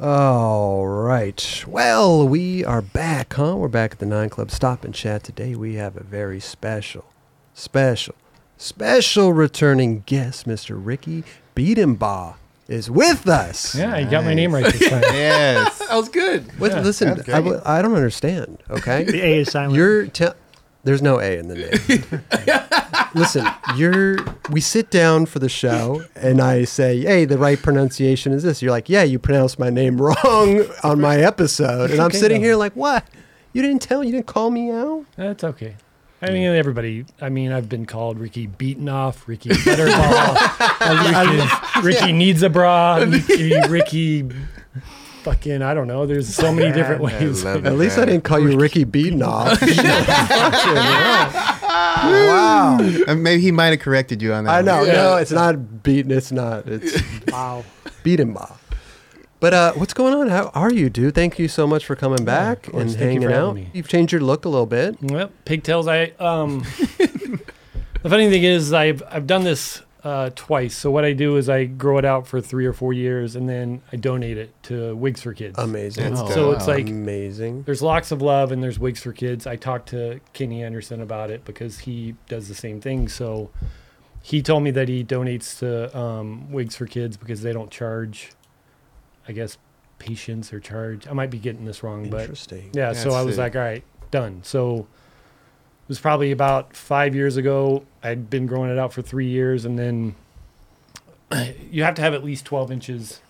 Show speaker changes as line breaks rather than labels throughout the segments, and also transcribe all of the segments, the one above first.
All right. Well, we are back, huh? We're back at the Nine Club Stop and Chat. Today we have a very special, special, special returning guest, Mr. Ricky Biedenbaugh is with us.
Yeah, you got my name right this time.
Yes.
That was good.
Wait, listen,
that's
I,
great.
w- I don't understand, okay?
The A is silent.
You're te- there's no A in the name. Listen, you're we sit down for the show and I say, "Hey, the right pronunciation is this." You're like, "Yeah, you pronounced my name wrong on my episode." And I'm
Okay,
sitting
though.
here like, "What? You didn't tell, you didn't call me out?"
That's okay. I mean, everybody. I mean, I've been called Ricky Beaten Off, Ricky Butterball, uh, Ricky, Ricky Needs a Bra, Ricky, Ricky fucking, I don't know. There's so many different
Man, I
ways.
love
At
it,
least I
man.
didn't call you Ricky Beatnoff.
Wow. Uh, Maybe he might have corrected you on that.
I
one.
know. No, it's not beaten. It's not. It's
wow.
beaten by. But uh, what's going on? How are you, dude? Thank you so much for coming back
course.
and
Thank you
hanging
for having
out.
me.
You've changed your look a little bit.
Well, pigtails. I um. the funny thing is, I've I've done this uh, twice. So what I do is I grow it out for three or four years, and then I donate it to Wigs for Kids.
Amazing.
That's Oh,
so
wow.
it's like
amazing.
there's locks of love and there's wigs for kids. I talked to Kenny Anderson about it because he does the same thing. So he told me that he donates to um, wigs for kids because they don't charge, I guess, patients or charge. I might be getting this wrong, but
Interesting.
yeah. so
That's
I was
it.
like, all right, done. So it was probably about five years ago. I'd been growing it out for three years, and then you have to have at least 12 inches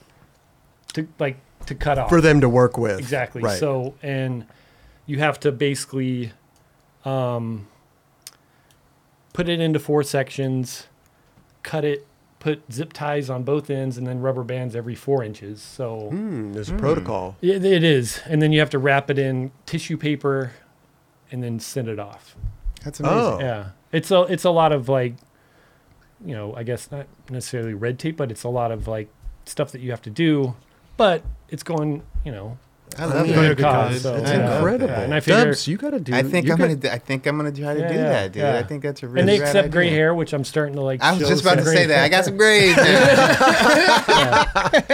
to like to cut off
For them to work with.
exactly
Right.
so and you have to basically um, put it into four sections cut it put zip ties on both ends and then rubber bands every four inches so
Hmm, there's a protocol.
it, it is and then you have to wrap it in tissue paper and then send it off
That's amazing.
Oh.
yeah it's a it's a lot of like you know i guess not necessarily red tape but it's a lot of like stuff that you have to do but it's going you know
I
I
love
mean,
that.
Good
good cause, so,
That's
It's
Yeah.
incredible.
Yeah, and I
I
figure-
Dubs, you got to do
I think
you
I'm
got-
gonna. Do, I think I'm gonna try to
Yeah,
do
yeah,
that, dude.
yeah.
I think that's a really.
and they
rad
accept gray
idea.
hair, which I'm starting to like.
I was
show
just about
some
to
gray
say that. I
hair.
got some grays.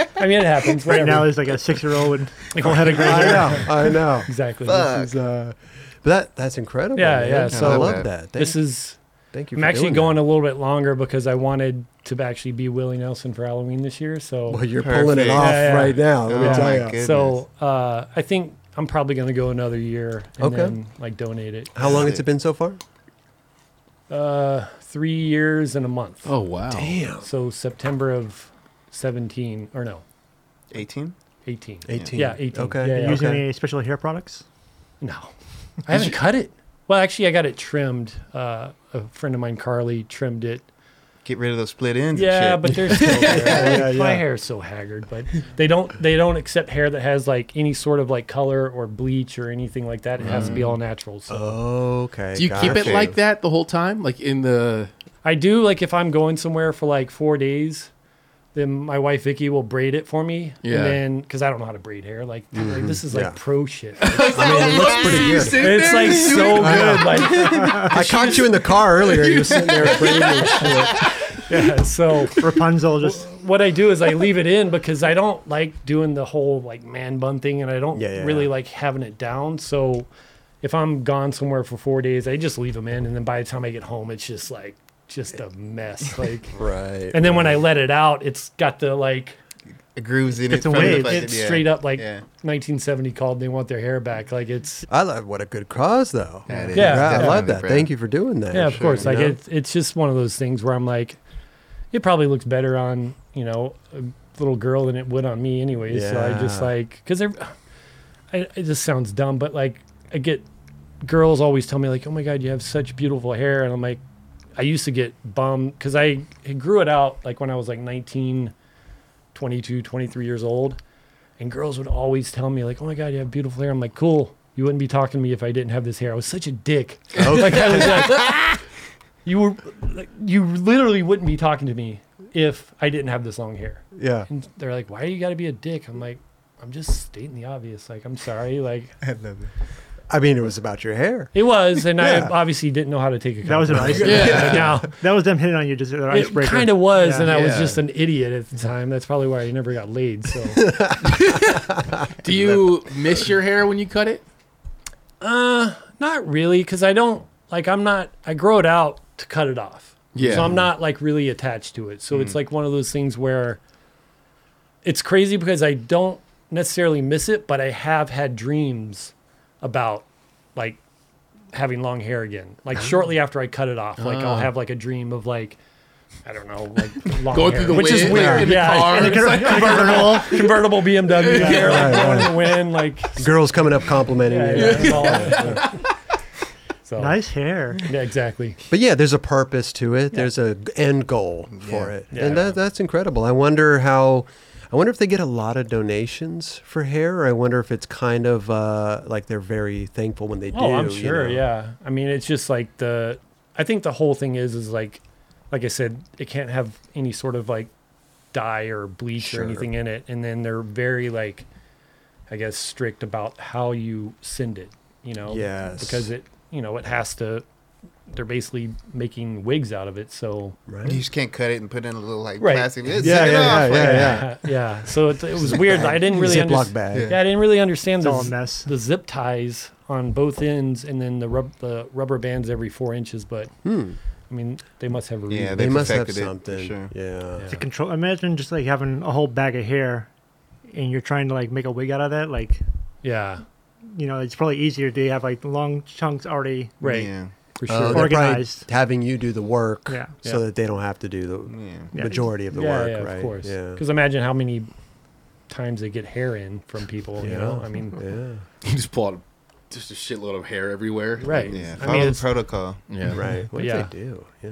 now.
I mean, it happens.
Right
Whatever.
now, there's like a six-year-old with a whole head of gray
I
hair.
know. I know.
exactly.
Fuck.
This is, uh, but that that's incredible.
Yeah,
man.
yeah,
I
so-
love that. Thank,
This is.
thank you.
I'm
for
actually
doing
going a little bit longer because I wanted to actually be Willie Nelson for Halloween this year. So
That. Well, you're pulling it
Perfect.
off
Yeah, yeah.
right now. Let me
Oh,
tell
my
you.
goodness.
so uh, I think I'm probably going to go another year and
Okay.
then like donate it.
How long has it been so far?
Uh, three years and a month.
Oh wow.
Damn.
So September of 17 or no
18.
18.
18.
Yeah, 18.
Okay.
Yeah,
Are you
yeah.
using
Okay.
any special hair products?
No, I haven't cut it. Well, actually, I got it trimmed. Uh, a friend of mine, Carly, trimmed it.
Get rid of those split ends.
Yeah,
and
but
shit.
they're still
Yeah,
there.
yeah.
My hair's so haggard, but they don't they don't accept hair that has like any sort of like color or bleach or anything like that. It has to be all natural. So
Okay.
Do you keep it
Gotcha.
like that the whole time? Like in the
I do like if I'm going somewhere for like four days, then my wife Vicky will braid it for me.
Yeah.
And then because I don't know how to braid hair, like, like, this is like
Yeah.
pro shit.
I mean, it looks pretty good.
it's like so good. Like
I caught you in the car earlier. You were sitting there braiding and shit.
yeah. So
Rapunzel just
what I do is I leave it in because I don't like doing the whole like man bun thing and I don't
Yeah, yeah,
really
yeah.
like having it down. So if I'm gone somewhere for four days, I just leave them in and then by the time I get home it's just like just a mess. Like
Right.
and then when I let it out, it's got the like
It grooves in
It's
it.
a
from the
wave.
fucking-
it's
yeah.
straight up like
Yeah.
1970 called and they want their hair back. Like it's
I love what a good cause though.
That is
Yeah.
I love
definitely
that.
rad.
Thank you for doing that.
yeah, of course. Like
You know?
it's it's just one of those things where I'm like, it probably looks better on you know a little girl than it would on me anyway. So I just
Yeah.
like because I, it just sounds dumb, but like I get girls always tell me like, oh my god, you have such beautiful hair, and I'm like, I used to get bummed because I I grew it out like when I was like 19, 22, 23 years old, and girls would always tell me like, oh my god, you have beautiful hair. I'm like, cool. You wouldn't be talking to me if I didn't have this hair. I was such a dick. Like I was like, you were like, you literally wouldn't be talking to me if I didn't have this long hair.
Yeah.
And they're like, "Why you got to be a dick?" I'm like, "I'm just stating the obvious. Like, I'm sorry. Like,
I love it.
I mean, it was about your hair.
It was, and
Yeah.
I obviously didn't know how to take a.
That was an
compliment.
ice.
Yeah.
Now
That was them hitting on you just an
it
icebreaker.
kind of was,
Yeah.
and I was
Yeah.
just an idiot at the time. That's probably why I never got laid. So,
Do you miss your hair when you cut it?
uh, not really, because I don't like. I'm not. I grow it out to cut it off.
Yeah. Mm-hmm.
So I'm not like really attached to it. So it's like one of those things where it's crazy because I don't necessarily miss it, but I have had dreams about like having long hair again. Like shortly after I cut it off, like I'll
Ah.
have like a dream of like I don't know, like long
Going
hair,
through the
which is
wind,
weird.
in the
yeah,
car.
and
It's like-
Convertible.
a convertible BMW hair, like
Right,
going in the wind, like
Girls coming up complimenting
yeah,
you.
yeah, it's all- So
nice hair.
yeah, exactly.
But yeah, there's a purpose to it. There's a g- end goal for
Yeah.
it,
Yeah.
and that, that's incredible. I wonder how. I wonder if they get a lot of donations for hair. Or I wonder if it's kind of uh, like they're very thankful when they do.
Oh, I'm
you
sure.
know.
Yeah. I mean, it's just like the. I think the whole thing is is like, like I said, it can't have any sort of like dye or bleach
Sure.
or anything in it, and then they're very like, I guess, strict about how you send it. You know.
Yes.
Because it, you know, it has to. They're basically making wigs out of it, so.
Right.
You just can't cut it and put it in a little like
Right.
plastic. It's
Yeah, yeah,
yeah,
yeah,
off. like-
yeah,
yeah. So it, it was weird. I didn't really
Ziploc
understand.
bag.
Yeah, I didn't really understand
It's all a
the
mess.
the zip ties on both ends and then the, rub, the rubber bands every four inches but
Hmm.
i mean they must have a
Yeah,
reason
They,
They
must have
perfected it, for
something.
sure.
Yeah. Uh,
Yeah.
The control. Imagine just like having a whole bag of hair, and you're trying to like make a wig out of that. Like
yeah,
you know, it's probably easier to have like long chunks already.
right
Yeah.
for
Oh,
sure
they're probably
Organized.
having you do the work,
Yeah.
so
Yeah.
that they don't have to do the
Yeah.
Yeah.
majority of the
yeah,
work.
yeah
right.
of course
Yeah.
because imagine how many times they get hair in from people you know
Yeah.
i mean
Yeah.
You just pull out just a shitload of hair everywhere.
right
Yeah.
i
Follow
mean
the
it's,
protocol.
Yeah.
Right. What
Yeah.
did they do? Yeah.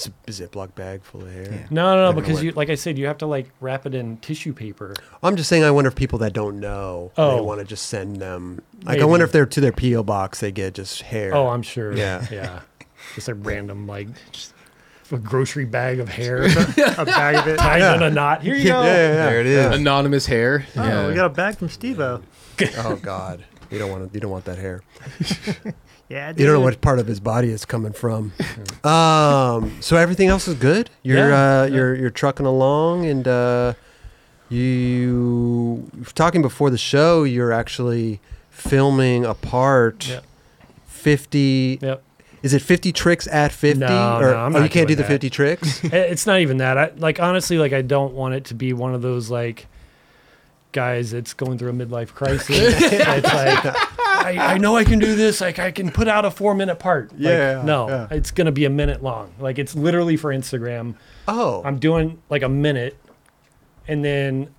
Zip- Ziploc bag full of hair.
Yeah.
no no
Not
no
gonna
because
work.
you like i said you have to like wrap it in tissue paper
I'm just saying. I wonder if people that don't know, they
Oh.
want to just send them. Like, I
Maybe.
wonder if they're to their PO box, they get just hair.
oh i'm sure
Yeah.
yeah just a random like just a grocery bag of hair
a bag of it.
tied in a knot here you
yeah,
go
yeah, yeah.
There it is.
Anonymous hair.
Oh, we got a bag from Stevo.
oh God, you don't want to, you don't want that hair.
Yeah,
You don't know
dude.
what part of his body it's coming from. Um, so everything else is good. You're
Yeah.
uh, you're you're trucking along, and uh, you talking before the show. You're actually filming a part.
Yeah.
Fifty.
yep
Is it fifty tricks at fifty?
No, no, I'm
oh,
not
you can't do
doing
the
that.
fifty tricks.
I- Eh, it's not even that. I like honestly, like I don't want it to be one of those like guys that's going through a midlife crisis. it's like I, I know I can do this. Like I can put out a four minute part. Like,
Yeah,
no,
yeah.
it's gonna be a minute long. Like it's literally for Instagram.
Oh,
I'm doing like a minute, and then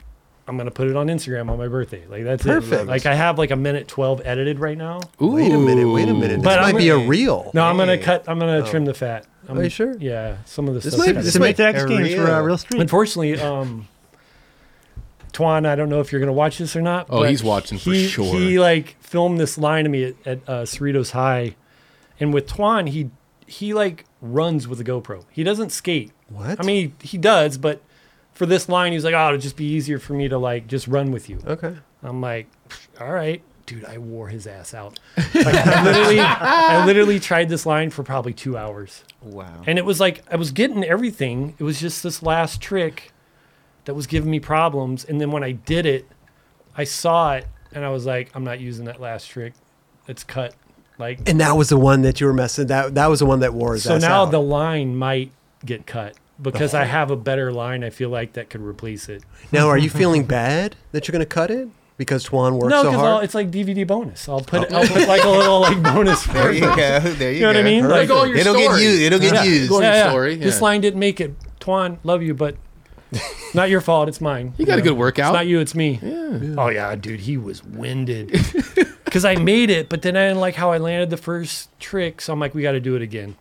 I'm gonna put it on Instagram on my birthday. Like that's
Perfect.
it. Like I have like a minute twelve edited right now.
Ooh.
Wait a minute, wait a minute. This
But
might
I'm
be a
gonna-
reel.
No, I'm gonna
Hey.
cut. I'm gonna trim the fat. I'm,
Oh. Are you sure?
Yeah, some of the
This
stuff.
might- this
Submit to
Wait,
X Games for uh,
real-
Real Street.
Unfortunately, um, Twan, I don't know if you're gonna watch this or not.
Oh,
but
he's watching for
he-
sure.
He like filmed this line to me at, at uh, Cerritos High, and with Twan, he he like runs with a GoPro. He doesn't skate.
What?
I mean, he, he does, but for this line, he's like, "Oh, it'd just be easier for me to like just run with you."
Okay.
I'm like, all right, dude, I wore his ass out. Like, I literally, I literally tried this line for probably two hours,
Wow.
and it was like I was getting everything. It was just this last trick that was giving me problems. And then when I did it, I saw it, and I was like, I'm not using that last trick. It's cut. Like
And that was the one that you were messing. That that was the one that wore his
so
ass
now
out.
the line might get cut because I have a better line. I feel like that could replace it.
now, are you feeling bad that you're gonna cut it because Tuan worked
no,
so
because
hard?
it's like DVD bonus. I'll put I'll put like a little like bonus for
There you
it.
go. There you,
You know what I
go.
mean?
Like all your
It'll get
stories.
used. It'll get
Yeah.
used.
Go- Funny story,
This
yeah.
line didn't make it. Twan, love you, but not your fault. It's mine.
You got a
know?
good workout.
It's not you. It's me. Oh yeah, dude, he was winded because I made it, but then I didn't like how I landed the first trick, so I'm like, we got to do it again.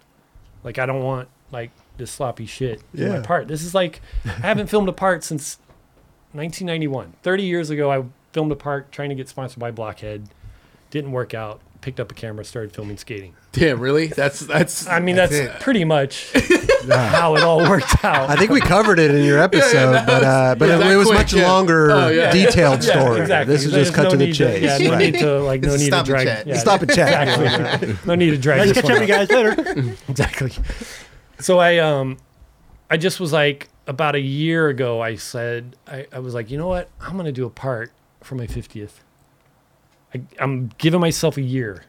Like I don't want like this sloppy shit in my
Yeah.
part. This is like I haven't filmed a part since 1991. 30 years ago, I filmed a part trying to get sponsored by Blockhead. Didn't work out. picked up a camera, started filming skating.
Damn, really? That's that's.
I mean, that's,
That's it.
pretty much how it all worked out.
I think we covered it in your episode,
that
but uh, but
yeah,
it,
that
it was
quick,
much
yeah.
longer,
Oh, yeah.
detailed
Yeah,
story.
exactly.
This is
There's
just cut
no
to the
need
chase.
yeah, no
right.
need to like no
This is
need to
stop and
drag.
chat.
yeah,
Stop Oh, and check.
Exactly. no need to drag.
Let's
this
catch
one
up, you
out.
guys, later.
exactly. So I um I just was like about a year ago I said I, I was like, you know what? I'm gonna do a part for my fiftieth. I I'm giving myself a year,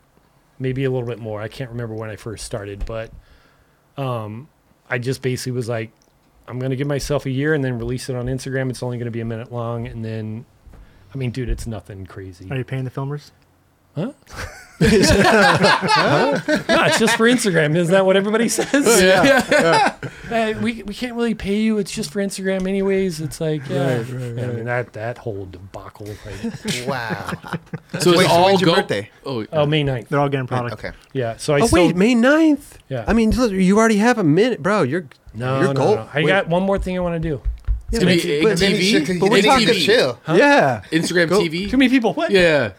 maybe a little bit more. I can't remember when I first started, but um I just basically was like, I'm gonna give myself a year and then release it on Instagram. It's only gonna be a minute long and then I mean, dude, it's nothing crazy.
Are you paying the filmers?
no, it's just for Instagram. Isn't that what everybody says?
Oh,
yeah.
Uh, we, we can't really pay you. It's just for Instagram, anyways. It's like, yeah. Yeah, I mean, that, that whole debacle. Like,
Wow.
So it's
Wait, so
all
when's your
go-
birthday?
Oh,
oh, May 9th.
They're all getting product.
Okay.
Yeah. So I
Oh
still.
wait, May 9th?
Yeah.
I mean, look, you already have a minute, bro. You're
no,
your
no,
goal-
no. I
wait.
got one more thing I want to do.
yeah,
It's gonna
but-
be
but-
TV?
But we're
It's
talking
TV.
chill.
yeah.
Instagram
Go-
TV.
Too many people. What?
Yeah,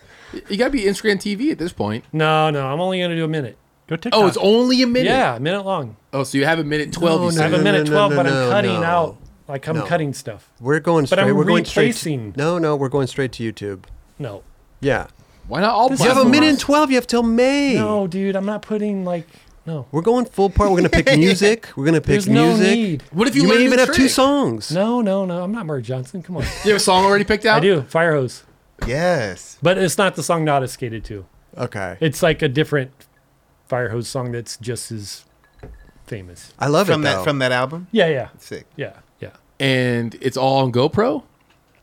you gotta be Instagram TV at this point.
No, no. I'm only going to do a minute.
Go TikTok.
Oh, it's only a minute.
Yeah, a minute long.
Oh, so you have a minute twelve.
No,
you
no,
I
said.
have a minute
no,
12, but
no,
I'm cutting
no.
out. Like, I'm
No.
cutting stuff.
We're going straight.
I'm
we're going
replacing-
straight. To, no, no, we're going straight to YouTube.
No.
Yeah.
Why not all?
This
You have a
platforms?
minute and 12. You have till May.
No, dude. I'm not putting, like, no.
We're going full part. We're going to pick music. We're going to pick
There's no
music.
need.
What if you,
You
learn
may
a
even
new
have two
trick?
songs.
No, no, no. I'm not Murray Johnson. Come on.
You have a song already picked out.
I do. Fire hose.
Yes.
But it's not the song Nada skated to.
Okay.
It's like a different fire hose song that's just as famous.
I love
From
it.
that
though.
from that album.
Yeah, yeah,
Sick.
yeah, yeah.
and it's all on GoPro.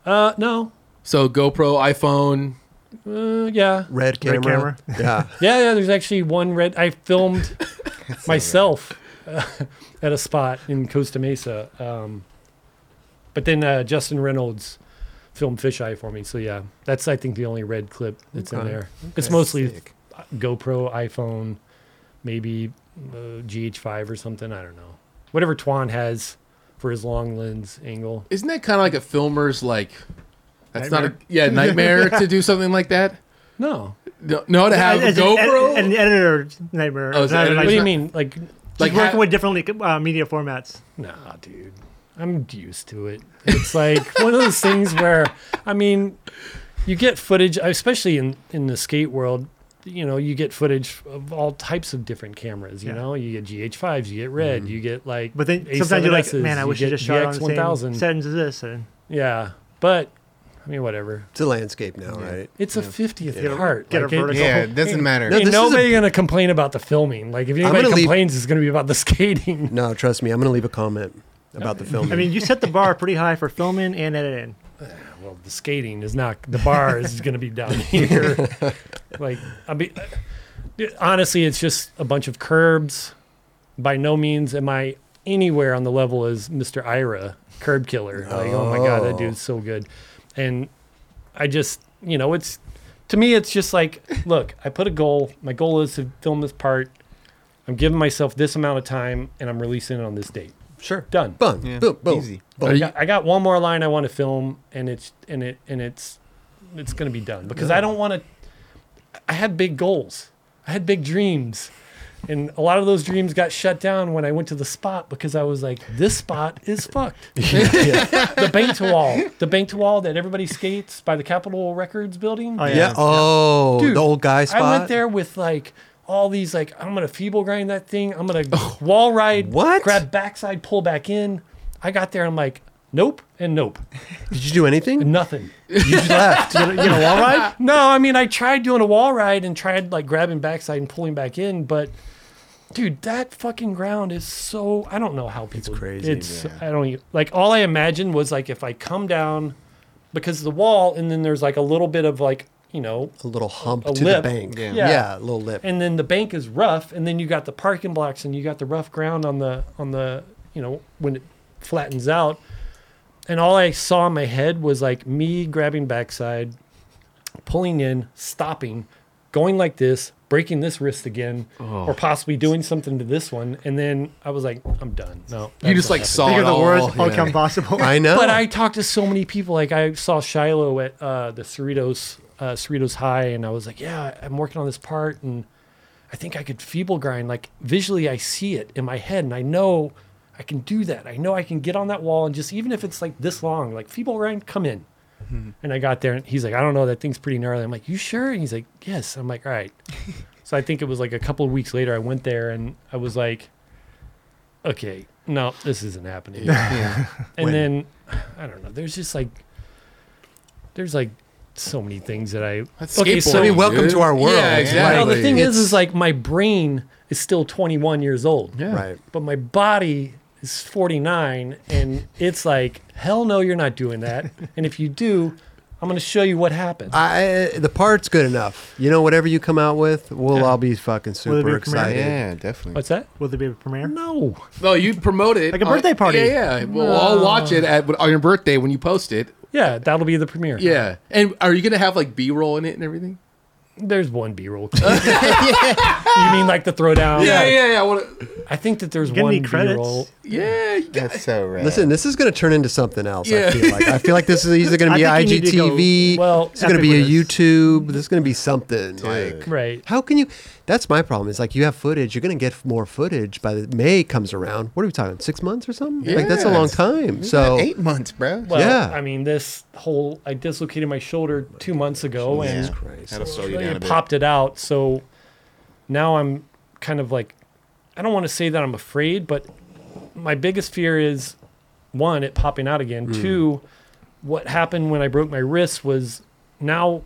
Uh, no,
So GoPro, iPhone.
uh, yeah,
Red camera.
camera.
Yeah.
yeah, yeah. There's actually one red. I filmed myself uh, at a spot in Costa Mesa. Um, but then uh, Justin Reynolds filmed Fisheye for me. So yeah, that's I think the only red clip that's in
Okay.
there. It's mostly
Sick.
GoPro, iPhone, maybe uh, GH5 or something. I don't know. Whatever Twan has for his long lens angle.
Isn't that kind of like a filmer's like? That's not
Nightmare.
a yeah nightmare to do something like that.
No.
No, no to have
It's
a
an ed-
GoPro.
An, editor nightmare.
Oh, it's
Not
an
like-
What do you
not-
mean? Like,
like
working
ha-
with different uh, media formats.
nah, dude. I'm used to it. It's like one of those things where, I mean, you get footage, especially in, in the skate world, you know, you get footage of all types of different cameras. You
Yeah. Mm-hmm.
know, you get GH5s, you get red, you get like,
But then sometimes you're like,
A7Ss,
man, I wish I
get
just shot on the same
GX1000.
settings as this. And
yeah. But, I mean, whatever.
It's a landscape now, right?
It's a fiftieth
Get a-
part.
get a
like, it-
vertical.
Yeah, it doesn't matter.
No,
ain't
this is a-
nobody gonna complain about the filming. Like if anybody
gonna leave-
complains, it's gonna be about the skating.
No, trust me. I'm going to leave a comment about the film.
I mean, you set the bar pretty high for filming and editing.
well, the skating is not. The bar is gonna be down here. like I mean, uh, honestly, it's just a bunch of curbs. By no means am I anywhere on the level as Mr. Ira, curb killer. Like oh my god, that
No.
dude's so good. And I just, you know, it's to me, it's just like, look, I put a goal. My goal is to film this part. I'm giving myself this amount of time, and I'm releasing it on this date.
sure.
Done.
Boom.
Yeah.
Boom. Boom.
Easy.
Boom.
Are
I
you-
got, I got one more line I want to film, and it's and it and it's it's gonna be done because I don't want to. I had big goals. I had big dreams. And a lot of those dreams got shut down when I went to the spot because I was like, this spot is fucked. the bank to wall, the bank to wall that everybody skates by the Capitol Records building.
Oh,
Yeah. Oh,
Dude,
the old guy spot.
I went there with like all these like I'm gonna feeble grind that thing. I'm gonna wall ride.
Oh. What?
Grab backside, pull back in. I got there. I'm like, nope and nope,
Did you do anything?
nothing.
you just left.
You know, you know, wall ride?
no, I mean I tried doing a wall ride and tried like grabbing backside and pulling back in, but dude, that fucking ground is so I don't know how people.
crazy,
It's
man.
I don't e- like all I imagined was like if I come down because the wall and then there's like a little bit of like you know
a little hump
A
to
lip.
the bank.
Yeah.
Yeah.
a little lip.
and then the bank is rough and then you got the parking blocks and you got the rough ground on the on the you know when it flattens out and all i saw in my head was like me grabbing backside pulling in stopping going like this breaking this wrist again,
Oh.
or possibly doing something to this one. And then I was like, I'm done. No,
You
that's
just
not
like
happening.
saw
Think
it
of the
all.
worst
yeah.
outcome possible.
I know.
But I talked to so many people. Like I saw Shiloh at uh, the Cerritos uh, Cerritos High, and I was like, "Yeah, I'm working on this part, and I think I could feeble grind. Like visually, I see it in my head, and I know I can do that. I know I can get on that wall, and just even if it's like this long, like feeble grind, come in." And I got there, and he's like, "I don't know, that thing's pretty gnarly." I'm like, "You sure?" And he's like, "Yes." I'm like, "All right." so I think it was like a couple of weeks later, I went there, and I was like, "Okay, no, this isn't happening."
yeah.
and
When-
then I don't know. There's just like there's like so many things that I
That's
Okay, so- I mean,
welcome
dude.
to our world.
Yeah,
Like,
exactly.
well, the thing is
It's-
is like my brain is still 21 years old.
Yeah.
Right.
But my body is 49 and it's like hell no you're not doing that. and if you do, I'm going to show you what happens.
I, the part's good enough. You know, whatever you come out with, we'll all be fucking
Will it
super
be a premiere?
excited.
yeah, definitely.
What's that?
Will there be a premiere?
No.
No, you promote it
Like a birthday party.
Yeah, yeah. We'll all watch it at on your birthday when you post it.
Yeah, that'll be the premiere.
Yeah, and are you gonna have like B roll in it and everything?
There's one B-roll. You mean like the throwdown?
yeah,
Like,
yeah, yeah. I wanna-
I think that there's
Gonna
one
need credits.
B-roll.
yeah. you got-
That's so rad.
Listen, this is going to turn into something else. I
Yeah.
feel like I feel like this is either going to
I
be
think you need to go-
IGTV.
Well,
it's going to be a
epic with
YouTube. This is going to be something like.
Right.
How can you? That's my problem. Is like you have footage. You're going to get more footage by the May comes around. What are we talking? Six months or something? Like that's a long
Yes.
time. So
eight months, bro.
Well,
Yeah.
I mean, this whole I dislocated my shoulder two months ago
Jesus
and
Christ.
That'll slow you
really
down a bit.
popped it out. So now I'm kind of like, I don't want to say that I'm afraid, but my biggest fear is one, it popping out again.
Hmm.
Two, what happened when I broke my wrist was now,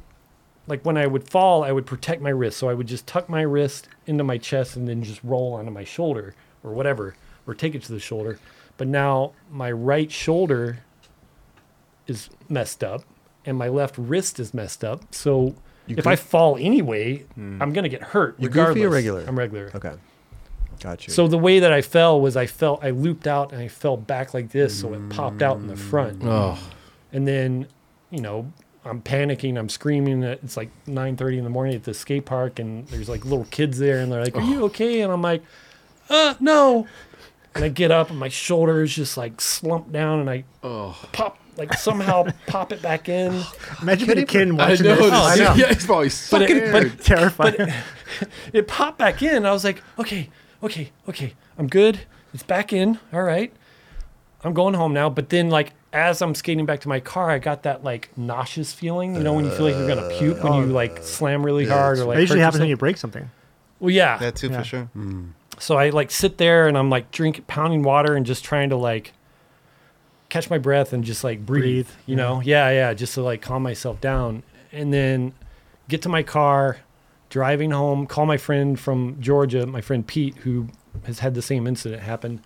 like when I would fall, I would protect my wrist. So I would just tuck my wrist into my chest and then just roll onto my shoulder or whatever, or take it to the shoulder. But now my right shoulder is messed up and my left wrist is messed up. So if I fall anyway, I'm going to get hurt.
Hmm. You goofy or
regardless.
regular?
I'm regular.
okay, got you.
So the way that I fell was I fell, I looped out and I fell back like this. So it popped out in the front.
Oh,
And then, you know, I'm panicking, I'm screaming. At, it's like 9.30 in the morning at the skate park and there's like little kids there and they're like, are
Oh.
you okay? And I'm like, uh, no. And I get up and my shoulder is just like slumped down and I
oh.
pop, like somehow pop it back in.
Imagine being a kid and
I
watching
know.
this. Oh,
I
dude.
know.
Yeah, it's probably
But
fucking.
it, but
Terrifying.
it popped back in. And I was like, okay, okay, okay, I'm good. It's back in. All right. I'm going home now. But then, like, as I'm skating back to my car, I got that like nauseous feeling. You know, when you feel like you're gonna puke when you like slam really hard or like.
That usually
hurt
happens when you
yourself.
break something.
Well, yeah.
that too
Yeah.
for sure.
so I like sit there and I'm like drink pounding water and just trying to like catch my breath and just like breathe.
Breathe,
you know, yeah, yeah, just to like calm myself down. And then get to my car, driving home, call my friend from Georgia, my friend Pete, who has had the same incident happen.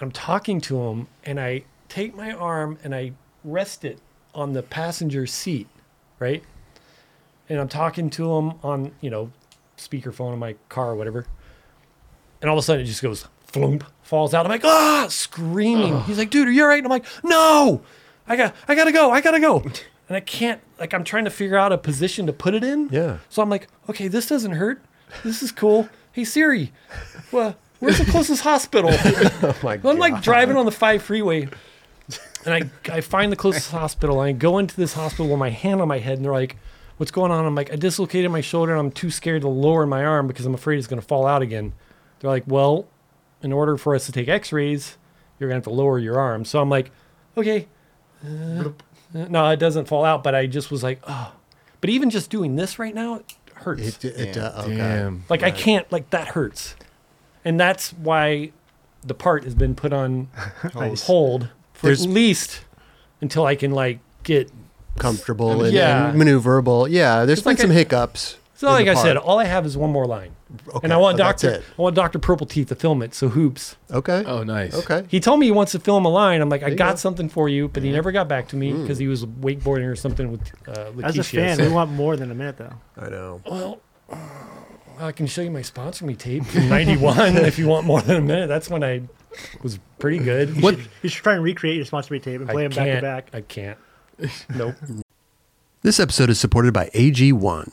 I'm talking to him and I take my arm and I rest it on the passenger seat, right? And I'm talking to him on, you know, speakerphone in my car or whatever. And all of a sudden it just goes flump, falls out. I'm like, ah, screaming. He's like, dude, are you all right? And I'm like, no, I got, I gotta go, I gotta go. And I can't, like, I'm trying to figure out a position to put it in.
Yeah.
So I'm like, okay, this doesn't hurt. This is cool. Hey Siri, well, where's the closest hospital?
oh my
Well,
God.
I'm like driving on the five freeway, and I, I find the closest hospital. And I go into this hospital with my hand on my head, and they're like, "What's going on?" I'm like, "I dislocated my shoulder, and I'm too scared to lower my arm because I'm afraid it's going to fall out again." They're like, "Well, in order for us to take X-rays, you're going to have to lower your arm." So I'm like, "Okay, uh, uh, no, it doesn't fall out." But I just was like, "Oh," but even just doing this right now it hurts.
It, it,
Yeah.
uh, okay.
damn.
Like I can't like that hurts. And that's why the part has been put on hold for
There's-
at least until I can like get
comfortable and,
Yeah.
and maneuverable. Yeah, there's
It's
been
like
some
I-
hiccups.
so
in
like
the
I said,
park.
all I have is one more line.
Okay,
And I want
so that's
Doctor
it.
I want Doctor Purple Teeth to film it, so hoops.
Okay.
Oh, nice.
Okay.
He told me he wants to film a line. I'm like, I
you
got
go. Hmm.
something for you, but he never got back to me because he was wakeboarding or something with uh, Lakeisha.
As a fan,
so-
we want more than a minute, though.
I know.
Well, I can show you my sponsor me tape from '91 if you want more than a minute. That's when I was pretty good.
What?
You should try and recreate your sponsor tape and play them back to back.
I can't. Nope.
This episode is supported by AG1.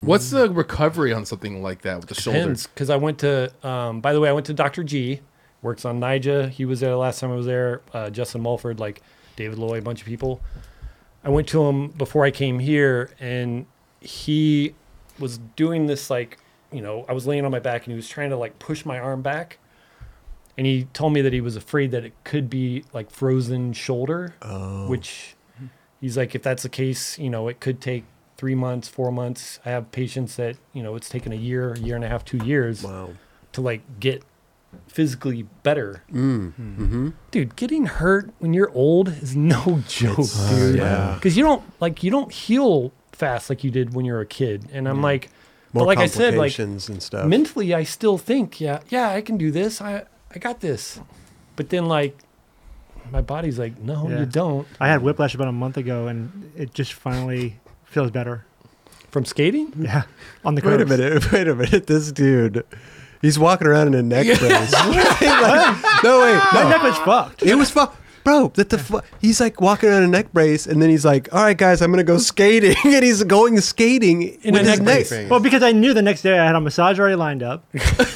What's the recovery on something like that with the shoulders?
because I went to. Um, by the way, I went to Doctor G. Works on Nija. He was there last time I was there. Uh, Justin Mulford, like David Loy, a bunch of people. I went to him before I came here, and he was doing this like, you know, I was laying on my back, and he was trying to like push my arm back. And he told me that he was afraid that it could be like frozen shoulder, which he's like, if that's the case, you know, it could take three months, four months. I have patients that, you know, it's taken a year, year and a half, two years
Wow.
to like get physically better. Mm-hmm. Dude, getting hurt when you're old is no joke, dude.
yeah.
Because you don't like you don't heal fast like you did when you were a kid. And I'm like,
More
but like I said, like
complications and stuff.
mentally, I still think, yeah, yeah, I can do this. I I got this. But then like, my body's like, no,
Yeah.
you don't.
I had whiplash about a month ago, and it just finally feels better.
From
Hmm.
skating,
Yeah, on the curves.
Wait a minute, wait a minute. This dude, he's walking around in a neck brace. Like, no, wait,
My
no.
neck was fucked.
It was fun. Bro, that the fu- he's like walking around in a neck brace, and then he's like, "All right, guys, I'm gonna go skating," and he's going skating in
In
with
a
his
neck
neck.
brace.
But
Well, because I knew the next day I had a massage already lined up.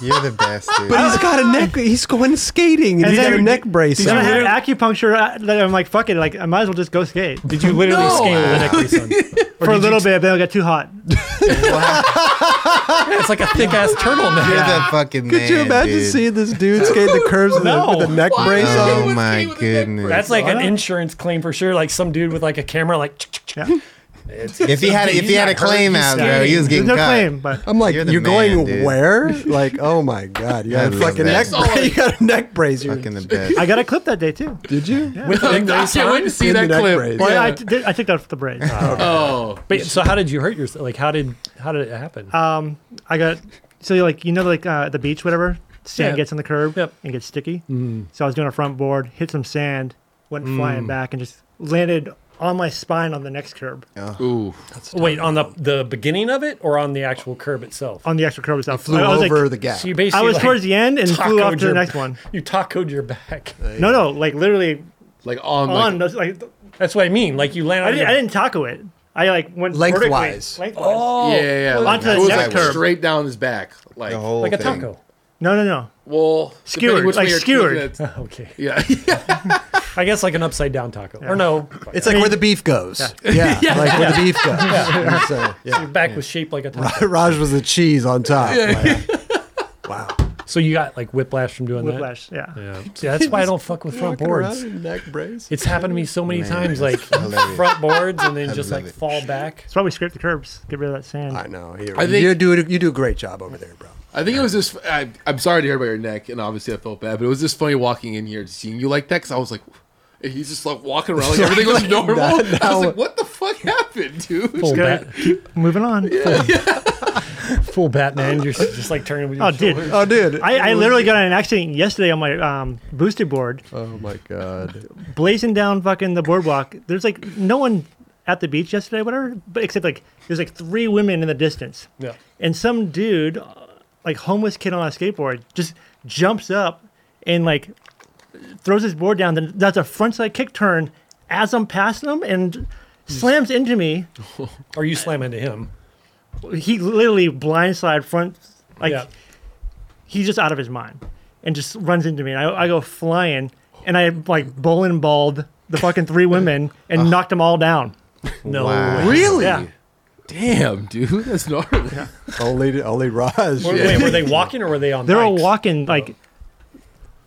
You're the best, dude.
he's got
Ah.
a neck. He's going skating, and,
And
he's got
then-
a neck brace.
Then I
on.
had acupuncture. uh, then I'm like, fuck it. Like, I might as well just go skate
did you literally
No.
skate with a neck brace on? Or
for
did
a
you-
little bit, but then it got too hot.
It's like a thick ass turtleneck.
You're the fucking
Could
man.
you imagine
dude.
seeing this dude skate the curves with a- with a neck
Why?
brace on?
Oh
With
my
a neck
goodness!
That's like
Why
an
not?
insurance claim for sure. Like some dude with like a camera, like
Yeah.
if he had if he had a claim out, bro, he was
There's
getting
no
caught.
claim, but
I'm like,
You're
you're,
the man,
going
dude."
where? Like, oh my god, you
I
got a
love
fucking
that.
neck
That's
all
brace.
I-
You got a neck brace. You're
Fucking the best.
I got a clip that day too.
Did you?
with a
I
neck brace
can't wait
on.
to see
In the
that
neck
clip.
brace.
Well,
Yeah.
I, did, I took that off the break.
oh,
But so how did you hurt yourself? Like how did how did it happen?
Um, I got so like you know like uh, at the beach, whatever. Sand
Yeah.
gets on the curb
Yep.
and gets sticky. So I was doing a front board, hit some sand, went flying back, and just landed on my spine on the next curb.
ooh,
Wait, on the the beginning of it or on the actual curb itself?
On the extra curb itself,
Flew
I was like-
over the gap.
So you basically
I was
like,
towards the end and flew off
tacoed
to
your-
the next one.
You tacoed your back.
No, no, like literally
like on, like,
on. those, Like,
That's what I mean. Like you land
I
on
didn't,
your
I didn't taco it. I like went vertically,
Lengthwise.
Lengthwise.
Oh,
yeah, yeah, yeah.
Onto the
it was
neck
like
curve.
straight down his back, like
The whole
like a
thing.
taco.
No, no, no.
well,
Skewered,
depending which
like
way you're
skewered.
looking at-
Okay.
Yeah,
I guess like an upside down taco. Or no.
It's like where the beef goes. Yeah, like where the beef goes. And so, yeah.
your back was shaped like a taco.
Raj was the cheese on top. Like, wow.
So you got like whiplash from doing
Whiplash. Yeah.
that. Yeah. See, that's why I don't fuck with front boards.
neck brace.
It's happened to me so many
Man,
times, like
that's hilarious.
front boards and then just
love
like
it.
fall back.
That's why we scrape the curbs. Get rid of that sand.
I know.
I
I
think-
think, you do it, you do a great job over there, bro.
I think it was just. I, I'm sorry to hear about your neck, and obviously I felt bad, but it was just funny walking in here and seeing you like that because I was like, he's just like walking around like everything was normal.
that,
I
no.
was like, what the fuck happened, dude?
Full,
Good.
bat,
Keep moving on.
full Batman. You're just like turning with your
Oh, dude.
shoulders.
Oh, dude.
I, I literally got in an accident yesterday on my um, booster board,
oh my god.
blazing down fucking the boardwalk. There's like no one at the beach yesterday, whatever, but except like there's like three women in the distance,
Yeah.
and some dude, uh, like homeless kid on a skateboard, just jumps up and like throws his board down, then does a frontside kick turn as I'm passing him and slams into me.
Or you slam into him.
He literally blindside front, like
yeah.
he's just out of his mind, and just runs into me. And I, I go flying, and I like bowling balled the fucking three women and
Uh-huh.
knocked them all down.
No.
Wow.
way.
Really?
Yeah.
Damn, dude, that's gnarly.
Only, only Raj.
Were, Wait, were they walking or were they on
They're all
bikes?
walking like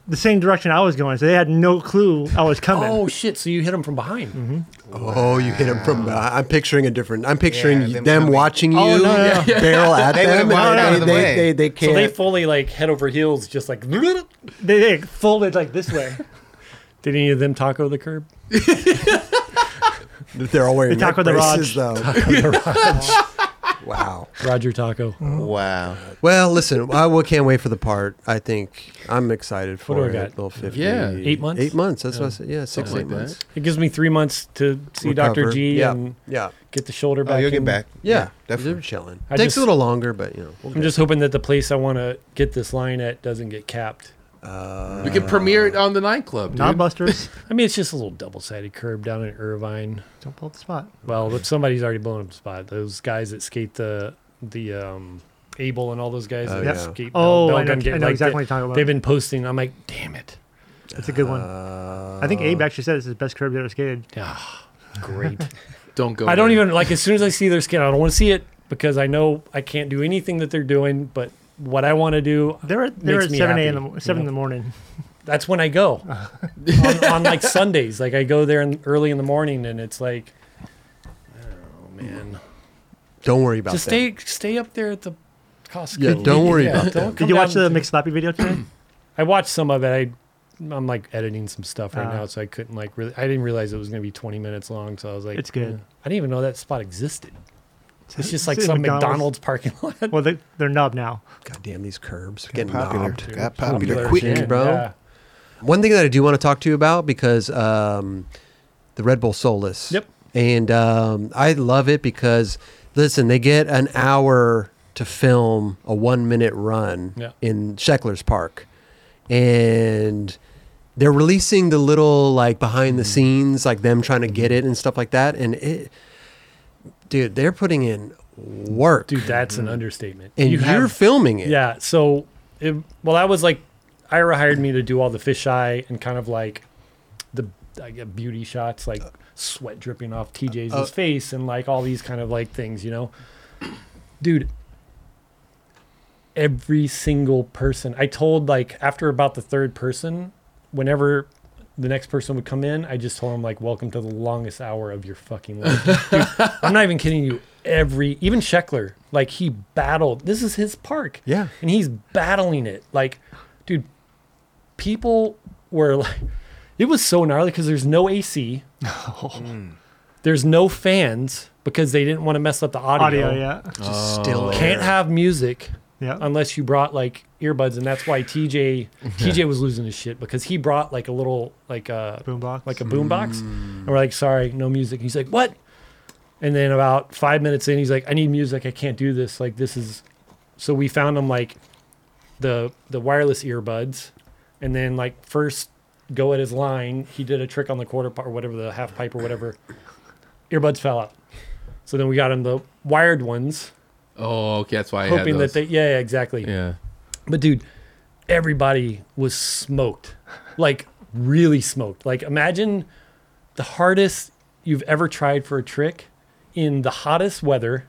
the same direction I was going, so they had no clue I was coming.
Oh, shit. So you hit them from behind.
Oh, you hit him from. behind. I'm picturing a different. I'm picturing
Yeah, them
them,
coming.
watching you
Oh, no, no, no.
barrel at
They
them.
would've walked out
and
of the
they,
way.
they, they
So
can't.
they fully like head over heels, just like. Did
They, they folded like this way.
any of them taco the curb?
they, are all wearing
They
neck
tackled the
braces, though. wow.
Roger Taco.
Wow.
Well, listen, I will, can't wait for the part. I think I'm excited for
do I
it.
got?
Little 50.
Yeah.
Eight months?
Eight months. That's what I said. Yeah, six, eight
Something like
months.
that.
It gives me three months to see Dr.
Recover.
G
Yeah.
and
Yeah.
get the shoulder back.
Oh, you'll
in.
get back.
Yeah,
definitely.
they're chilling.
I
Takes
just-
a little longer, but you know, we'll
I'm
get
just hoping that the place I want to get this line at doesn't get capped.
we can premiere it on the Nine Club, dude.
Not busters.
I mean, it's just a little double-sided curb down in Irvine.
Don't pull up the spot.
Well, if somebody's already blown up the spot. Those guys that skate the the um, Abel and all those guys that
yeah.
skate.
Oh,
Bell
I know-
Gun get,
I know
like,
exactly
they-
what you're talking about.
They've been posting. I'm like, damn it.
That's a good one.
Uh,
I think
Uh,
Abe actually said it's his best curb they ever skated.
Ah, great.
Don't go.
I don't
there.
even like. As soon as I see their skate, I don't want to see it because I know I can't do anything that they're doing. But what I want to do,
They're at, they're
Makes
at
me
7
happy,
a.m. in the- 7 in the morning.
that's when I go on, on like Sundays. Like I go there in, early in the morning, and it's like, oh man,
Don't worry about
just
that.
stay stay up there at the Costco.
Yeah, don't worry about
don't
that.
come
Did you watch
down
the
to-
McSlappy video today?
I watched some of it. I I'm like editing some stuff right
Ah.
now, so I couldn't like really. I didn't realize it was gonna be 20 minutes long, so I was like,
It's good.
eh. I didn't even know that spot existed. It's just like
in
some
McDonald's.
McDonald's parking lot.
Well, they, they're nub now.
God damn these curbs getting
popular.
mobbed.
Got popular
Popular
quick,
shit,
bro.
yeah.
One thing that I do want to talk to you about because um, the Red Bull Solus.
Yep.
And um, I love it because listen, they get an hour to film a one minute run
Yeah.
in Sheckler's Park, and they're releasing the little like behind
Mm.
the scenes, like them trying to get it and stuff like that. And it, dude, they're putting in work,
Dude, that's
Mm-hmm.
an understatement.
and you are
have-
filming it.
Yeah. So, it, well, I was like, Ira hired me to do all the fisheye and kind of like the I get beauty shots, like sweat dripping off TJ's
uh,
face and like all these kind of like things, you know? Dude, every single person, I told like after about the third person, whenever the next person would come in, I just told him like, "Welcome to the longest hour of your fucking life." Dude, I'm not even kidding you. Every even Scheckler, like he battled. This is his park.
Yeah.
and he's battling it. Like, dude, people were like, it was so gnarly because there's no AC, there's no fans because they didn't want to mess up the audio. Um,
Audio, yeah.
Just still
Oh. can't
there.
have music
Yeah.
unless you brought like earbuds, and that's why TJ TJ was losing his shit because he brought like a little like uh, a
Boombox.
like a boombox,
Mm.
and we're like, sorry, no music. He's like, what? And then about five minutes in, he's like, I need music. I can't do this. Like this is. So we found him like the the wireless earbuds, and then like first go at his line, he did a trick on the quarter pipe or whatever the half pipe or whatever. Earbuds fell out. So then we got him the wired ones,
Oh, okay, that's why I
hoping
had
that
those.
they yeah, yeah exactly.
Yeah.
But dude, everybody was smoked. Like really smoked. Like imagine the hardest you've ever tried for a trick in the hottest weather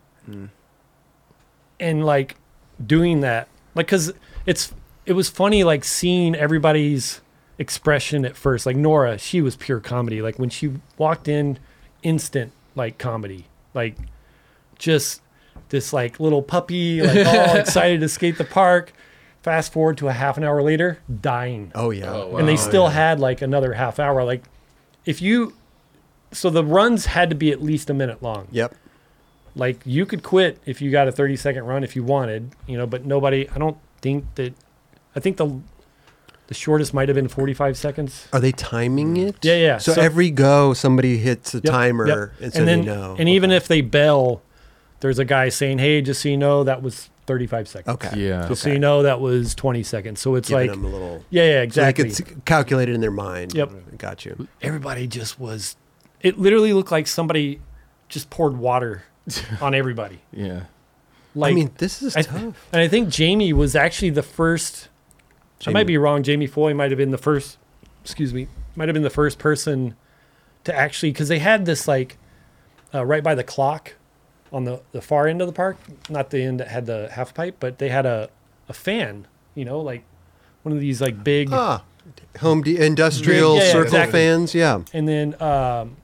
and like doing that. Like cuz it's it was funny like seeing everybody's expression at first. Like Nora, she was pure comedy. Like when she walked in instant like comedy. Like just this like little puppy like all excited to skate the park. Fast forward to a half an hour later, dying
Oh yeah.
Oh, wow.
and they still had like another half hour. Like, if you, so the runs had to be at least a minute long.
Yep.
Like you could quit if you got a thirty second run if you wanted, you know. But nobody, I don't think that. I think the the shortest might have been forty five seconds.
Are they timing it?
Mm. Yeah, yeah.
So,
So-
every go, somebody hits a
Yep,
timer,
yep.
and so
then,
they know.
And even if they bail, there's a guy saying, "Hey, just so you know, that was 35 seconds.
Okay.
Yeah.
So you know that was 20 seconds. So it's
Giving
like,
them a little.
yeah, yeah,
So they
exactly.
could s- calculate it in their mind.
Yep.
Got you.
Everybody just was, it literally looked like somebody just poured water on everybody.
Yeah.
Like,
I mean, this is
I-
tough.
and I think Jamie was actually the first. I
Jamie-
might be wrong. Jamie Foy might have been the first. Excuse me. Might have been the first person to actually because they had this like uh, right by the clock on the the far end of the park, not the end that had the half pipe, but they had a a fan. You know, like one of these like big.
Ah, home de- industrial
Yeah, yeah,
circle
exactly.
fans. Yeah.
And then um,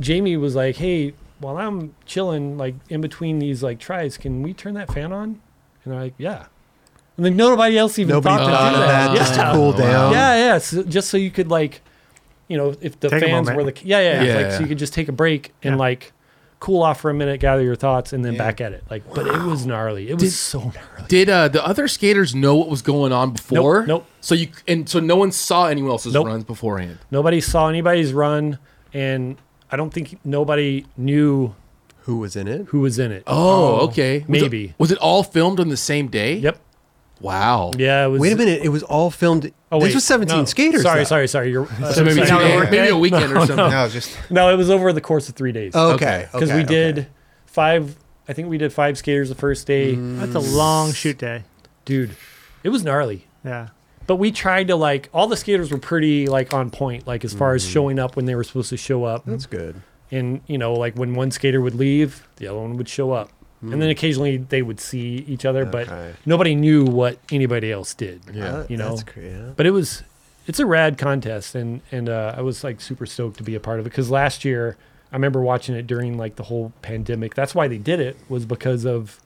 Jamie was like, "Hey, while I'm chilling, like in between these like tries, can we turn that fan on?" And they're like, "Yeah." And like nobody else even
Nobody
thought to
thought
do
of that just to
Yeah.
cool down.
yeah, yeah. So just so you could like, you know, if the
Take a
fans
moment.
were the yeah, yeah,
Yeah.
Like, so you could just take a break and
Yeah.
like cool off for a minute, gather your thoughts, and then back at it. Like, but it was gnarly. It was
Did-
so gnarly.
Did uh, the other skaters know what was going on before?
nope.
So you and so no one saw anyone else's
Nope.
runs beforehand.
Nobody saw anybody's run, and I don't think nobody knew
Who was in it?
who was in it. Um,
Oh, okay. Was it-
maybe.
was it all filmed on the same day?
Yep.
Wow.
Yeah. It was,
Wait a minute. It was all filmed.
Oh,
this
wait,
was 17
no.
skaters.
Sorry,
though.
sorry, sorry. You're, uh,
So maybe,
Sorry.
two
Now it
days.
worked
maybe a
out.
weekend or something.
No, just
no, it was over the course of three days.
Oh, Okay.
Because
okay,
we did
okay.
five. I think we did five skaters the first day.
Mm.
That's a long shoot day.
Dude, it was gnarly.
Yeah.
but we tried to like all the skaters were pretty like on point like as far as showing up when they were supposed to show up
Mm. That's good.
and you know like when one skater would leave the other one would show up and then occasionally they would see each other
Mm. Okay.
but nobody knew what anybody else did
Uh,
you know
That's cr- yeah.
but it was it's a rad contest and and uh, i was like super stoked to be a part of it because last year i remember watching it during like the whole pandemic that's why they did it was because of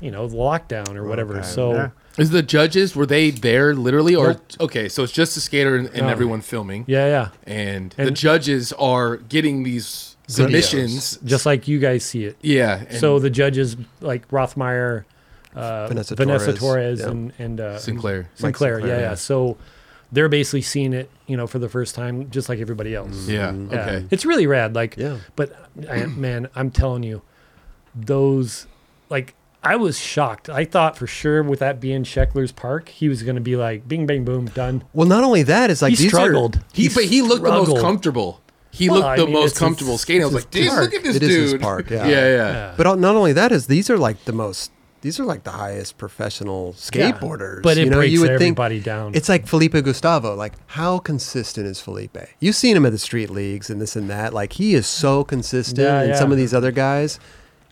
you know the lockdown or whatever
Okay.
so
Yeah.
Is the judges were they there literally or
Nope.
okay? So it's just the skater and, and
No.
everyone filming,
yeah yeah
and, the
And-
judges are getting these submissions.
just like you guys see it
Yeah. and
so the judges like Rothmeyer, uh,
Vanessa
Vanessa,
Torres,
Torres,
yeah.
and and uh,
Sinclair.
Sinclair,
Sinclair,
yeah,
yeah.
yeah. So they're basically seeing it, you know, for the first time, just like everybody else.
Yeah. Okay.
it's really rad. Like,
Yeah.
But I, man, I'm telling you, those like. I was shocked. I thought for sure with that being Scheckler's Park, he was going to be like, bing, bang, boom, done.
Well, not only that, it's like
he
these
struggled.
Are,
He, but he looked the most
struggled.
comfortable. He
Well,
looked
I
the
mean,
most
it's his-
comfortable skating. I was
it's
like,
his
dude, look
park.
at this
It
dude.
is his park, yeah.
yeah. yeah.
Yeah.
but all, not only that is these are like the most. These are like the highest professional skateboarders.
But it
you know,
breaks
you would think
everybody down.
It's like Felipe Gustavo. Like, how consistent is Felipe? You've seen him at the street leagues and this and that. Like, he is so consistent.
Yeah,
and
yeah.
some of these other guys,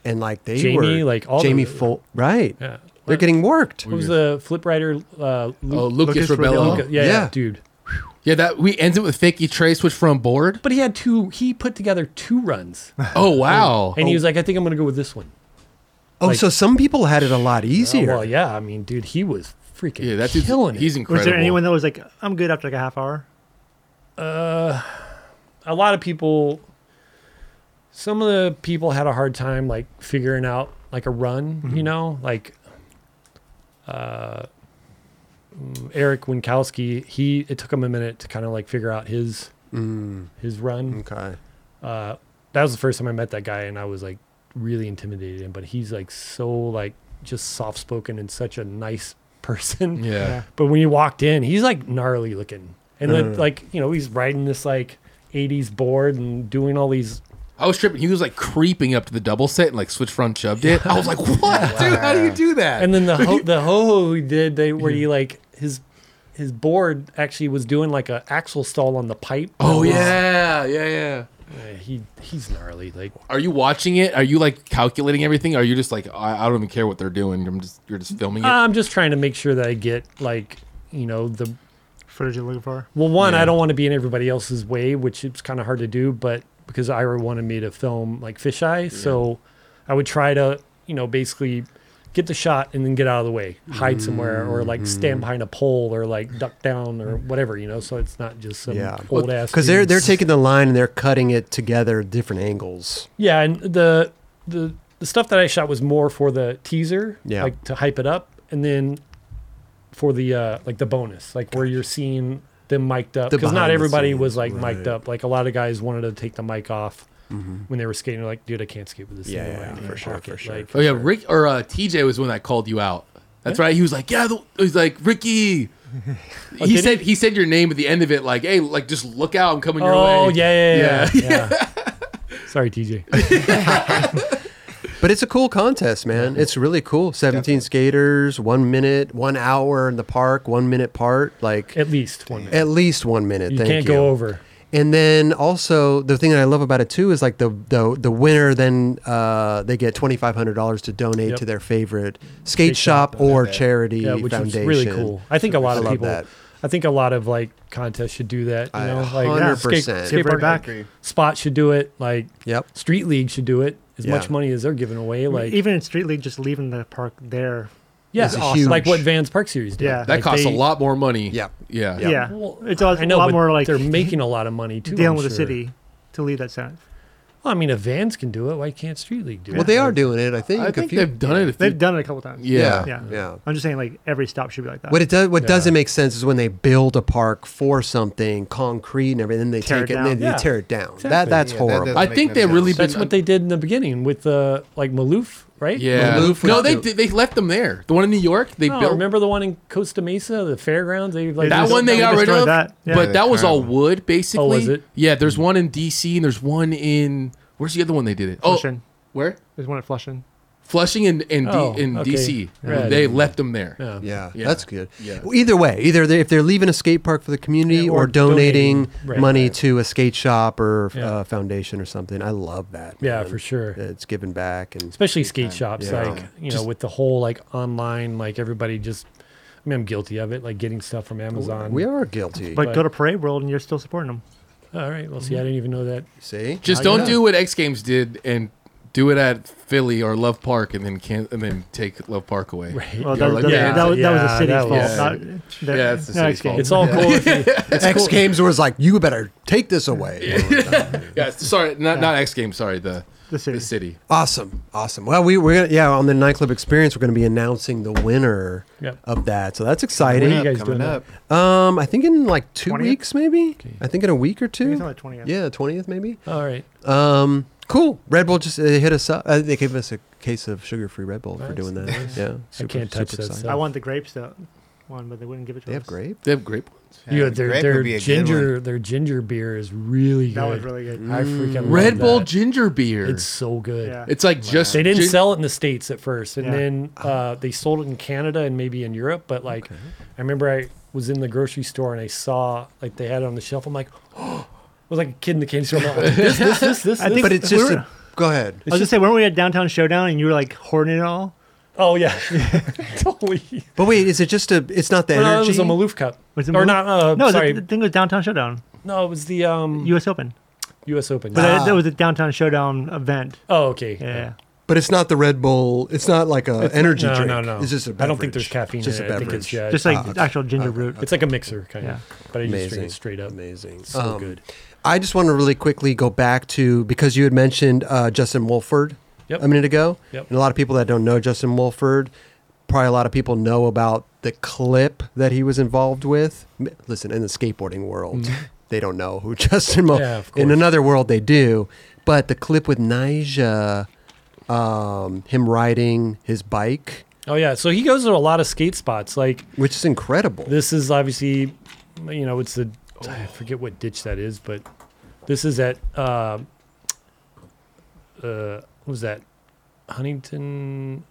and like they
Jamie,
were
like, all
Jamie
the-
Fol- right?
Yeah.
They're getting worked.
What was the flip rider? Uh, Luke,
Oh, Lucas,
Lucas
Rebello.
Ribello.
Luca- yeah,
Yeah.
yeah, dude.
Yeah, that we ends it with fakey Trey switch from board.
But he had two. He put together two runs, and
Oh wow.
he was like, "I think I'm going to go with this one."
oh,
like-
so some people had it a lot
Oh,
easier.
well, yeah. I mean, dude, he was freaking
yeah, that's
killing
He's
it.
incredible.
Was there anyone that was like, I'm good after like a half hour?
A lot of people. Some of the people had a hard time like figuring out like a run. You know, like uh, mm, Eric Winkowski. He it took him a minute to kind of like figure out his his run.
Okay.
uh, that was the first time I met that guy, and I was like really intimidated. But he's like so like just soft spoken and such a nice person.
Yeah. yeah.
But when he walked in, he's like gnarly looking, and
Mm.
then like you know he's riding this like '80s board and doing all these.
I was tripping. He was like creeping up to the double set and like switch front chubbed it. I was like, what, dude? How do you do that?
And then the ho- the ho ho he did they where he like his his board actually was doing like a axle stall on the pipe.
oh yeah, yeah, yeah.
Uh, he he's gnarly like.
Are you watching it? Are you like calculating everything? Or are you just like I, I don't even care what they're doing. I'm just you're just filming it.
I'm just trying to make sure that I get like you know the
Footage you're looking for?
Well, one, I don't want to be in everybody else's way, which it's kind of hard to do, but because Ira wanted me to film like fisheye, so I would try to, you know, basically get the shot and then get out of the way, hide somewhere, or like
Mm-hmm.
stand behind a pole, or like duck down, or whatever, you know. So it's not just some
Yeah.
old ass.
Because they're they're
dudes.
taking the line and they're cutting it together at different angles.
yeah, and the the the stuff that I shot was more for the teaser,
Yeah.
like to hype it up, and then for the uh like the bonus, like where you're seeing them mic'd up
The
because
behind
not
the
everybody
scenes,
was like mic'd
right. Mm-hmm.
up. Like a lot of guys wanted to take the mic off, when they were skating. Like, dude, I can't skate with this
Yeah,
thing.
yeah,
in my
yeah,
fucking
for sure,
pocket."
for sure.
Like,
Oh yeah, Rick or uh, TJ was the one that called you out. That's right. He was like, yeah. The, he's like Ricky. he
Oh, did
said he said your name at the end of it. Like, hey, like just look out. I'm coming your way.
oh yeah, yeah, yeah. yeah. Sorry, TJ.
But it's a cool contest, man. It's really cool. 17 skaters, one minute, one hour in the park, one minute part. Like,
At least one. minute.
at least one minute.
You
thank
can't
you.
go over.
And then also the thing that I love about it too is like the the the winner then uh, they get twenty five hundred dollars to donate
Yep.
to their favorite skate, shop, or charity
Yeah, which
foundation.
is really cool. I think a lot
I
of
love
people.
that.
I think a lot of like contests should do that. You
I
know, like yeah, skate,
100%
Give right
skateboard
back.
Agree.
spot should do it. Like
Yep.
Street League should do it. As
Yeah.
much money as they're giving away, like
Even in Street League, just leaving the park there.
yeah,
is
awesome. like
huge.
what Vans Park Series did.
Yeah.
That
Like,
costs
they-
a lot more money.
Yeah.
Yeah.
Yeah.
Yeah.
Well,
it's a,
I know,
a lot
but
more like
they're making a lot of money too.
dealing
I'm
with the
sure.
city to lead that sense.
Well, I mean, if Vans can do it, why can't Street League do it?
Well, they are doing it. I think.
I
a
think
few-
they've done it. A few,
They've done it a couple times.
yeah.
yeah.
Yeah.
yeah.
I'm just saying, like every stop should be like that.
What it does, what
Yeah.
doesn't make sense is when they build a park for something concrete and everything, they
Tear
take
it
it and then
down.
they
Yeah.
tear it down. That that's
Exactly.
Yeah, that
horrible.
doesn't-
I
make
think
no
they
sense.
really
That's
been-
what they did in the beginning with uh, like Maloof, right?
Yeah.
Maloof
no,
was
they
the-
did, they left them there. The one in New York, they
No,
built.
Oh, remember the one in Costa Mesa, the fairgrounds? They like
That
They
one they got rid
destroyed
of,
that. Yeah.
but
Yeah,
that
they
was all
kinda-
wood, basically.
Oh, it?
Yeah, there's one in D.C. and there's one in where's the other one they did it? Oh,
Flushing.
where?
There's one at Flushing.
Flushing and and
Oh,
D, in
okay.
D.C.
Right.
They left them there.
Yeah.
Yeah,
Yeah.
that's good.
Yeah.
Well, either way, either they, if they're leaving a skate park for the community
Yeah,
or,
or
donating,
donating, right,
money
right.
to a skate shop or
Yeah.
uh, foundation or something, I love that.
Yeah,
man.
for sure.
It's giving back and
especially skate shops
Yeah.
like you know with the whole like online like everybody just i mean i'm guilty of it like getting stuff from amazon
we are guilty.
But
But-
go to Parade World and you're still supporting them.
all right well see i didn't even know that
See,
Just
How
don't
you
do
know?
what X Games did and do it at Philly or Love Park and then can and then take Love Park away.
Well,
Yeah,
that,
like
that,
that.
that was, that was the
Yeah,
city's
that
fault.
was-
Not, that-
Yeah, it's the
not
city's
Escape.
fault.
it's all cool if you,
X Games was like, you better take this away.
Yeah, sorry, not not X Games. Sorry, the
The city.
The city.
Awesome, awesome. Well, we we're gonna, yeah on the nightclub experience, we're gonna be announcing the winner
Yep.
of that. So that's
What
exciting.
are you guys
Coming
doing
up.
Um, I think in like two
20th?
weeks, maybe. I think in a week or two.
it's on the 20th.
Yeah, twentieth maybe.
all right
Um, cool. Red Bull just uh, hit us up. Uh, they gave us a case of sugar-free Red Bull for
Nice,
doing that. Yeah, super-
can't touch
super
that
excited.
stuff.
I want the grapes that one, but they wouldn't give it to
They
us.
have grape.
They have grape ones.
yeah, their,
grape
their
would be a good
ginger
one.
their ginger beer is really good
That was really good.
i freaking
Red
love
Bull
that.
ginger beer.
it's
It's
so good
Yeah.
like just
they didn't
gin-
sell it in the states at first and
Yeah.
then uh, they sold it in canada and maybe in europe but like i remember i was in the grocery store and i saw like they had it on the shelf i'm like oh I was like a kid in the candy store. I'm like, this, this, this, this.
I think-
But it's just. A,
We're-
go ahead.
I was just say, weren't we at Downtown Showdown and you were like hoarding it all?
Oh yeah, totally.
But wait, is it just a? It's not the
Well,
energy.
no, it was a Maloof Cup,
Was it
or
Maloof?
not? Uh,
no,
sorry,
The, the thing was Downtown Showdown,
no, it was the um,
U.S. Open.
U.S. Open.
But that, that was a Downtown Showdown event.
oh, okay.
Yeah.
but it's not the Red Bull. It's not like a energy
no,
drink.
No, no,
It's just a.
I don't
beverage.
think there's caffeine.
It's just
in
a
it. I
beverage.
think it's, yeah,
Just like
Ah, okay.
actual ginger root.
it's like a mixer kind
Yeah.
of. But I just drink
Amazing.
it straight up.
Amazing.
So good.
Um, I just want to really quickly go back to because you had mentioned uh, Justin Wolford
Yep.
a minute ago,
Yep.
and a lot of people that don't know Justin Wolford, probably a lot of people know about the clip that he was involved with. M- Listen, in the skateboarding world, they don't know who Justin. Mo-
Mm-hmm. Yeah, of
in
course.
another world, they do, but the clip with Nyjah, um, him riding his bike,
Oh yeah, so he goes to a lot of skate spots. Like
which is incredible.
this is obviously, you know, it's the I forget what ditch that is, but this is at uh, uh, what was that Huntington?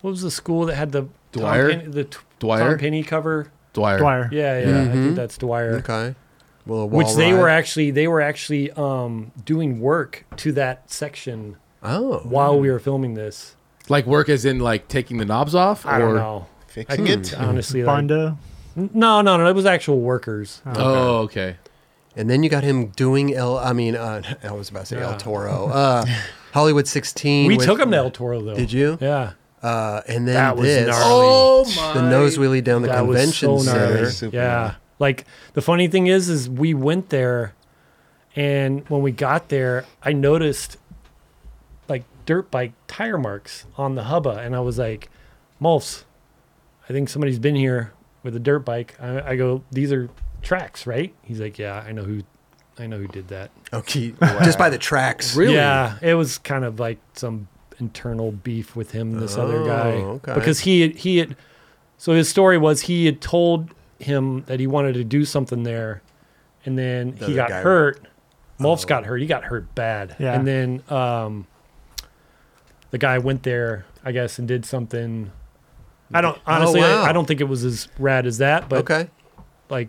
What was the school that had the Tom
Dwyer?
Penny- the t-
Dwyer?
Tom Penny cover?
Dwyer.
Dwyer.
Yeah, yeah, I
Mhm.
think that's Dwyer.
okay, well, a
Which
wall
they were
ride.
actually they were actually um, doing work to that section
oh
while we were filming this.
Like work as in like taking the knobs off.
I
or,
don't know. I
Fixing
could
it.
honestly like,
Bondo.
no, no, no. It was actual workers.
Oh, okay.
And then you got him doing El. I mean, uh, I was about to say El
Yeah.
Toro. Uh, Hollywood 16.
We
with-
took him to El Toro though.
Did you?
Yeah.
Uh, and then
That was
this,
gnarly.
Oh my.
the nose wheelie down the
that
convention
was so
center.
gnarly.
Super
yeah.
gnarly.
Like the funny thing is, is we went there, and when we got there, I noticed like dirt bike tire marks on the hubba, and I was like, "Mulfs, I think somebody's been here with a dirt bike." I, I go, "These are tracks, right?" He's like, "Yeah, I know who I know who did that.
Okay. Just by the tracks.
Really?
Yeah, it was kind of like some internal beef with him, and this other guy,
Oh, okay.
because he had, he had. So his story was he had told him that he wanted to do something there, and then
The
he
other
got
guy- oh.
hurt. Mulfs got hurt. He got hurt bad.
Yeah.
And then um, the guy went there, I guess, and did something. I don't honestly.
Oh, wow.
I, I don't think it was as rad as that, but
okay.
like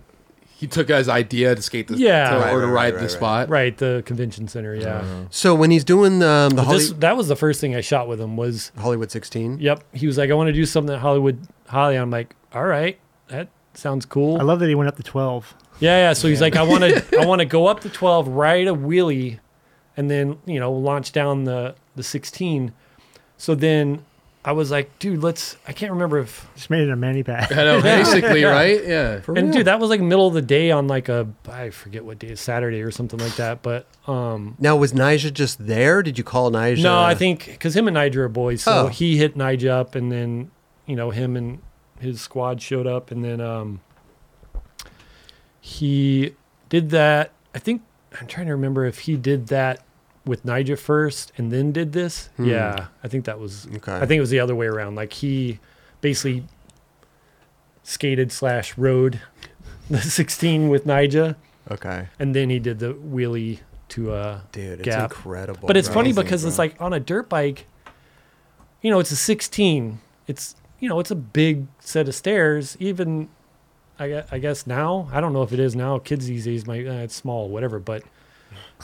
He took his idea to skate the
Yeah.
to-
Right,
or to
right,
ride
right,
the
right,
spot.
right the convention center. Yeah.
So when he's doing um, the Uh-huh. Holly-
This, that was the first thing I shot with him was
Hollywood 16,
Yep. He was like, I want to do something at Hollywood Holly. I'm like, all right, that sounds cool.
I love that he went up to 12.
yeah, yeah. So he's like, I want to, I want to go up to 12, ride a wheelie, and then you know launch down the the 16. So then I was like, dude, let's. I can't remember if.
Just made it a mani pad.
I know, basically, right? Yeah.
For
and
real.
dude, that was like middle of the day on like a I forget what day, Saturday or something like that. But um,
Now was Nija just there? Did you call Nija?
No, I think because him and Nigel are boys, so
Oh.
he hit Nigel up, and then you know him and his squad showed up, and then um, he did that. I think I'm trying to remember if he did that with Nigel first, and then did this. Yeah, I think that was.
Hmm. Okay.
I think it was the other way around. Like he basically skated slash rode the 16 with Nigel,
Okay.
and then he did the wheelie to uh
Dude, it's
Gap.
incredible.
but it's
bro.
funny
Amazing,
because it's
bro.
like on a dirt bike, you know, it's a 16. It's, you know, it's a big set of stairs. Even, I guess, I guess now, I don't know if it is now. Kids these days might, eh, it's small, whatever. But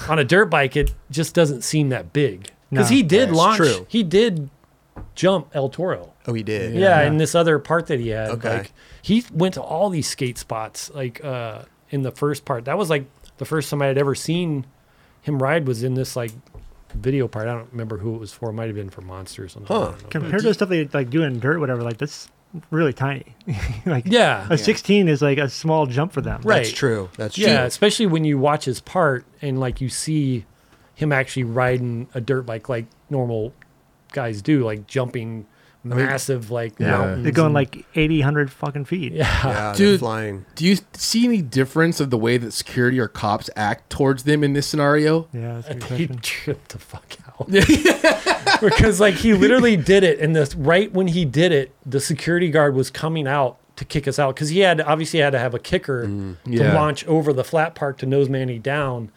on a dirt bike, it just doesn't seem that big. Because
No.
he did
That's
launch,
true.
he did jump El Toro.
Oh, he did.
Yeah, and this other part that he had,
Okay.
like he went to all these skate spots, like uh, in the first part. That was like the first time I had ever seen him ride was in this like video part. I don't remember who it was for. It might have been for Monster or something. I
Huh.
don't know.
Compared to the stuff they like do in dirt, whatever, like that's really tiny. like
Yeah,
a 16 is like a small jump for them.
Right.
That's true. That's true.
yeah. Especially when you watch his part and like you see him actually riding a dirt bike like normal guys do, like jumping massive like
Yeah.
mountains.
They're going
and-
like 80, 100 fucking feet.
yeah.
Yeah, Dude.
Dude.
flying.
Do you see any difference of the way that security or cops act towards them in this scenario?
Yeah, that's a good
he
question.
tripped the fuck out because like he literally did it and this right when he did it the security guard was coming out to kick us out because he had obviously had to have a kicker to
yeah.
launch over the flat park to nose manny down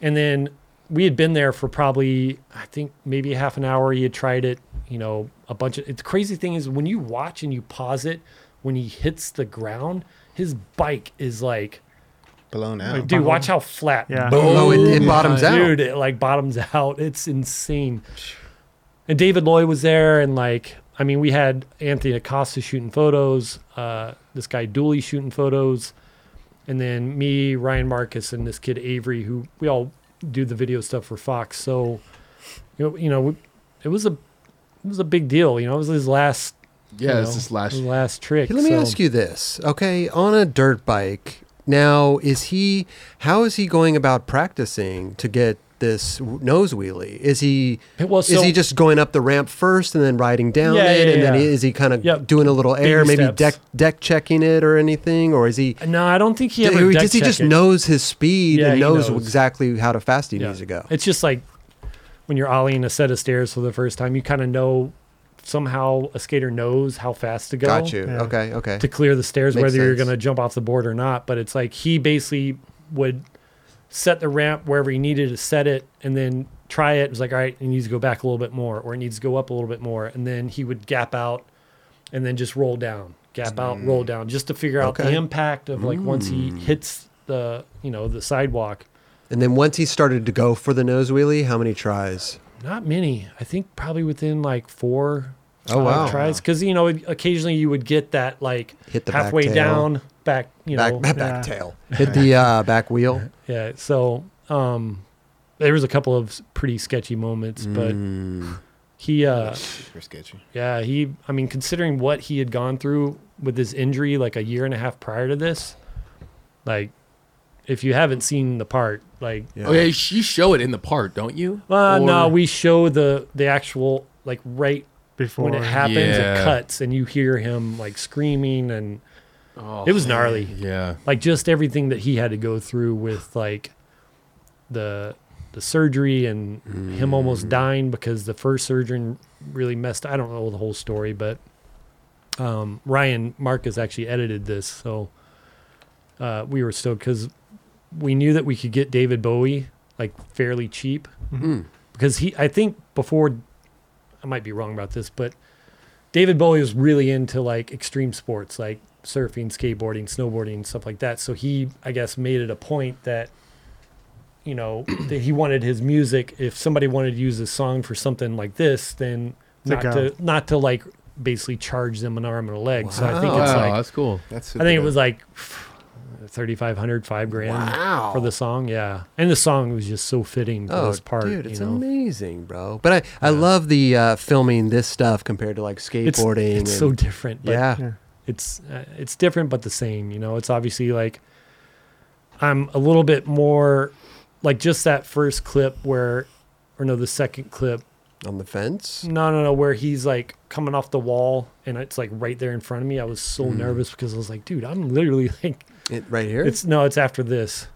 and then we had been there for probably i think maybe half an hour he had tried it you know a bunch of the crazy thing is when you watch and you pause it when he hits the ground his bike is like
Blown out.
dude watch how flat
Yeah.
Oh, it, it bottoms out.
Uh, Dude, it like bottoms out. It's insane. And David Loy was there, and like, I mean, we had Anthony Acosta shooting photos, uh, this guy Dooley shooting photos, and then me, Ryan Marcus, and this kid Avery, who we all do the video stuff for Fox. So, you know, you know, we- it was a it was a big deal. You know, it was his last. you
Yeah,
know,
it's this last.
his last trick.
Hey, let me
so-
ask you this. Okay, on a dirt bike, now is he how is he going about practicing to get this w- nose wheelie? Is he
Well,
is
so-
he just going up the ramp first and then riding down
Yeah,
it
yeah,
and then
yeah.
is he kind of
Yep.
doing a little air,
Baby
maybe
steps.
deck deck checking it or anything or is he
No, I don't think he ever.
or
deck
does he
check
just
it.
knows his speed
Yeah,
and
he
knows,
knows.
exactly how to fast he
Yeah.
needs to go?
It's just like when you're ollieing a set of stairs for the first time, you kind of know somehow a skater knows how fast to go
Got you.
Yeah.
Okay, okay.
to clear the stairs,
Makes
whether
sense.
you're going to jump off the board or not. But it's like he basically would set the ramp wherever he needed to set it and then try it. It was like, all right, it needs to go back a little bit more or it needs to go up a little bit more. And then he would gap out and then just roll down, gap out, roll down just to figure out
Mm. Okay. Mm.
the impact of like once he hits the, you know, the sidewalk.
And then once he started to go for the nose wheelie, how many tries?
Not many. I think probably within like four
Oh,
five
wow.
tries because you know occasionally you would get that like
Hit the back
halfway
tail.
down back you
Back
know
back
yeah.
tail. Hit the uh, back wheel.
yeah so um there was a couple of s- pretty sketchy moments
Mm.
but he uh
Super sketchy.
yeah he I mean considering what he had gone through with his injury like a year and a half prior to this like if you haven't seen the part like
Oh yeah, you sh- you show it in the part, don't you?
uh, no
Or-
we show the the actual like right
Before
when it happens, it
Yeah.
cuts and you hear him like screaming and it was gnarly.
Oh,
Yeah.
Like just everything that he had to go through with like the the surgery and him almost dying because the first surgeon really messed. I don't know the whole story, but um, Ryan Marcus actually edited this, so uh, we were stoked because we knew that we could get David Bowie like fairly cheap because he. I think before I might be wrong about this, but David Bowie was really into like extreme sports, like surfing, skateboarding, snowboarding, stuff like that. So he, I guess, made it a point that, you know, that he wanted his music. If somebody wanted to use a song for something like this, then
To
not
go.
to not to like basically charge them an arm and a leg. So I think
wow,
it's like
that's cool.
That's
I think it was like 3500 5 grand
Wow.
for the song, yeah. And the song was just so fitting for
Oh,
this part,
dude, it's
you know.
amazing, bro. But I, I love the uh, filming this stuff compared to like
It's,
skateboarding.
it's
and-
so different. But
yeah.
Yeah.
it's uh, it's different but the same you know it's obviously like i'm a little bit more like just that first clip where or no the second clip
on the fence.
no no no where he's like coming off the wall and it's like right there in front of me i was so
Mm.
nervous because i was like dude i'm literally like
It, right here.
it's no it's after this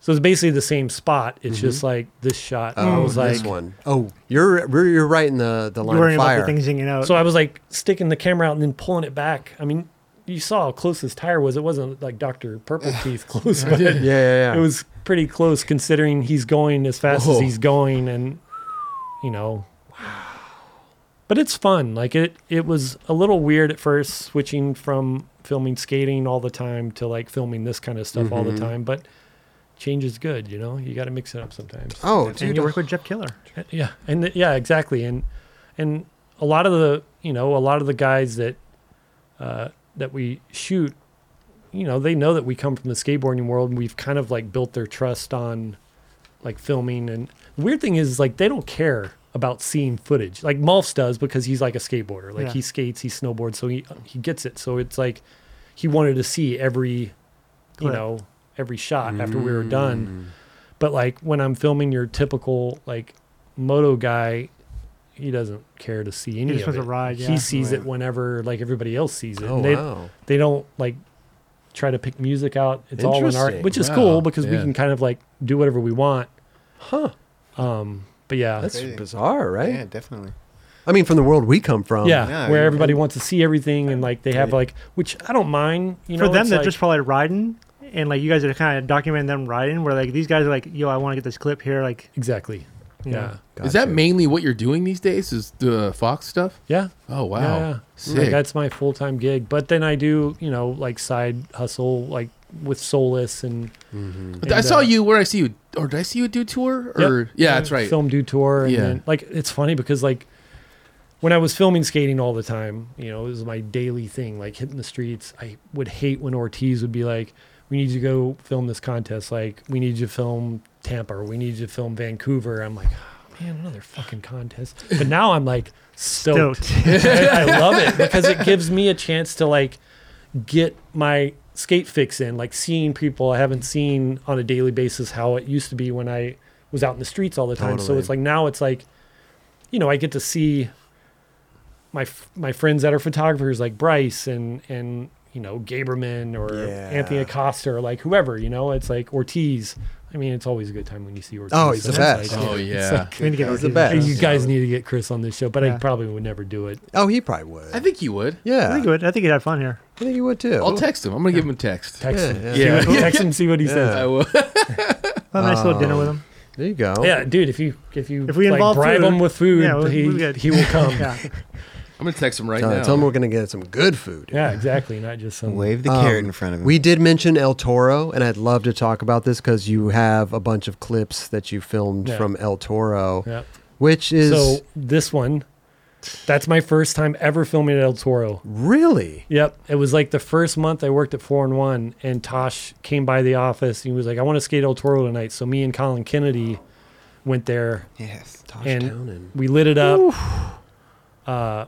so it's basically the same spot it's just like this shot i
Mm-hmm. oh,
was like
this one. Oh, you're you're- you're right in the the
You're
line
worrying
of
about the
fire.
things hanging out.
So I was like sticking the camera out and then pulling it back. I mean, you saw how close this tire was. It wasn't like Dr. Purple Teeth close, but
yeah, yeah, yeah.
it was pretty close considering he's going as fast
Whoa.
as he's going and you know. But it's fun. Like it it was a little weird at first switching from filming skating all the time to like filming this kind of stuff all the time, but change is good, you know? You got to mix it up sometimes.
oh,
and
dude.
you work with Jeff Killer.
Uh, Yeah, and th- yeah, exactly, and and a lot of the you know a lot of the guys that uh, that we shoot, you know, they know that we come from the skateboarding world, and we've kind of like built their trust on like filming. And the weird thing is like they don't care about seeing footage. Like Malfs does because he's like a skateboarder. Like
Yeah.
he skates, he snowboards, so he he gets it. So it's like he wanted to see every you
Clip.
know every shot after we were done. But like when I'm filming your typical like moto guy, he doesn't care to see any
just
of
wants
it.
to ride, yeah.
He sees it
Right.
whenever like everybody else sees it.
Oh,
and they,
wow.
they don't like try to pick music out. It's all in art,
Interesting.
which is
Wow,
cool because we
yeah.
can kind of like do whatever we want.
Huh.
Um, but yeah,
That's
Crazy.
bizarre, right?
Yeah, definitely.
I mean, from the world we come from.
yeah,
yeah,
where
you-
everybody wants to see everything and like they have like, which I don't mind. You know,
For them,
it's
they're
like-
just probably riding, and like you guys are kind of documenting them riding. Where like these guys are like, "Yo, I want to get this clip here." Like,
exactly.
Yeah.
Yeah,
Gotcha.
Is that mainly what you're doing these days? Is the Fox stuff?
yeah.
Oh wow,
Yeah, yeah.
sick.
Like that's my full time gig. But then I do, you know, like side hustle, like with Solus and,
But I
and,
saw
uh,
you. Where I see you, or did I see you do tour?
Yep.
Or yeah, that's right.
Film do tour. And
Yeah.
then, like it's funny because like when I was filming skating all the time, you know, it was my daily thing, like hitting the streets. I would hate when Ortiz would be like, "We need you to go film this contest. Like we need you to film Tampa. Or we need you to film Vancouver." I'm like, oh, man, another fucking contest. But now I'm like stoked.
stoked.
I, I love it because it gives me a chance to like get my skate fix in, like seeing people I haven't seen on a daily basis how it used to be when I was out in the streets all the time. So
Totally.
it's like now it's like, you know, I get to see my f- my friends that are photographers like Bryce and and you know Gaberman or
Yeah.
Anthony Acosta or like whoever. You know, it's like Ortiz. I mean, it's always a good time when you see Ortiz.
Oh, he's the
it's
best. Oh,
like,
oh
it's
yeah.
like,
We need to get
He's the
Ortiz.
best.
you guys need to get Chris on this show, but I
Yeah.
probably would never do it.
Oh, he probably would.
I think you would.
yeah.
I think he would. I think he'd have fun here.
I think he would too.
I'll text him. I'm gonna give him a text.
Text
Yeah,
him.
yeah.
See
Yeah.
what- text him, see what he says.
I will.
Have a nice little dinner with
Um,
him.
There you go.
Yeah, dude, if you if you
If we
like,
involve
bribe
food-
him with food,
Yeah, we'll-
he,
we'll get-
he will come. yeah.
Yeah.
I'm gonna text him right
Tell,
now.
tell him we're gonna get some good food.
exactly. Not just some
Wave the
Um,
carrot in front of him.
We did mention El Toro, and I'd love to talk about this because you have a bunch of clips that you filmed
Yeah.
from El Toro,
Yeah.
which is
So this one, that's my first time ever filming at El Toro.
really
Yep. It was like the first month I worked at Four and One, and Tosh came by the office and he was like, "I want to skate El Toro tonight." So me and Colin Kennedy went there
yes.
Tosh
And-
Townend.
we lit it up. Uh,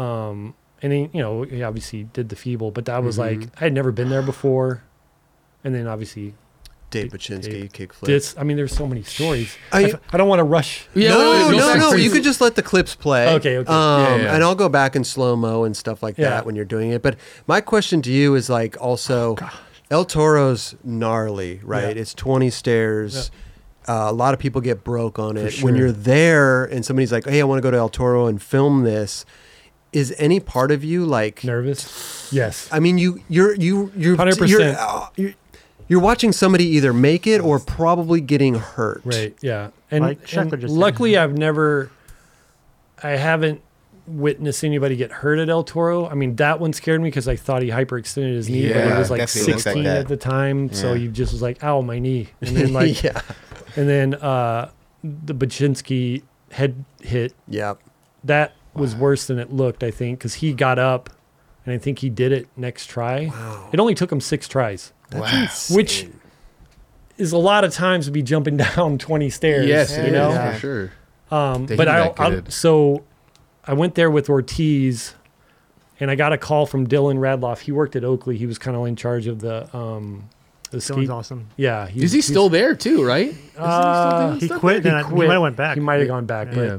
um, and then you know, he obviously did the feeble, but that was like I had never been there before. And then obviously
Dave Baczynski
Dave-
kickflip.
this. I mean, there's so many stories.
I-
I, f- I don't want to rush.
Yeah,
no,
wait, wait,
no,
go
no,
back for
You
you.
could just let the clips play.
Okay, okay.
Um,
Yeah, yeah.
And I'll go back in slow mo and stuff like
Yeah.
Oh,
that when you're doing it. But my question to you is like also, El Toro's gnarly, right?
Yeah.
It's 20 stairs. Uh, a lot of people get broke on it. When
sure.
you're there and somebody's like, hey, I want to go to El Toro and film this, is any part of you like,
Nervous? Yes.
I mean, you, you're, you, you're,
100%.
you're, oh, you're, you're watching somebody either make it or probably getting hurt.
Right. Yeah. And,
Like Sheckler
and
just said.
luckily, I've never, I haven't witnessed anybody get hurt at El Toro. I mean, that one scared me because I thought he hyperextended his knee, but
Yeah,
it was like
definitely looks like
16
that.
at the time. So
Yeah.
you just was like, ow, my knee. And then, like,
yeah.
and then uh, the Baczynski head hit
Yeah.
that was worse than it looked, I think, because he got up and I think he did it next try.
Wow.
It only took him six tries,
Wow.
which is a lot of times to be jumping down 20 stairs.
Yes,
you
it
know?
is,
Yeah.
for sure.
Um,
Dang,
but I,
that
I
kid.
so I went there with Ortiz, and I got a call from Dylan Radloff. He worked at Oakley. He was kind of in charge of the um, the ski.
Dylan's awesome.
Yeah, he's,
Is he
he's-
still there too? Right?
Uh,
He quit. Then I, he
quit.
might have went back.
He might have gone back,
Yeah.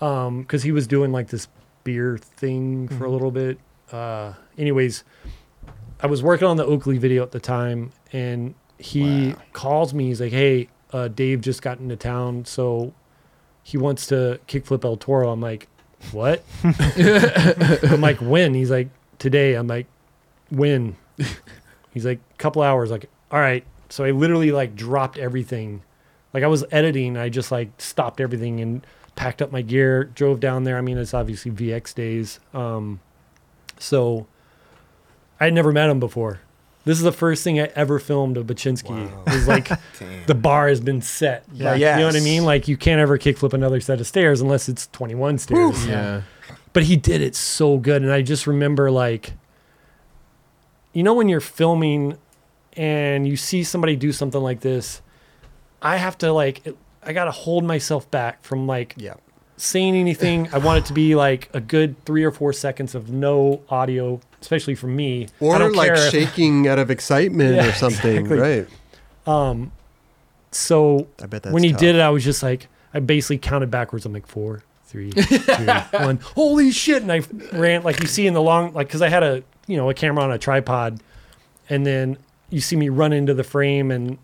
but um, because he was doing like this beer thing for a little bit. Uh, anyways, I was working on the Oakley video at the time, and he calls me. He's like, "Hey, uh, Dave just got into town, so he wants to kickflip El Toro." I'm like, "What?" I'm like, "When?" He's like, "Today." I'm like, "When?" He's like, "Couple hours." Like, all right. So I literally like dropped everything like I was editing, I just like stopped everything and packed up my gear, drove down there. I mean, it's obviously VX days. Um, so I had never met him before. This is the first thing I ever filmed of Baczynski. It was like the bar has been set. Like, You know what I
Yes.
mean? Like you can't ever kickflip another set of stairs unless it's 21 stairs
Yeah.
but he did it so good and i just remember like you know when you're filming and you see somebody do something like this i have to like it- i gotta hold myself back from like
Yeah.
saying anything i want it to be like a good three or four seconds of no audio especially from me I
Or
don't
like
care.
shaking out of excitement
Yeah,
or something.
exactly.
Right.
so
I bet that's
when he
tough.
did it i was just like i basically counted backwards i'm like four three two one holy shit and i ran like you see in the long like because i had a you know a camera on a tripod and then you see me run into the frame and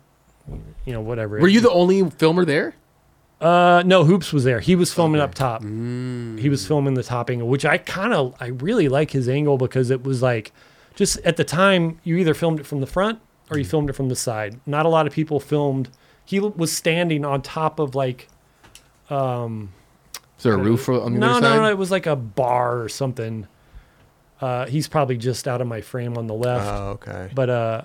you know whatever
Were you the only filmer there?
uh no hoops was there he was filming up top
Mm.
he was filming the top angle which i kind of i really like his angle because it was like just at the time you either filmed it from the front or
Mm.
you filmed it from the side not a lot of people filmed he l- was standing on top of like
Is there a roof on the
Uh, no,
other
no,
side?
no. It was like a bar or something. Uh, he's probably just out of my frame on the left.
Oh, okay.
but uh,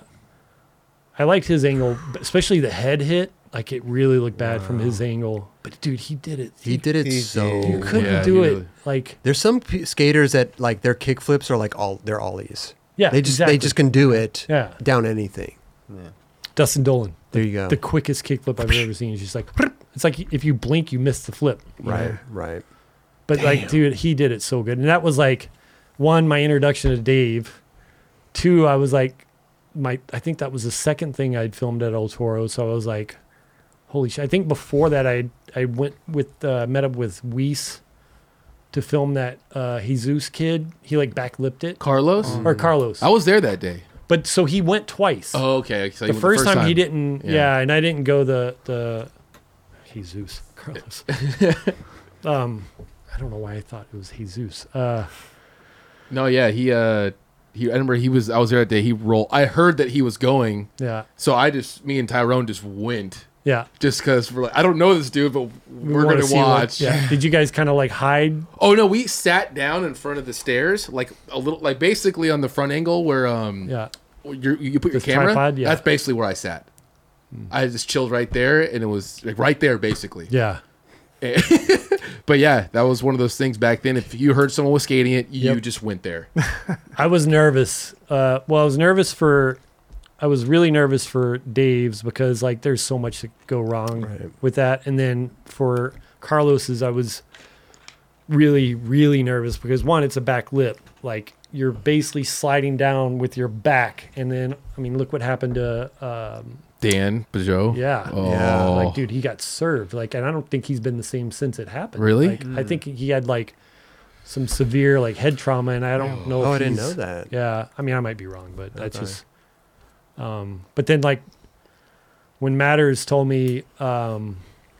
I liked his angle, but especially the head hit. Like it really looked bad from his angle. But dude, he did it.
He did it
He
so.
did.
You couldn't
Yeah,
do
he
it.
really-
Like
There's some p- skaters that like their kickflips are like all they're ollies.
Yeah,
they just they
exactly.
just can do it.
Yeah.
down anything.
Dustin Dolan,
There you go.
the quickest kickflip I've ever seen. He's just like it's like if you blink, you miss the flip. you know?
right, right.
But like, dude, he did it so good. And that was like one, my introduction to Dave. Two, I was like my I think that was the second thing I'd filmed at El Toro. So I was like, holy shit. I think before that I I went with uh, met up with Weiss to film that uh, Jesus kid. He like backlipped it.
Carlos.
or Carlos.
I was there that day.
But so he went twice.
Oh, okay. So
the,
you went
first time, he didn't
Yeah.
yeah. and I didn't go the the Jesus Carlos. um I don't know why I thought it was Jesus. Uh
No, yeah, he. uh He. I remember he was. I was there that day. He rolled. I heard that he was going,
Yeah,
so I just me and Tyrone just went.
yeah.
Just because we're like, I don't know this dude, but
We
we're
wanna
gonna
see what-
watch.
yeah. Did you guys kind of like hide?
Oh no, we sat down in front of the stairs, like a little, like basically on the front angle where um
Yeah,
you you put your
The
camera.
tripod, yeah. Hmm.
That's basically where I sat. I just chilled right there, and it was like right there, basically.
yeah,
But yeah, that was one of those things back then. If you heard someone was skating it, you
Yep.
just went there.
I was nervous. Uh, well, I was nervous for, I was really nervous for Dave's because like there's so much to go wrong with that, and then for Carlos's, I was really really nervous because one, it's a back lip, like you're basically sliding down with your back, and then I mean look what happened to um,
Dan Peugeot.
Yeah.
Oh.
Yeah,
Like, dude, he got served. Like, and I don't think he's been the same since it happened.
Really?
Like, I think he had like some severe like head trauma, and I don't know.
Oh, I
if
didn't
he's-
know that.
Yeah. I mean, I might be wrong, but that's
Okay.
just Um, but then like when Matters told me um,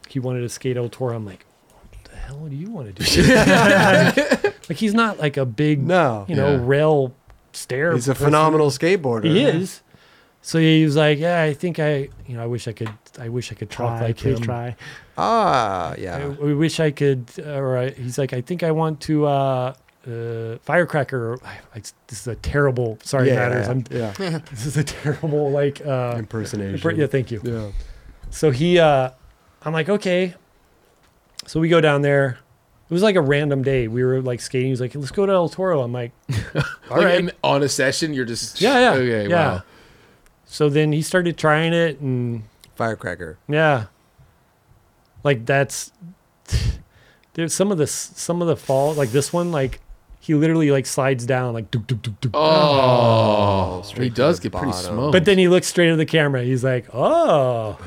he wanted to skate El Toro, I'm like, what the hell do you want to do? like, he's not like a big
No.
you know
Yeah.
rail stair.
He's a
person.
phenomenal skateboarder.
He is. So he was like, yeah, I think I you know I wish I could I wish I could talk
Try,
like
please
him.
try.
Ah,
I,
yeah.
I wish I could. uh, Or I, he's like, I think I want to uh, uh, firecracker. or- I, I, this is a terrible. Sorry,
yeah,
matters. I'm,
yeah.
this is a terrible like. Uh,
Impersonation.
impre- yeah, thank you.
yeah.
So he, uh, I'm like, okay. So we go down there. It was like a random day. We were like skating. He's like, let's go to El Toro. I'm like, all
like,
right.
in- on a session, you're just
yeah, yeah,
okay,
yeah.
wow.
So then he started trying it, and
Firecracker.
yeah, like that's there's some of the some of the fall like this one like he literally like slides down like doop, doop, doop, doop.
Oh,
straight
he
to
does
the
get pretty
bottom.
smoked.
but then he looks straight at the camera. He's like, oh,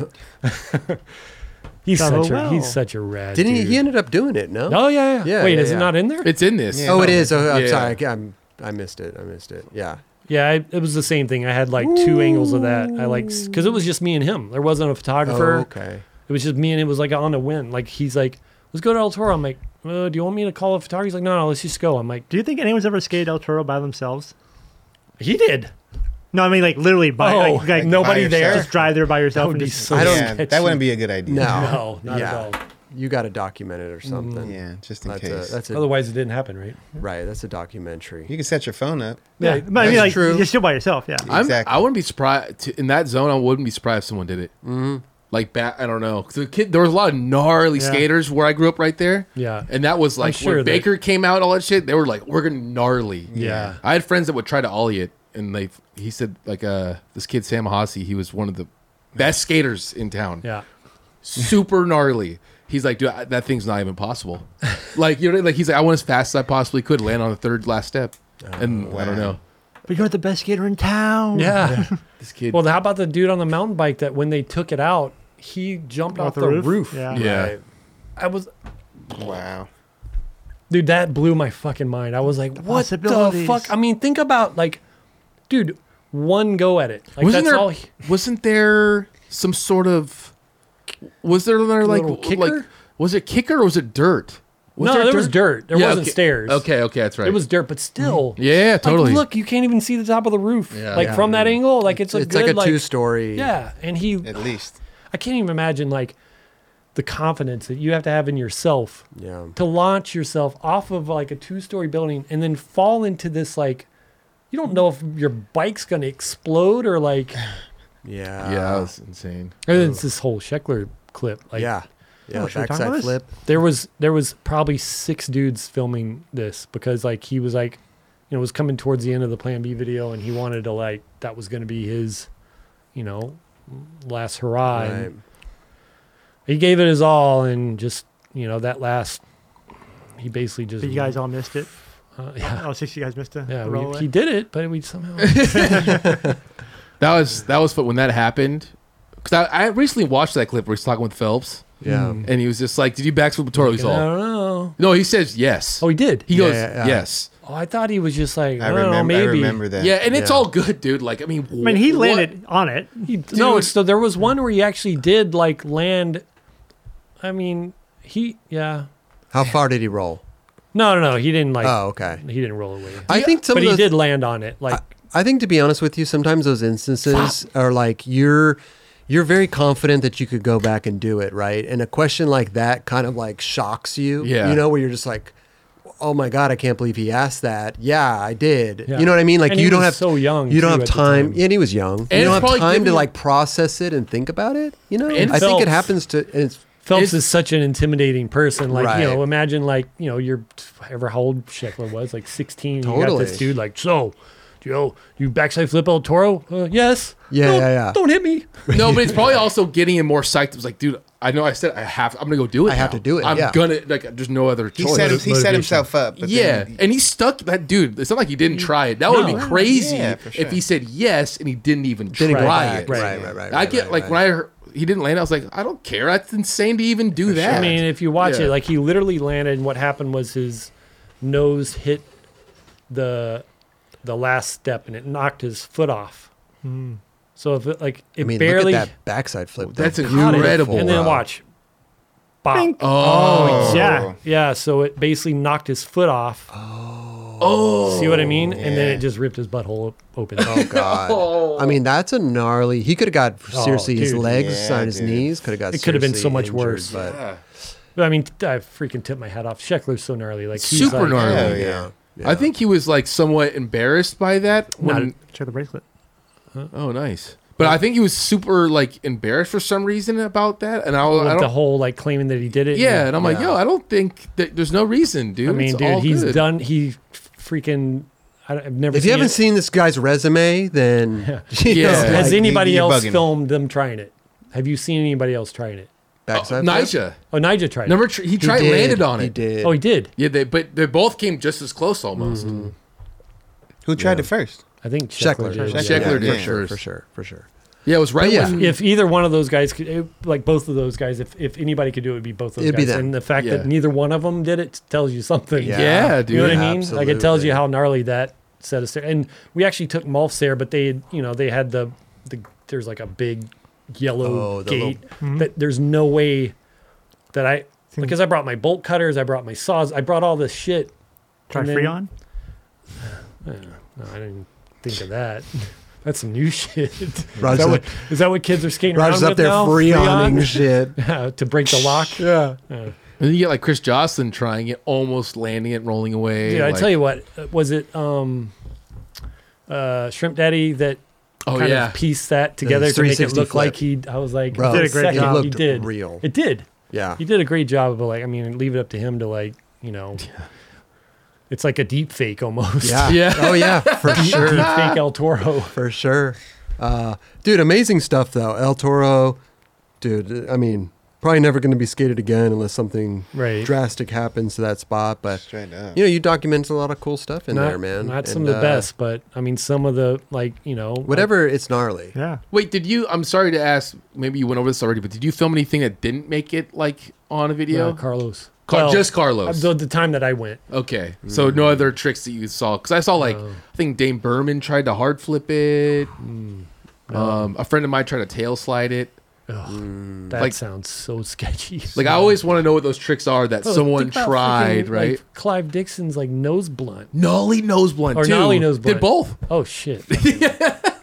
he's
Done
such a
well.
he's such a rad.
Didn't he?
dude.
He ended up doing it. No.
Oh yeah, yeah.
Yeah,
Wait,
yeah,
is
yeah.
it not in there?
it's in this.
Yeah.
Oh, it is. Oh, I'm
Yeah.
sorry. I, I'm, I missed it. I missed it. Yeah.
yeah, I, it was the same thing. I had like two angles of that. I like because it was just me and him. There wasn't a photographer.
Oh, okay.
It was just me and it was like on a win. Like he's like, let's go to El Toro. I'm like, uh, do you want me to call a photographer? He's like, no, no, let's just go. I'm like,
Do you think anyone's ever skated El Toro by themselves?
he did.
No, I mean like literally by
Oh,
like, like
no.
nobody
by
there.
yourself?
just drive there by yourself.
would
and
be
just,
so
I don't-
yeah,
sketchy.
that wouldn't be a good idea.
No.
Oh, No, not
Yeah.
at all.
You got to document it or something.
Yeah, just in
That's
case.
a, that's a,
Otherwise, it didn't happen, right?
right. That's a documentary.
you can set your phone up.
yeah,
Yeah,
but I mean
that's
like
true.
you're still by yourself. Yeah,
I'm,
Exactly.
I wouldn't be surprised to, in that zone. I wouldn't be surprised if someone did it.
Mm-hmm.
Like back, I don't know. 'Cause the kid, there was a lot of gnarly
Yeah.
skaters where I grew up, right there.
Yeah.
and that was like
sure that-
when Baker came out, all that shit. They were like, "We're gonna gnarly."
Yeah.
I had friends that would try to ollie it, and they he said like uh this kid Sam Hossie, he was one of the best skaters in town.
Yeah.
super gnarly. He's like, dude, I, that thing's not even possible. like you know, like he's like, I went as fast as I possibly could, land on the third last step, and I don't
wow.
know.
but you're the best skater in town.
Yeah.
This kid,
well, how about the dude on the mountain bike that when they took it out, he jumped off, the, roof?
Yeah.
yeah.
Right.
I was,
Wow.
dude, that blew my fucking mind. I was like, what the
possibilities.
fuck? I mean, think about like, dude, one go at it. Like
wasn't
that's
there
all. He,
wasn't there some sort of was there there like
Little kicker?
like was it kicker or was it dirt? Was
no, there, was dirt. There
Yeah,
wasn't
okay.
stairs.
Okay, okay, that's right.
It was dirt, but still.
yeah, totally.
Like, look, you can't even see the top of the roof.
Yeah.
like
Yeah.
from that angle, like it's,
It's,
a
like a
good,
two-story.
Yeah, and he,
At least.
I can't even imagine like the confidence that you have to have in yourself
Yeah.
to launch yourself off of like a two-story building and then fall into this like, you don't know if your bike's gonna explode or like, and
Yeah.
yeah, that was insane.
then it's this whole Scheckler clip. Like,
yeah. Yeah.
Oh, should we talk about
backside
this?
flip.
there was there was probably six dudes filming this because like he was like you know was coming towards the end of the plan b video and he wanted to like that was going to be his you know last hurrah and
Right.
he gave it his all and just you know that last he basically just
But you guys all missed it.
uh, yeah
Oh, six of you guys missed it.
yeah we-
roll
he did it but we somehow
That was that was fun when that happened. Cause I, I recently watched that clip where he's talking with Phelps,
Yeah.
Mm.
and he was just like, "Did you backflip a Toro?"
i
He's all,
don't know
"No," he says, "Yes."
oh he did
he goes,
yeah, yeah.
"Yes."
oh i thought he was just like
I
i, don't
remember.
know
I
maybe
remember that.
Yeah, and it's
Yeah.
all good, dude. Like, I mean,
I mean, he landed on it.
He, no,
Dude.
so there was one where he actually did like land. I mean, he yeah.
How far did he roll?
No, no, no. He didn't like.
Oh, okay.
He didn't roll away.
I think some
but
of
he
those,
did land on it. Like
I think to be honest with you, sometimes those instances are like you're you're very confident that you could go back and do it, right? And a question like that kind of like shocks you.
Yeah.
You know, where you're just like, Oh my god, I can't believe he asked that. Yeah, I did.
Yeah.
You know what I mean? Like
And
you
he
don't
was
have
so young,
You don't
too,
have
at the
time.
time.
And he was young.
it's
you don't have
probably
time to
giving-
like process it and think about it. You know?
And
I think it
Phelps-
happens to and it's
Phelps
It's-
is such an intimidating person. Like you know,
Right.
imagine like you know, you're ever how old Sheckler was, like sixteen. You got
Totally.
this dude like so. do You know, you backside flip El Toro? Uh, yes.
Yeah,
No,
yeah, yeah.
Don't hit me.
No, but it's probably also getting him more psyched. It was like, dude, I know I said I have. I'm gonna go do it.
I have
now.
to do it,
I'm
yeah.
gonna like. There's no other
He
choice.
set, he set
Motivation.
himself up. But
yeah,
Then,
and he stuck that dude. It's not like he didn't try it. That would
No.
be crazy
Yeah, for sure.
if he said yes and he didn't even
didn't go
try
back.
it.
Right,
Right.
right, right, right.
I get like when I heard, he didn't land. I was like, I don't care. That's insane to even do that.
I mean, if you watch
Yeah.
it, like he literally landed, and what happened was his nose hit the the last step, and it knocked his foot off. So if it like it
I mean,
barely
look at that backside flip.
That's
though.
caught it,
incredible.
and then
Wow.
watch, bop.
Bink.
Oh,
yeah.
Yeah, so it basically knocked his foot off.
Oh,
See what I mean? And then
yeah.
it just ripped his butthole op- open.
Oh God! I mean, that's a gnarly. He could have got seriously his
dude.
legs
Yeah,
on his
dude.
knees could have got.
It could have been
seriously
so much
injured,
worse.
But
Yeah.
But I mean, t- I freaking tipped my hat off. Sheckler's so gnarly. Like he's
super
like,
gnarly.
Hell
yeah.
yeah.
I think he was like somewhat embarrassed by that. When,
Not-
Check the bracelet.
oh, nice. But I think he was super like embarrassed for some reason about that, and I,
with
I
the
don't.
whole like claiming that he did it.
Yeah, and I'm like,
Yeah.
yo, I don't think that there's no reason, dude.
I mean,
It's
dude,
all
he's
good.
done. He freaking. I don't, I've never.
if
seen
you haven't
it.
seen this guy's resume, then you know,
Yeah.
has
Like,
anybody
you- you're
else
bugging.
filmed them trying it? Have you seen anybody else trying it?
backside flip?
Nija.
Oh, Nigel tried
Number tr- he
He
tried
did,
landed on
He
it.
did.
it. Oh, he did.
Yeah, they but they both came just as close almost.
Mm-hmm.
Who tried it first?
I think Sheckler,
Sheckler.
did.
Sheckler.
yeah.
Yeah,
did
for sure,
first.
for sure, for sure.
Yeah, it was right.
But yeah.
when-
If either one of those guys could, it, like both of those guys, if, if anybody could do it, would be both those
It'd be
guys.
them.
And the fact
Yeah.
that neither one of them did it tells you something.
Yeah,
yeah, dude.
You know what I
Yeah,
mean? Like it tells
absolutely.
you how gnarly that set us there. And we actually took Malfs there, but they, had- you know, they had the the there's like a big yellow
Oh, the
gate
Hmm?
that there's no way that I because I brought my bolt cutters, I brought my saws, I brought all this shit.
Try
And then-
Freon.
No, I didn't think of that. That's some new shit. Is
Roger's,
that,
like,
what, is that what kids are skating
Roger's
around
up there
with now?
freoning shit.
Freon? to break the lock.
Yeah.
And then you get like Chris Jocelyn trying it, almost landing it, rolling away.
Dude, I
like-
tell you what, uh, was it um, uh, Shrimp Daddy that
oh
kind
yeah,
of piece that together to make it
360
look like he.
flip.
I was like,
Bro,
the
Did a great
second
It
job.
He
looked
did
real.
It did.
Yeah.
He did a great job of like. I mean, leave it up to him to like. You know, it's like a deep fake almost.
Yeah.
Yeah.
Oh yeah, for
deep
sure.
fake El Toro.
for sure. Uh, dude, amazing stuff though. El Toro, dude. I mean, probably never going to be skated again unless something
Right.
drastic happens to that spot. But
Straight up.
you know, you document a lot of cool stuff in
not,
there, man.
Not some
And,
of the
uh,
best, but I mean, some of the like you know like-
Whatever, it's gnarly.
Yeah.
Wait, did you? I'm sorry to ask. Maybe you went over this already, but did you film anything that didn't make it like on a
uh,
video?
Carlos.
Car-
Well, uh,
just Carlos.
The, the time that I went.
okay, so no
Mm.
other tricks that you saw because I saw like I think Dame Berman tried to hard flip it.
Mm.
Um, a friend of mine tried to tail slide it.
Ugh,
Mm.
that
Like-
sounds so sketchy.
Like I always want to know what those tricks are that
Oh,
someone
think about
tried,
freaking,
right?
Like Clive Dixon's like nose blunt.
Nolly nose blunt
Or
too.
Nolly nose blunt.
Did both?
Oh shit.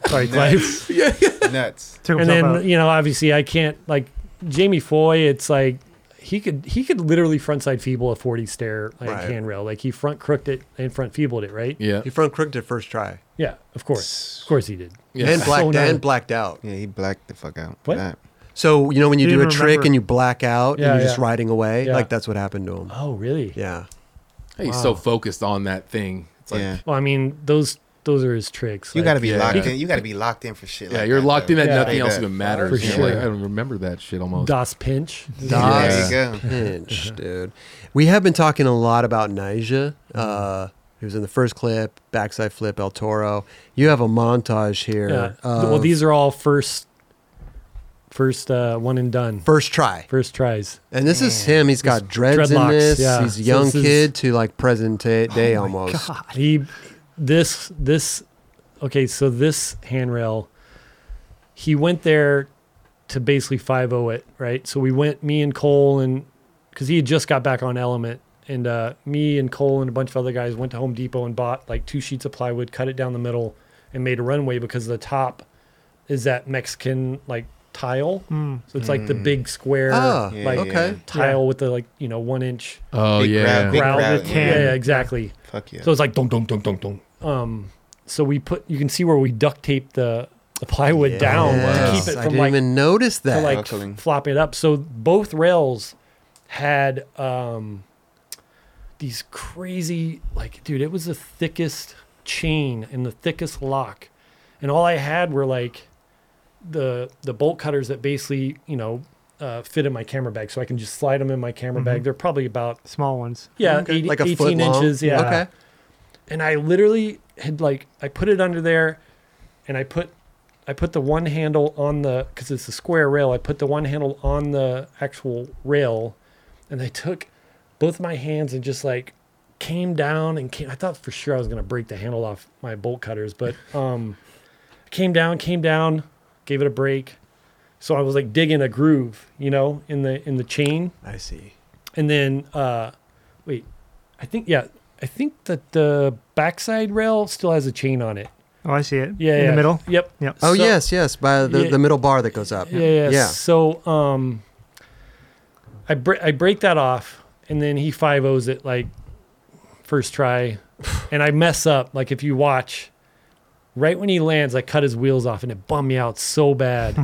Sorry, Clive.
Nuts.
Took
and
himself
then
out.
you know obviously i can't like jamie foy it's like he could he could literally frontside feeble a 40 stair like
Right.
handrail like he front crooked it and front feebled it right
Yeah.
He front crooked it first try,
yeah of course of course he did
Yeah.
and blacked
gnarly.
and blacked out.
Yeah, he blacked the fuck out.
What?
for that.
So you know when you
He
do a
didn't
trick
remember.
and you black out
Yeah,
and you're just
yeah.
riding away,
Yeah.
like that's what happened to him.
oh really
Yeah.
He's so focused on that thing. It's like,
yeah.
well i mean those those are his tricks
You
like-
gotta be
yeah.
locked in. You gotta be locked in for shit.
yeah,
like
you're
that,
locked
though.
in that
Yeah.
nothing
Yeah.
else even matters.
For
You're
sure.
like, I don't remember that shit almost.
das pinch
Dots.
There you go.
Pinch, dude. We have been talking a lot about Nija.
Mm-hmm.
Uh, he was in the first clip, backside flip, El Toro. You have a montage here.
yeah.
of
well these are all first first uh one and done
first try,
first tries
and this is him. He's got dreads in
dreadlocks,
this.
yeah.
He's a
So
young
this is- Oh
kid to like present day, day almost.
he this this okay so this handrail he went there to basically 5-0 it right so we went me and cole and because he had just got back on element and uh, me and cole and a bunch of other guys went to home depot and bought like two sheets of plywood cut it down the middle and made a runway because the top is that mexican like tile so it's like the big square
Hmm. Ah,
Hmm. Yeah,
like
okay.
tile with the like you know one inch
oh,
Big
yeah.
grab, big-
grout
grout,
with-
yeah.
yeah, yeah exactly
Fuck yeah.
so it's like dum dum dum dum dum. Um, so we put you can see where we duct taped the, the plywood down to
Yes,
keep it
I
from
didn't
like
even notice
to
that.
like
Buckling.
f- flop it up. So both rails had um these crazy like dude, it was the thickest chain and the thickest lock. And all I had were like the the bolt cutters that basically, you know, uh, fit in my camera bag so I can just slide them in my camera bag. They're probably about
Small ones.
yeah,
Okay,
80
like a
18
foot long?
inches. Yeah.
Okay.
And I literally had like I put it under there, and I put I put the one handle on the because it's a square rail. I put the one handle on the actual rail, and I took both my hands and just like came down and came. I thought for sure I was gonna break the handle off my bolt cutters, but um, came down, came down, gave it a break. So I was like digging a groove, you know, in the in the chain.
I see.
And then uh wait, I think yeah, I think that the backside rail still has a chain on it.
Oh, I see it.
Yeah,
in
yeah.
the middle.
Yep.
Yep.
Oh
So-
yes, yes, by the,
Yeah.
the middle bar that goes up.
Yeah, yeah. So um I bre- I break that off and then he five O's it like first try and I mess up. Like if you watch right when he lands, I cut his wheels off and it bummed me out so bad.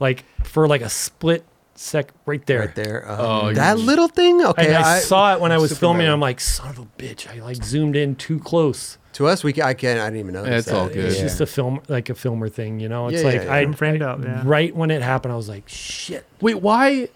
like for like a split sec right there.
right there. Uh,
Oh, you-
that little thing. Okay,
And I,
I-
saw it when I was
Superman.
filming. and I'm like, son of a bitch! I like zoomed in too close.
to us, we ca- I can't. I didn't even notice.
That's
that.
all good.
It's
Yeah.
just a film, like a filmer thing, you know. It's
Yeah, yeah,
like
yeah.
I,
I'm framed
I-
up, yeah.
Right when it happened, I was like, shit.
Wait, why?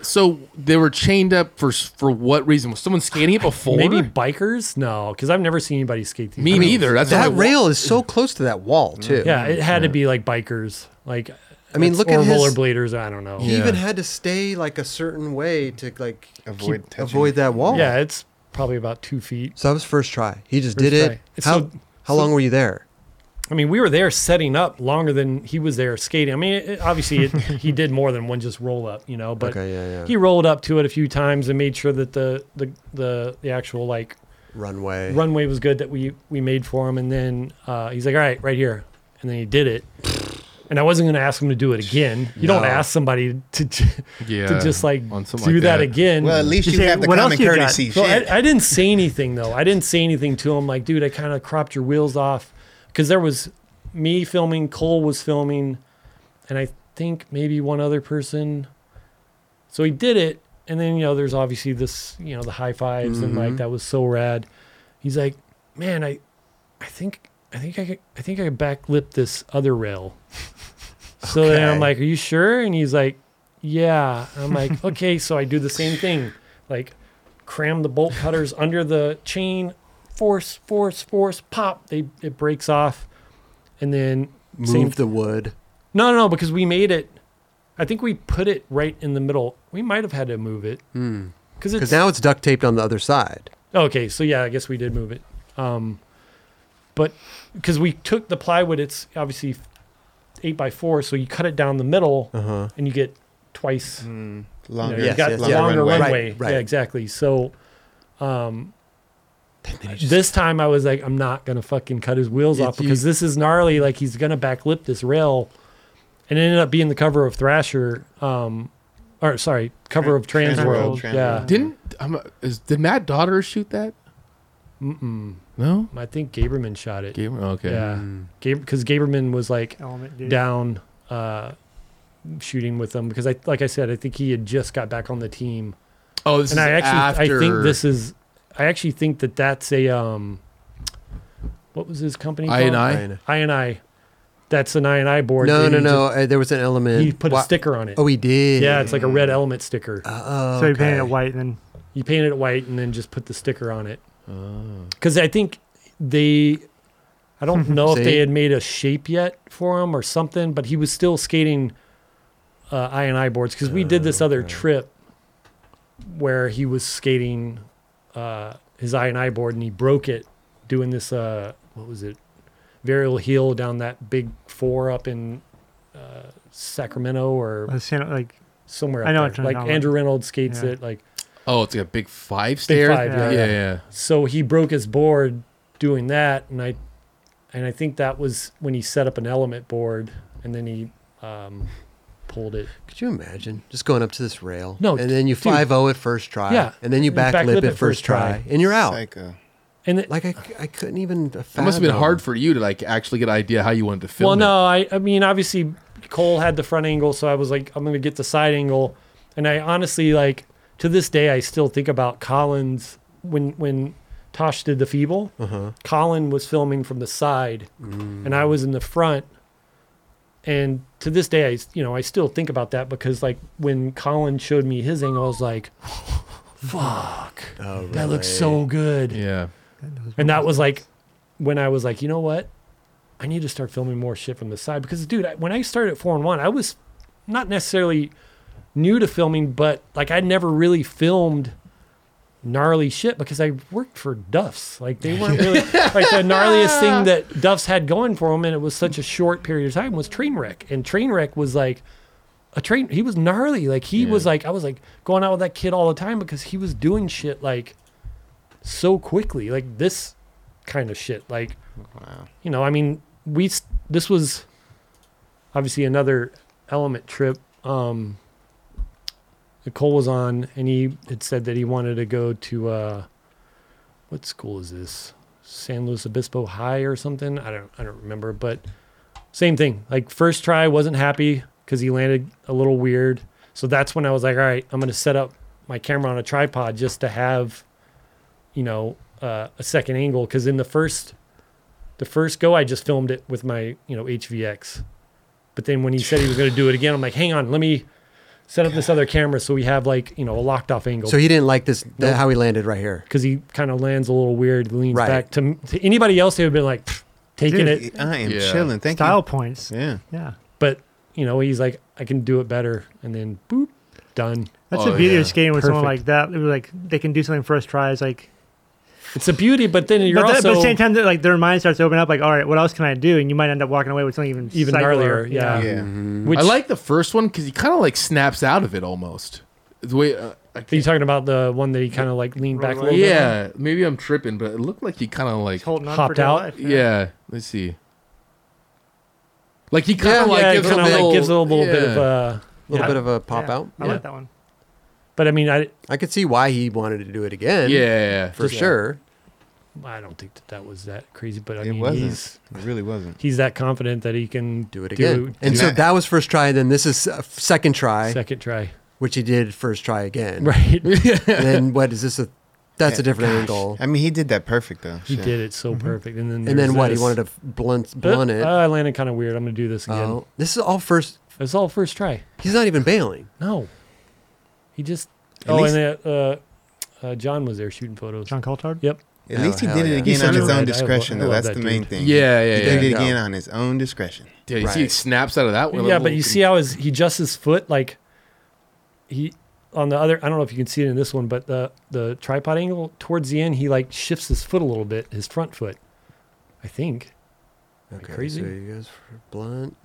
So they were chained up for s- for what reason? Was someone skating it before?
Maybe bikers? No, because I've never seen anybody skate. these
me
roads.
neither. That's
that
what I-
rail is so close to that wall too.
Mm. Yeah, it had to be like bikers. Like
I mean,
that's-
look
or
at his-
rollerbladers. I don't know.
He
Yeah.
even had to stay like a certain way to like
Avoid
keep-
touching.
avoid that wall.
it's probably about two feet.
So that was first try. He just
First
did
try.
it.
It's
How
so-
how long were you there?
I mean, we were there setting up longer than he was there skating. I mean, it, it- obviously, it, he did more than one just roll up, you know. But
Okay, yeah, yeah.
he rolled up to it a few times and made sure that the the the, the actual like
Runway.
runway was good that we we made for him. And then uh, he's like, "All right, right here," and then he did it. And I wasn't going to ask him to do it again. You don't
No.
ask somebody to to
Yeah.
just like
on
do
something like
that,
that.
again.
Well, at least
You
you,
say,
have the
"What
common
else you got?"
courtesy
So
shit.
I, I didn't say anything though. I didn't say anything to him. Like, dude, I kind of cropped your wheels off because there was me filming, Cole was filming, and I think maybe one other person. So he did it, and then you know, there's obviously this, you know, the high 5s and like that was so rad. He's like, man, I, I think, I think I could, I think I could backlip this other rail. So then I'm
Okay.
like, are you sure? And he's like, yeah. And I'm like, okay. So I do the same thing, like cram the bolt cutters under the chain, force, force, force, pop. They it breaks off, and then same.
Move the wood.
no, no, no, because we made it. I think we put it right in the middle. We might have had to move it because
Because
it's
now it's duct taped on the other side.
okay. So yeah, I guess we did move it. Um, but because we took the plywood, it's obviously eight by four, so you cut it down the middle,
Uh-huh.
and you get twice. You, know,
Longer,
you
Mm. Oh, Yes,
got
yes,
the
yes.
longer
Runway.
runway.
Right, right.
Yeah, exactly. So um, this time I was like, I'm not gonna fucking cut his wheels
It-
off because this is gnarly. Like he's gonna backlip this rail, and it ended up being the cover of Thrasher, um, or sorry, cover of
Trans-
Transworld.
Transworld,
yeah,
Transworld.
Didn't um, is, did Matt Daughter shoot that? Mm-mm. No.
I think Gaberman shot it.
Gamer. Okay.
Yeah, because Gaberman was like
Element, dude.
down uh, shooting with them because I, like I said, I think he had just got back on the team,
Oh, this
and
is
I actually,
after.
I think this is, I actually think that that's a, um, what was his company?
I and I.
Right.
I and I. That's an I and I board.
No,
that
no,
he
no. uh, there was an element.
just- he put
Wha-
a sticker on it.
Oh, he did.
yeah, it's like a red element sticker.
Oh,
So he painted
okay.
it white, and then
You painted it white and then just put the sticker on it.
Oh.
Because I think they, I don't know if
See?
they had made a shape yet for him or something, but he was still skating uh, I and I boards because we did
Oh,
this other trip where he was skating uh, his I and I board and he broke it doing this. Uh, what was it? Varial heel down that big four up in uh, Sacramento or
uh, Santa- like
somewhere. Up
I know what
there.
you're
like
talking about.
Andrew Reynolds skates
Yeah.
it like.
Oh, it's like a big five stair.
five,
yeah.
yeah.
Yeah.
yeah.
so he broke his board doing that and i and i think that was when he set up an element board and then he um pulled it
Could you imagine just going up to this rail?
No,
and then you
dude.
five zero it first try.
Yeah,
and then you
and you
backlip
backlip
it
it
first,
first
try,
try.
and you're out.
Psycho.
and it,
Like I, I couldn't even.
That must have been hard for you to like actually get an idea how you wanted to
well
film.
no i i mean obviously cole had the front angle so i was like i'm gonna get the side angle and i honestly like to this day i still think about collins when when tosh did the feeble
Uh-huh.
Colin was filming from the side and I was in the front. And to this day, I, s- you know, I still think about that because like when Colin showed me his angle, I was like, fuck,
Oh,
that looks
really?
so good.
It. Yeah.
And that was like when I was like, you know what? I need to start filming more shit from the side because, dude, I, when I started at four and one, I was not necessarily new to filming, but like I never really filmed gnarly shit because I worked for Duff's. Like they weren't really like the gnarliest thing that Duff's had going for them, and it was such a short period of time was Trainwreck, and Trainwreck was like a train. He was gnarly. Like he was like I was like going out with that kid all the time because he was doing shit like so quickly, like this kind of shit. Like
Wow.
you know, I mean, we s- this was obviously another element trip. Um, that Cole was on, and he had said that he wanted to go to uh, what school is this? San Luis Obispo High or something? I don't I don't remember, but same thing. Like first try, wasn't happy because he landed a little weird. So that's when I was like, all right, I'm gonna set up my camera on a tripod just to have, you know, uh, a second angle. Because in the first the first go, I just filmed it with my, you know, HVX. But then when he said he was going to do it again, I'm like, hang on, let me set up this other camera so we have like, you know, a locked off angle.
So he didn't like this, the, how he landed right here.
Because he kind of lands a little weird, leans
Right.
back. To, to anybody else, they would have been like, "Pfft, taking
Dude,
it.
I am
Yeah.
chilling. Thank
Style points.
you. Yeah.
Yeah.
But, you know, he's like, I can do it better. And then boop, done.
That's
Oh,
the beauty
yeah.
of skating with someone like
Perfect.
that. It was like they can do something first try. It's like,
It's a beauty, but then you're
but, that,
also
but at the same time, that, like their mind starts to open up. Like, all right, what else can I do? And you might end up walking away with something even
even
cycler.
earlier. Yeah.
Yeah.
Which,
I like the first one because he kind of like snaps out of it almost. The way uh, I
Are you
can't-
talking about the one that he kind of like leaned back a little bit?
yeah, maybe I'm tripping, but it looked like he kind of like
Just holding on
Hopped
for dear
out.
life,
yeah. Let's see. Like he kind of
Yeah,
like
it
gives
kinda,
a little,
like gives it a little bit of
yeah.
uh,
A little
Yeah.
bit of a pop
Yeah,
out.
I
Yeah.
like that one.
but I mean, I,
I could see why he wanted to do it again.
yeah, yeah,
For
Yeah.
sure.
I don't think that that was that crazy, but I
It
mean,
wasn't.
he's
It really wasn't.
he's that confident that he can
Do it again. and
do
so
it.
that was first try. Then this is uh, second try,
second try,
which he did first try again.
right?
And then what is this? A, that's a
Yeah,
different
gosh.
angle.
I mean, he did that perfect though.
he
Shit.
did it so perfect, and then
And then
there's
what?
this.
He wanted to f- blunt,
But,
blunt it.
Uh, I landed kind of weird. I'm gonna do this again.
oh, this is all first.
It's all first try.
He's not even bailing.
No, he just.
At
oh,
least-
and uh, uh, John was there shooting photos.
John Coulthard.
Yep.
At
Oh,
least he
hell
did
yeah.
it
He's
again
such
on
a
his
rad. I
own
love-
discretion.
I
though.
love
That's
that
the main
dude.
thing.
yeah,
He
yeah, yeah.
did it
Yeah.
again on his own discretion.
Yeah, you
Right.
see, he snaps out of that one.
yeah, but you see how his he adjusts his foot like he on the other. I don't know if you can see it in this one, but the the tripod angle towards the end, he like shifts his foot a little bit, his front foot, I think.
Okay,
crazy.
So you guys for blunt.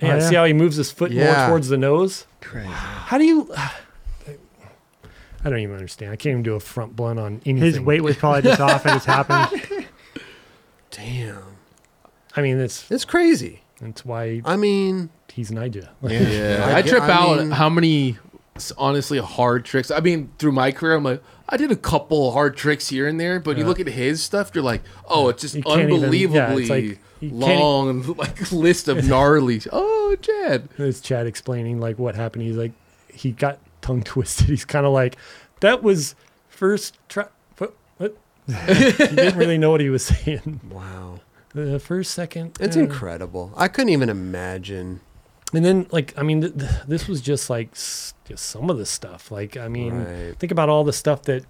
Oh,
Yeah,
yeah.
see how he moves his foot
Yeah.
more towards the nose.
Crazy.
How do you? I don't even understand. I can't even do a front blunt on anything.
His weight was probably just off. It just happened.
Damn,
I mean, that's
it's crazy.
that's why
I mean,
he's Niger.
Yeah.
Yeah,
I
I,
get-
trip
I
out
mean-
at how many s- honestly hard tricks. I mean, through my career, I'm like, I did a couple hard tricks here and there, but you
Yeah.
look at his stuff, you're like, oh, it's just
You can't even- yeah,
unbelievably
it's like, you can't e-
long, like list of gnarly. oh, Chad.
It's Chad explaining like what happened. He's like, he got tongue twisted. He's kind of like, that was first try. What? what? he didn't really know what he was saying.
wow,
The first, second.
it's
uh,
incredible. I couldn't even imagine.
And then, like, I mean, th- th- this was just like s- just some of the stuff. Like, I mean,
Right.
think about all the stuff that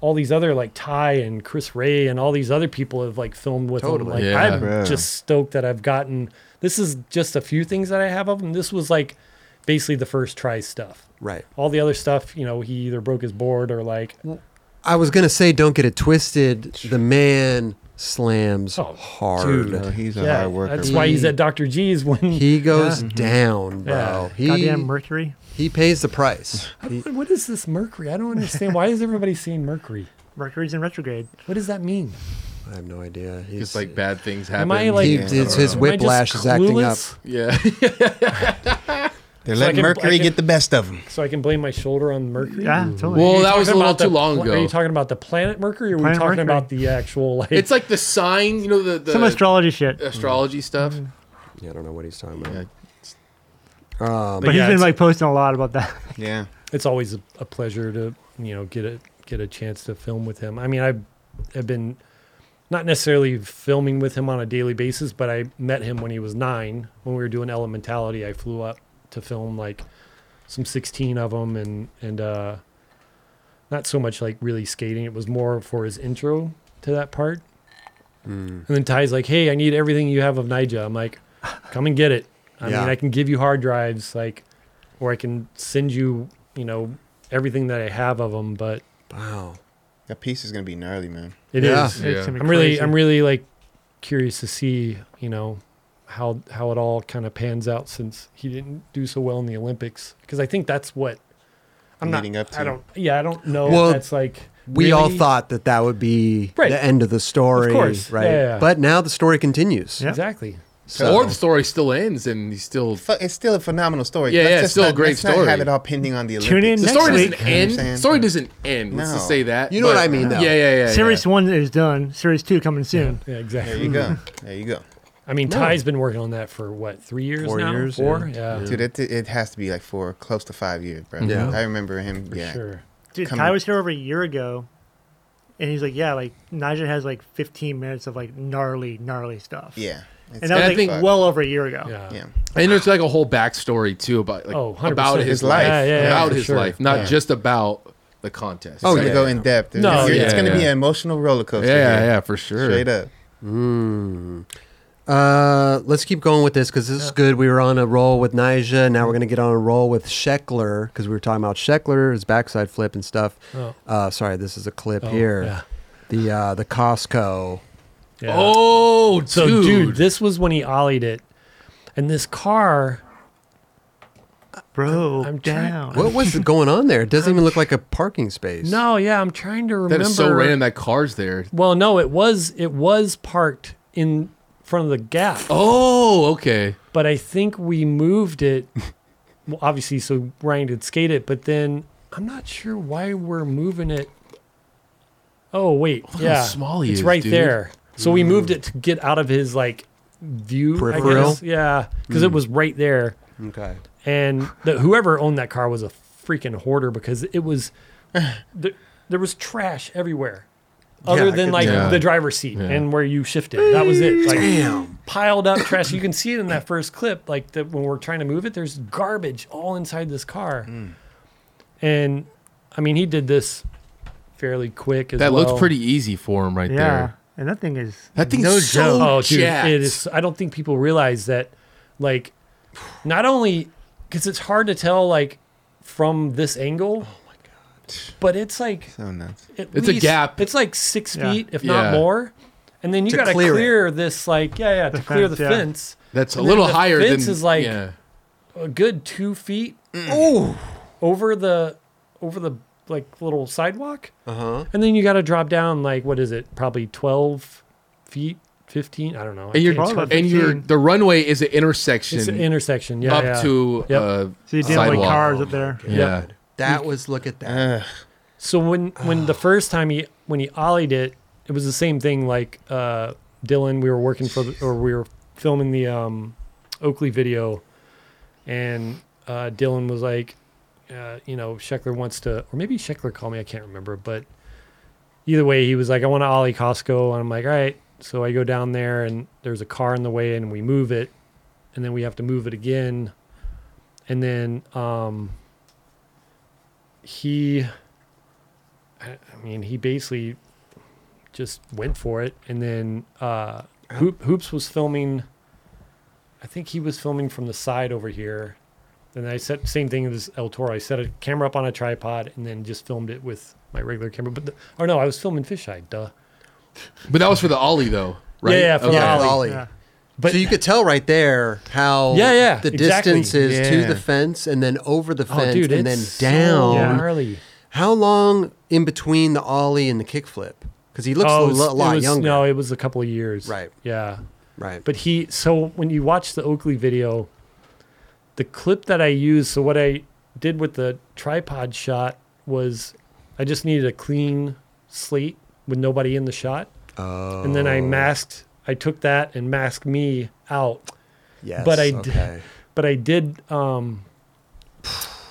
all these other like Ty and Chris Ray and all these other people have like filmed with
Totally.
him. Like,
Yeah.
I'm
Yeah.
just stoked that I've gotten. This is just a few things that I have of him. This was like basically the first try stuff.
Right.
All the other stuff, you know, he either broke his board or like
I was gonna say, don't get it twisted. The man slams
Oh,
hard.
dude.
No, he's a
yeah,
hard worker.
That's
bro.
why he's at Dr. G's when
He goes down,
mm-hmm. Yeah.
bro.
Goddamn
He
Mercury.
he pays the price. He-
What- what is this Mercury? I don't understand. Why is everybody seeing Mercury?
Mercury's in retrograde.
What does that mean?
I have no idea. He's
It's like bad things happen.
Am I like
He-
Yeah.
it's his
am I just
whiplash is acting up.
clueless?
Yeah.
They're
So I
letting
can- I
Mercury
can-
get the best of him.
So I can blame my shoulder on Mercury.
Yeah, totally.
Well,
Are you
that was
talking
a little
about the
too long
pla- Are
ago.
you talking about the planet Mercury, or are we
Planet
talking
Mercury.
about the actual like?
It's like the sign, you know, the, the
Some astrology shit.
astrology stuff.
Mm-hmm.
Yeah, I don't know what he's talking about.
Yeah.
Um,
But
yeah,
he's been
it's-
like posting a lot about that.
Yeah.
it's always a, a pleasure to you know get a get a chance to film with him. I mean, I have been not necessarily filming with him on a daily basis, but I met him when he was nine when we were doing Elementality. I flew up to film like some sixteen of them, and and uh, not so much like really skating. It was more for his intro to that part.
mm,
And then Ty's like, "Hey, I need everything you have of Nija." I'm like, "Come and get it." I
Yeah.
mean, I can give you hard drives, like, or I can send you, you know, everything that I have of them. But
wow.
That piece is gonna be gnarly, man.
It
Yeah.
is.
Yeah.
It's gonna be
I'm really,
crazy.
I'm really like curious to see, you know, how how it all kind of pans out since he didn't do so well in the Olympics because I think that's what I'm
Leading
not.
up
I
to.
don't. Yeah, I don't know.
Well,
if that's like
We all
really-
thought that that would be
Right.
the end of the story,
Of course.
right?
Yeah, yeah, yeah.
But now the story continues.
Yeah.
exactly.
So
Or the story still ends and he's still.
Fu- It's still a phenomenal story.
Yeah,
Let's
yeah, it's
just
still a
not-
great
let's not
story.
have it all pending on the Olympics.
Tune in
The
Next
story
week.
doesn't end.
You know what I'm
The story
saying?
doesn't end. Let's
No.
just say that.
You know what I mean, though.
Yeah, yeah, yeah.
Series one is done. Series two coming soon.
Yeah,
There
exactly.
you go. There you go.
I mean, Ty's been working on that for what three years
Four
now?
years,
Four.
yeah.
Yeah.
Dude, it, it has to be like for close to five years, bro.
Yeah.
I remember him.
For
yeah.
sure.
Dude,
Come
Ty
on.
was here over a year ago, and he's like, "Yeah, like Nigel has like 15 minutes of like gnarly, gnarly stuff."
Yeah. It's-
and that was
I
like
think-
well over a year ago.
Oh,
Yeah.
yeah.
And there's like a whole backstory too about like
Oh, 100%.
about his
His
life,
life.
Yeah, yeah, yeah,
about
for
his
sure.
life, not
Yeah.
just about the contest.
Oh,
It's
to
like-
go in depth.
No,
You're-
yeah,
it's going to be
yeah.
an emotional roller
yeah,
coaster.
yeah,
here.
yeah, for sure.
Straight up.
Uh, let's keep going with this because this is good. We were on a roll with Nyjah. Now we're going to get on a roll with Scheckler because we were talking about Scheckler, his backside flip and stuff.
Oh.
Uh, sorry, this is a clip
Oh,
here.
yeah.
The uh, the Costco.
Yeah.
Oh, dude.
So, dude. this was when he ollied it, and this car.
bro,
I'm trying-
down.
What was going on there? It doesn't even look like a parking space.
No, yeah, I'm trying to remember.
that is so random that car's there.
Well, no, it was it was parked in front of the gap,
Oh, okay.
but I think we moved it. well, obviously, so Ryan could skate it, but then I'm not sure why we're moving it. Oh wait,
how
yeah,
small he
it's
is,
right
dude.
there. So we moved it to get out of his like view. I
Peripheral?
guess. yeah, because
Mm.
it was right there.
Okay.
and the, whoever owned that car was a freaking hoarder because it was there, there was trash everywhere other
I
than
could
like
tell.
the driver's seat and where you shifted that was it like piled up trash you can see it in that first clip like that when we're trying to move it there's garbage all inside this car
Mm.
and i mean he did this fairly quick as
That
well.
looked pretty easy for him right
yeah,
there.
and that thing is
That thing's
no
so
joke.
Oh, dude,
jacked.
it is. I don't think people realize that, like, not only because it's hard to tell, like, from this angle. Oh my god! But it's like
So nuts.
at
It's a
least-
gap.
It's like six
Yeah.
feet, if
Yeah.
not more. And then you
To
got to
clear
clear,
it.
this, like, yeah, yeah, to clear the
fence, yeah.
fence.
That's a
And then
little
the
higher
fence
than
is like-
yeah.
A good two feet. Over the, over the like little sidewalk.
Uh huh.
And then you got to drop down like what is it? Probably twelve feet, fifteen. I don't know. I
And
can't-
your
Probably
and your
15.
the runway is an intersection,
it's an intersection. Yeah,
up
yeah.
to
Yep.
uh,
so you deal with
Sidewalk.
like cars up there.
yeah.
That was look at that.
Ugh.
So when when the first time he when he ollied it, it was the same thing. Like uh, Dylan, we were working for the, or we were filming the um, Oakley video, and uh, Dylan was like, uh, you know, Scheckler wants to, or maybe Scheckler called me, I can't remember, but either way, he was like, I want to ollie Costco, and I'm like, all right. So I go down there, and there's a car in the way, and we move it, and then we have to move it again, and then um, he. I I mean, he basically just went for it, and then uh, Hoop, Hoops was filming. I think he was filming from the side over here. And I set same thing as El Toro. I set a camera up on a tripod and then just filmed it with my regular camera. But the, or no, I was filming fisheye. Duh.
But that was for the ollie though, right?
Yeah, yeah, for the
Oh, Yeah,
Oh, ollie.
Ollie.
Yeah.
But
so you could tell right there how
Yeah, yeah,
the
exactly.
distance is to
Yeah.
the fence and then over the
oh,
fence
dude,
and then
it's
down.
so
Yeah.
gnarly.
How long in between the ollie and the kickflip? Because he looks a
Oh, it was-
lo-
it
lot
was-
younger.
No, it was a couple of years.
Right.
Yeah.
Right.
But he so when you watch the Oakley video, the clip that I used, so what I did with the tripod shot was I just needed a clean slate with nobody in the shot.
oh,
And then I masked I took that and masked me out.
yes,
but I d-
okay.
But I did um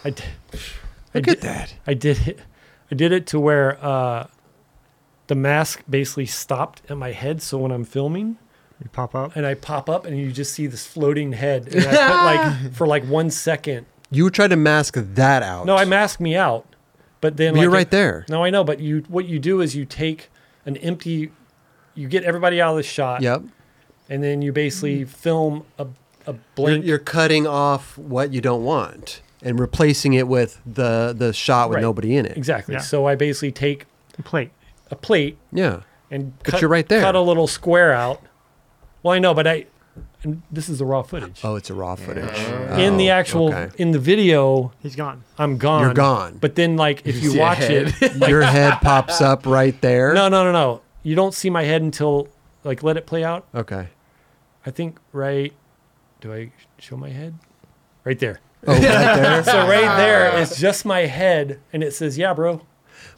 I d- I
Look at
did-
that.
I did it. I did it to where uh, the mask basically stopped at my head. So when I'm filming
You pop up.
and I pop up and you just see this floating head, and I put like for like one second.
You tried to mask that out.
No, I masked me out, but then
But you're
like,
right there.
No, I know, but you what you do is you take an empty, you get everybody out of the shot,
Yep.
and then you basically film a a
You're,
blank.
you're cutting off what you don't want and replacing it with the the shot with
Right.
nobody in it.
exactly.
Yeah.
So I basically take
Plate.
a plate
Yeah.
and
But
cut,
you're right there.
cut a little square out. Well, I know, but I and this is the raw footage.
Oh, it's a raw footage.
in the
Oh,
actual
okay.
in the video,
He's gone.
I'm gone.
You're gone.
But then like if you
see a
watch it,
Your head pops up right there.
no, no, no, no. You don't see my head until like let it play out.
Okay.
I think right. Do I show my head? Right there.
Oh, right there.
So right there is just my head, and it says, "Yeah, bro." Like, uh,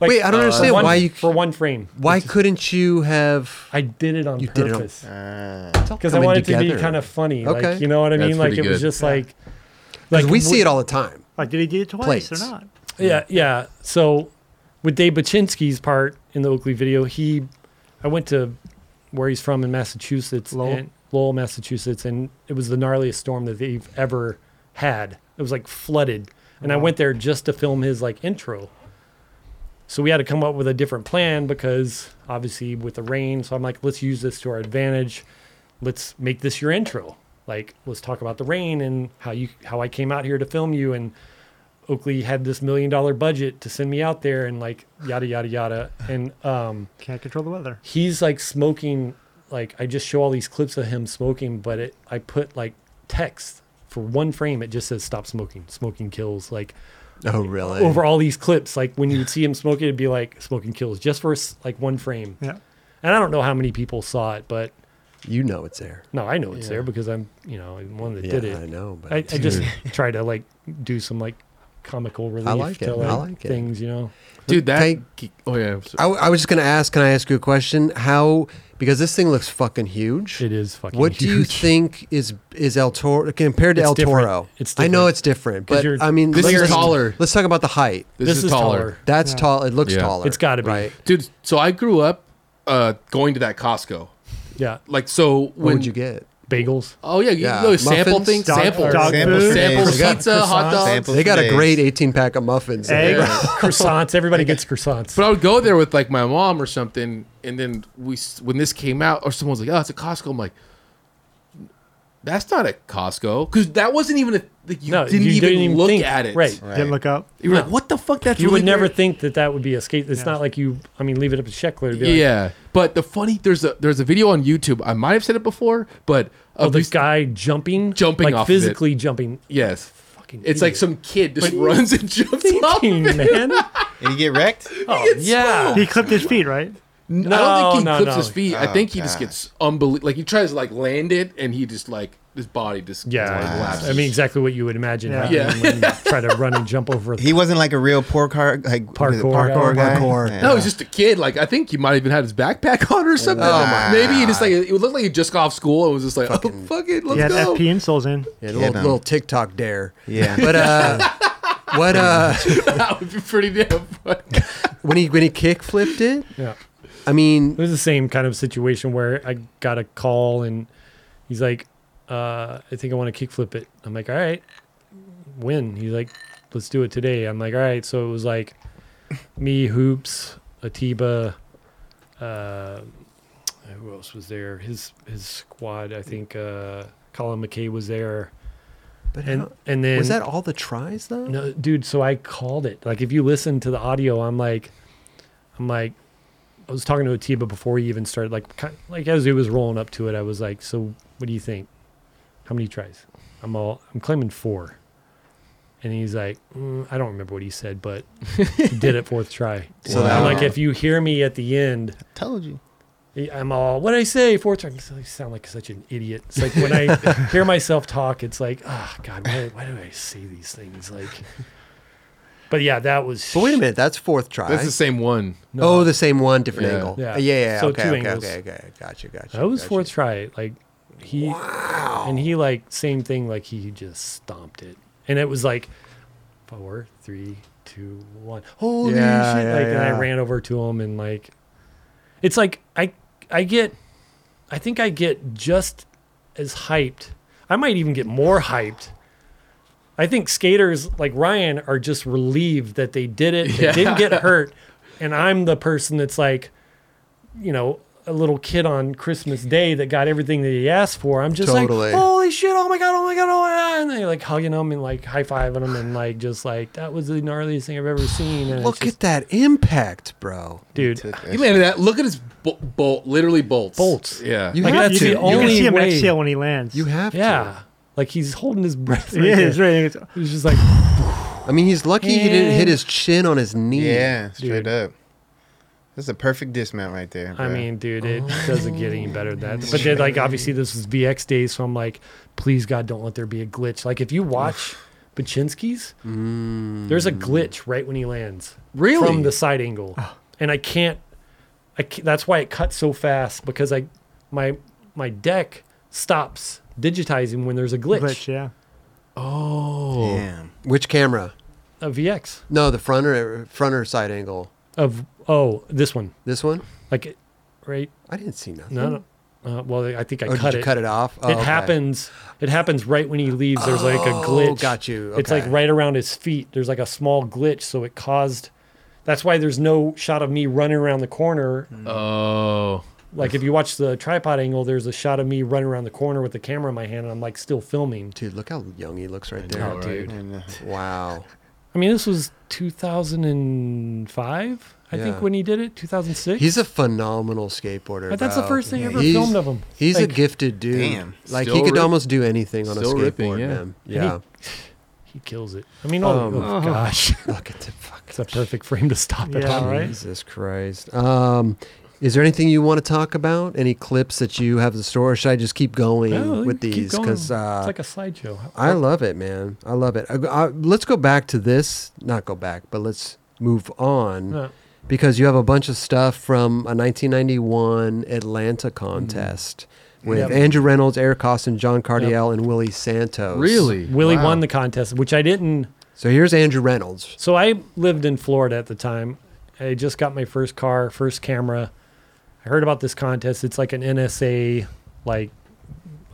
Wait, I don't
for
understand
one-
why you-
for one frame.
Why couldn't you have?
I did it on
You did it on-
purpose
Ah.
because I wanted it to be kind of funny.
Okay.
Like, you know what I
That's
mean? Like it
pretty
was
good.
just like,
Like we see it all the time.
Like, did he do it twice
Plates.
or not?
Yeah, yeah. So with Dave Baczynski's part in the Oakley video, he, I went to where he's from in Massachusetts,
Lowell?
and- Lowell, Massachusetts, and it was the gnarliest storm that they've ever had. It was like flooded, and I went there just to film his like intro. So we had to come up with a different plan because obviously with the rain. So I'm like, let's use this to our advantage. Let's make this your intro. Like, let's talk about the rain and how you how I came out here to film you and Oakley had this million dollar budget to send me out there and like yada yada yada. And um,
Can't control the weather.
he's like smoking. Like I just show all these clips of him smoking, but it I put like text for one frame. It just says stop smoking. Smoking kills. Like
Oh, really?
over all these clips, like when you would see him smoking, it'd be like smoking kills just for s- like one frame.
Yeah.
And I don't know how many people saw it, but
You know it's there.
no, I know it's
Yeah.
there because I'm you know I'm one that
Yeah,
did it.
I know. But
I, I just try to like do some like comical relief
like
to
it.
like
I like it.
things, you know.
Dude, that.
Take-
oh yeah. I'm sorry.
I, I was just gonna ask. Can I ask you a question? How? Because this thing looks fucking huge.
It is fucking.
What do you think is is El Toro compared to
It's
El
different.
Toro?
It's
I know
different.
it's different,
'Cause
but
you're-
I mean,
This
let's,
is
let's-
taller.
Let's talk about the height.
This, is, taller.
That's
Yeah.
tall. It looks
Yeah.
taller.
It's gotta be.
Right.
dude. So I grew up uh, going to that Costco.
Yeah,
Like so,
What
when
would you get?
bagels.
Oh yeah, you
Yeah.
know, sample
Muffins?
things,
Dog-
sample,
dog
sample,
food?
sample
Forgot
pizza, hot
croissants.
dogs.
Sample-
They got a
days.
great 18 pack of muffins. in
Egg.
there.
croissants. Everybody gets croissants.
But I would go there with like my mom or something, and then we s- when this came out, or someone's like, "Oh, it's a Costco." I'm like, "That's not a Costco," because that wasn't even a like, you
No,
didn't
you
even
didn't even
look
think.
at it.
Right.
Right.
Didn't look up.
You were
No.
like, "What the fuck?" That's
you would
really
never
weird."
think that that would be a skate. It's
Yeah.
not like you. I mean, leave it up to Sheckler to be like,
Yeah, but the funny there's a there's a video on YouTube. I might have said it before, but
"Oh,
of
this
these-
guy jumping,
Jumping
like
off of it.
physically jumping."
yes,
Fucking.
it's like some kid just runs and jumps off.
thinking, man.
Did he get wrecked?
Oh yeah.
He clipped his feet, right?
No, I don't think he
No, no,
clips
no.
his feet. I
Oh,
think he just
God.
gets unbelievable. Like he tries to like land it, and he just like his body just
Yeah,
like, collapses.
I mean exactly what you would imagine.
Yeah.
happening
Yeah.
when you try to run and jump over.
He wasn't like a real pork heart, like what is it,
Parkour.
parkour guy.
Parkour.
Yeah.
no, he's just a kid. Like I think he might even had his backpack on or something.
Oh, my
Maybe he just like it looked like he just got off school and was just like, oh fuck it, let's
He had
go.
FP insoles in.
Yeah, a
Yeah,
little,
no.
little TikTok dare.
Yeah.
But uh, what uh,
that would be pretty damn funny.
when he when he kick flipped it?
Yeah.
I mean,
It was the same kind of situation where I got a call and he's like, uh, I think I want to kickflip it. I'm like, all right, when? He's like, let's do it today. I'm like, all right. So it was like me, Hoops, Atiba, uh, who else was there? His his squad, I think uh, Colin McKay was there.
but
And
how-
and then
was that all the tries though?
no, dude. So I called it. Like, if you listen to the audio, I'm like, I'm like, I was talking to Atiba before he even started. Like, ki like as he was rolling up to it, I was like, so what do you think? How many tries? I'm all, I'm claiming four. And he's like, mm, I don't remember what he said, but he did it fourth try. So
So that-
I'm like, if you hear me at the end,
told you.
I'm all, what did I say? Four times. I sound like such an idiot. It's like when I hear myself talk, it's like, oh, God, why, why do I say these things? Like, but yeah, that was.
But wait a minute, that's fourth try.
That's the same one.
Oh, the same one, different
Yeah.
angle. Yeah,
Yeah.
yeah, yeah.
So
okay,
two
okay,
angles.
okay, okay. Gotcha, gotcha.
That was
gotcha.
fourth try. Like, he. And he, like, same thing, like, he just stomped it. And it was like, four, three, two, one. Holy
Yeah,
shit.
yeah,
like, and I
yeah.
ran over to him and, like, it's like, I, I get, I think I get just as hyped. I might even get more hyped. I think skaters like Ryan are just relieved that they did it. They didn't get hurt. And I'm the person that's like, you know, a little kid on Christmas Day that got everything that he asked for. I'm just
Totally.
like, holy shit! Oh my god! Oh my god! Oh my god! And they like hugging him and like high fiving him and like just like that was the gnarliest thing I've ever seen. And
Look
it's just,
at that impact, bro.
dude.
He landed that. Look at his bo- bolt, literally bolts.
Bolts.
Yeah.
You
Like,
have
that's
to.
the
You-
You can
only-
see him
way-
exhale when he lands.
You have
Yeah, like he's holding his breath. Right
yeah,
there.
it's right. It's-
He's just like,
to. I mean, he's lucky he didn't hit his chin on his knee.
Yeah, straight
Dude.
up. That's a perfect dismount right there.
I
bro.
mean, dude, it
Oh,
doesn't get any better than that. But then, like, obviously, this is VX days, so I'm like, please, God, don't let there be a glitch. Like, if you watch Baczynski's,
Mm.
there's a glitch right when he lands
Really?
from the side angle,
Oh.
and I can't. I ca that's why it cuts so fast because I, my my deck stops digitizing when there's a glitch.
Glitch, yeah.
oh.
damn.
Which camera?
A VX
No, the front or front or side angle.
of oh this one
This one?
like it, right
I didn't see nothing.
no, no uh, well I think I
Hmm. oh,
cut
did you
it
cut it off? Oh,
it
okay.
happens. It happens right when he leaves. There's like a glitch.
Oh, got you.
It's like
Okay.
right around his feet. There's like a small glitch, so it caused. That's why there's no shot of me running around the corner.
Oh.
Like if you watch the tripod angle, there's a shot of me running around the corner with the camera in my hand, and I'm like still filming.
Dude, look how young he looks right
I
there.
know, right?
And, uh,
Wow.
I mean, this was 2005, I
Yeah.
think, when he did it. 2006.
He's a phenomenal skateboarder.
But that's the
bro.
first thing I ever
He's-
filmed of him.
He's a
Like,
gifted dude.
Damn.
Like he
Still
could
rip-
almost do anything on a
still
skateboard,
ripping, yeah.
man.
he-
Yeah.
He kills it. I mean, oh,
Um,
oh gosh,
Look at the fuck.
it's a perfect frame to stop it
Yeah,
on, right?
Jesus Christ. Um, is there anything you want to talk about? Any clips that you have in the store? Or should I just keep going
No,
with
keep
these?
going.
Because uh,
it's like a slideshow.
I love it, man. I love it. I, I, let's go back to this. Not go back, but let's move on
No.
because you have a bunch of stuff from a 1991 Atlanta contest with
Mm-hmm. Yep.
Andrew Reynolds, Eric Costin, John Cardiel,
Cardiel,
and Willie Santos.
Really?
Willie
Wow.
won the contest, which I didn't.
So here's Andrew Reynolds.
So I lived in Florida at the time. I just got my first car, first camera. I heard about this contest. It's like an NSA, like,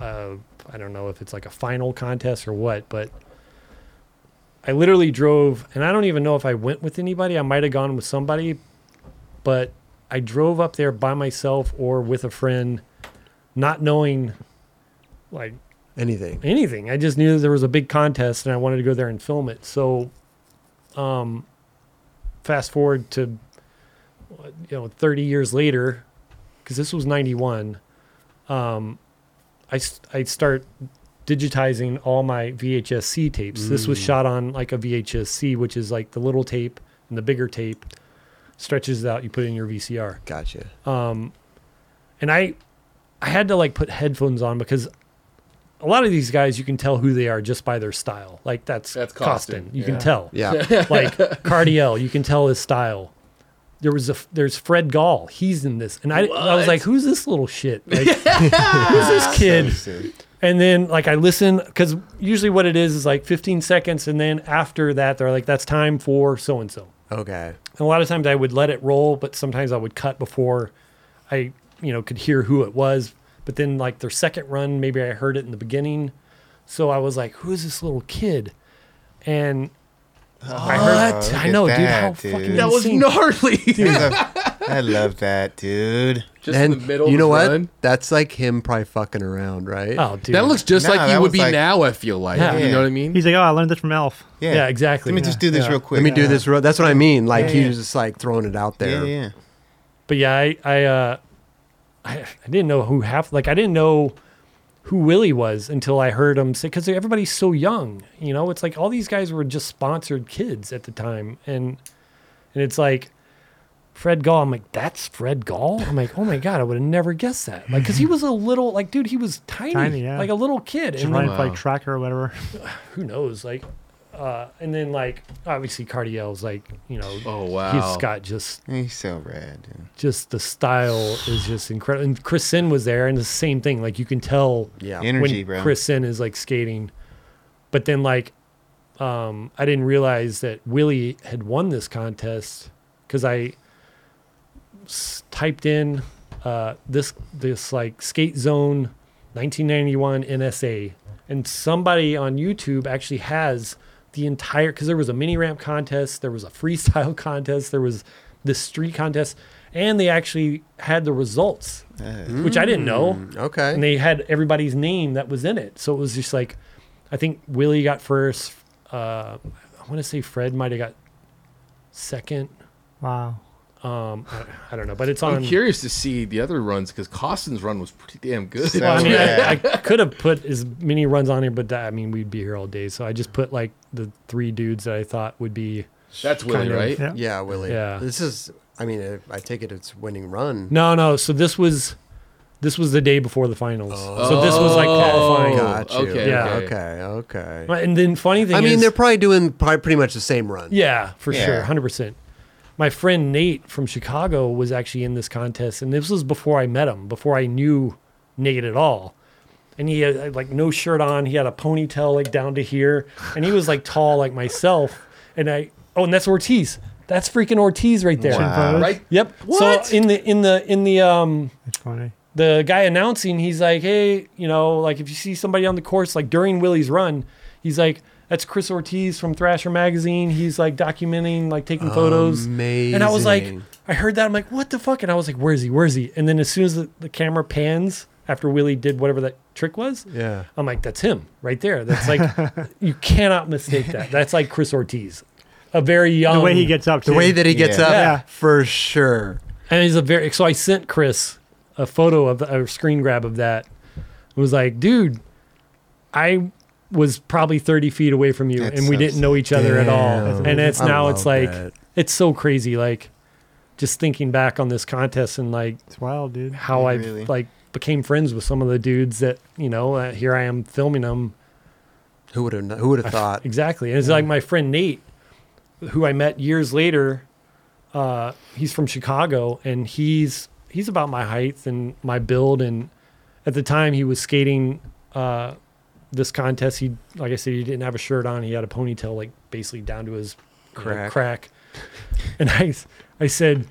uh, I don't know if it's like a final contest or what, but I literally drove, and I don't even know if I went with anybody. I might have gone with somebody, but I drove up there by myself or with a friend, not knowing, like,
Anything?
anything. I just knew that there was a big contest and I wanted to go there and film it. So, um, fast forward to what, you know 30 years later, because this was 91. Um, I s- I start digitizing all my VHS-C tapes. This was shot on like a VHS-C, which is like the little tape and the bigger tape stretches it out. You put it in your VCR
Gotcha.
Oh. and I I had to like put headphones on because a lot of these guys you can tell who they are just by their style. Like that's
That's
Costin.
Costin,
You
yeah.
can tell.
Yeah.
Like Cardiel, you can tell his style. There was a there's Fred Gall. He's in this, and I I was like, who's this little shit? Like, who's this kid?
so-
And then like I listen because usually what it is is like 15 seconds, and then after that they're like, that's time for so and so.
okay.
And a lot of times I would let it roll, but sometimes I would cut before I, you know, could hear who it was. But then like their second run, maybe I heard it in the beginning. So I was like, who is this little kid? And I heard
Oh, look
I
at
know, dude,
that,
how
dude.
fucking
That was
insane.
gnarly.
I love that, dude.
Just in the middle.
you
of
know
his
what?
run.
That's like him probably fucking around, right?
Oh dude.
That looks just
Nah,
like you
that
would
was
be
like-
now. I feel like
Yeah.
you know what I mean.
He's like, oh, I learned this from Elf.
Yeah,
Yeah, exactly.
Let me just do this
Yeah.
real quick.
Let me do this. Ro- that's what I mean. Like
Yeah,
he
yeah.
was just like throwing it out
Yeah,
there.
yeah.
but yeah, I I, uh, I I didn't know who half like I didn't know who Willie was until I heard him say because everybody's so young, you know. It's like all these guys were just sponsored kids at the time, and and it's like Fred Gall. I'm like, that's Fred Gall. I'm like, oh my god, I would have never guessed that. Like, because he was a little like, dude, he was tiny,
Tiny, yeah.
like a little kid,
Just
and
running
then,
for like tracker or whatever.
who knows, like. Uh, and then like obviously Cardiel's like you know
Oh, wow.
he's got just
He's so rad, dude.
just the style is just incredible. And Chris Sin was there, and the same thing. Like you can tell
Yeah.
Energy,
when
bro.
Chris Sin is like skating, but then like um, I didn't realize that Willie had won this contest because I s- typed in uh, this this like skate zone 1991 NSA, and somebody on YouTube actually has the entire because there was a mini ramp contest, there was a freestyle contest, there was the street contest, and they actually had the results,
Uh,
which I didn't know.
Okay.
And they had everybody's name that was in it, so it was just like, I think Willie got first. Uh, I want to say Fred might have got second.
Wow.
Um, I, I don't know, but it's on.
I'm curious to see the other runs because Costin's run was pretty damn good.
So-
Well, I mean,
Yeah.
I, I could have put as many runs on here, but that, I mean, we'd be here all day. So I just put like the three dudes that I thought would be.
That's Willie,
Kind of,
right?
Yeah.
Yeah, Willie.
Yeah.
This is. I mean, uh, I take it it's winning run.
No, no. So this was, this was the day before the finals. So this was like
Oh,
qualifying.
Got you.
okay,
Yeah.
Okay. Okay.
And then funny thing
I mean,
is,
they're probably doing probably pretty much the same run.
yeah, for sure,
Yeah.
hundred percent. My friend Nate from Chicago was actually in this contest, and this was before I met him, before I knew Nate at all. And he had uh, like no shirt on. He had a ponytail like down to here, and he was like tall like myself. And I oh, and that's Ortiz. That's freaking Ortiz right there.
Wow.
Right?
Yep.
What?
So in the in the in the um
That's funny.
the guy announcing, he's like, hey, you know, like if you see somebody on the course, like during Willie's run, he's like, that's Chris Ortiz from Thrasher magazine. He's like documenting, like taking photos.
Amazing.
And I was like, I heard that. I'm like, what the fuck? And I was like, where's he? Where's he? And then as soon as the, the camera pans after Willie did whatever that trick was,
yeah.
I'm like, that's him right there. That's like, you cannot mistake that. That's like Chris Ortiz, a very young.
The way he gets up.
The
too.
way that he gets
Yeah.
up,
Yeah.
for sure.
And he's a very so I sent Chris a photo of a screen grab of that. It was like, dude, I was probably 30 feet away from you
That's
and we
so
didn't know each other at all.
Damn.
And it's
I
now
love
it's like
that.
it's so crazy like just thinking back on this contest and like
It's wild, dude.
how I
Really?
like became friends with some of the dudes that, you know, uh, here I am filming them
Who would have? Who would have thought?
Exactly. And it's like my friend Nate, who I met years later. Uh, he's from Chicago, and he's he's about my height and my build. And at the time, he was skating uh, this contest. He, like I said, he didn't have a shirt on. He had a ponytail, like basically down to his you know,
Crack.
crack. And I, s- I said,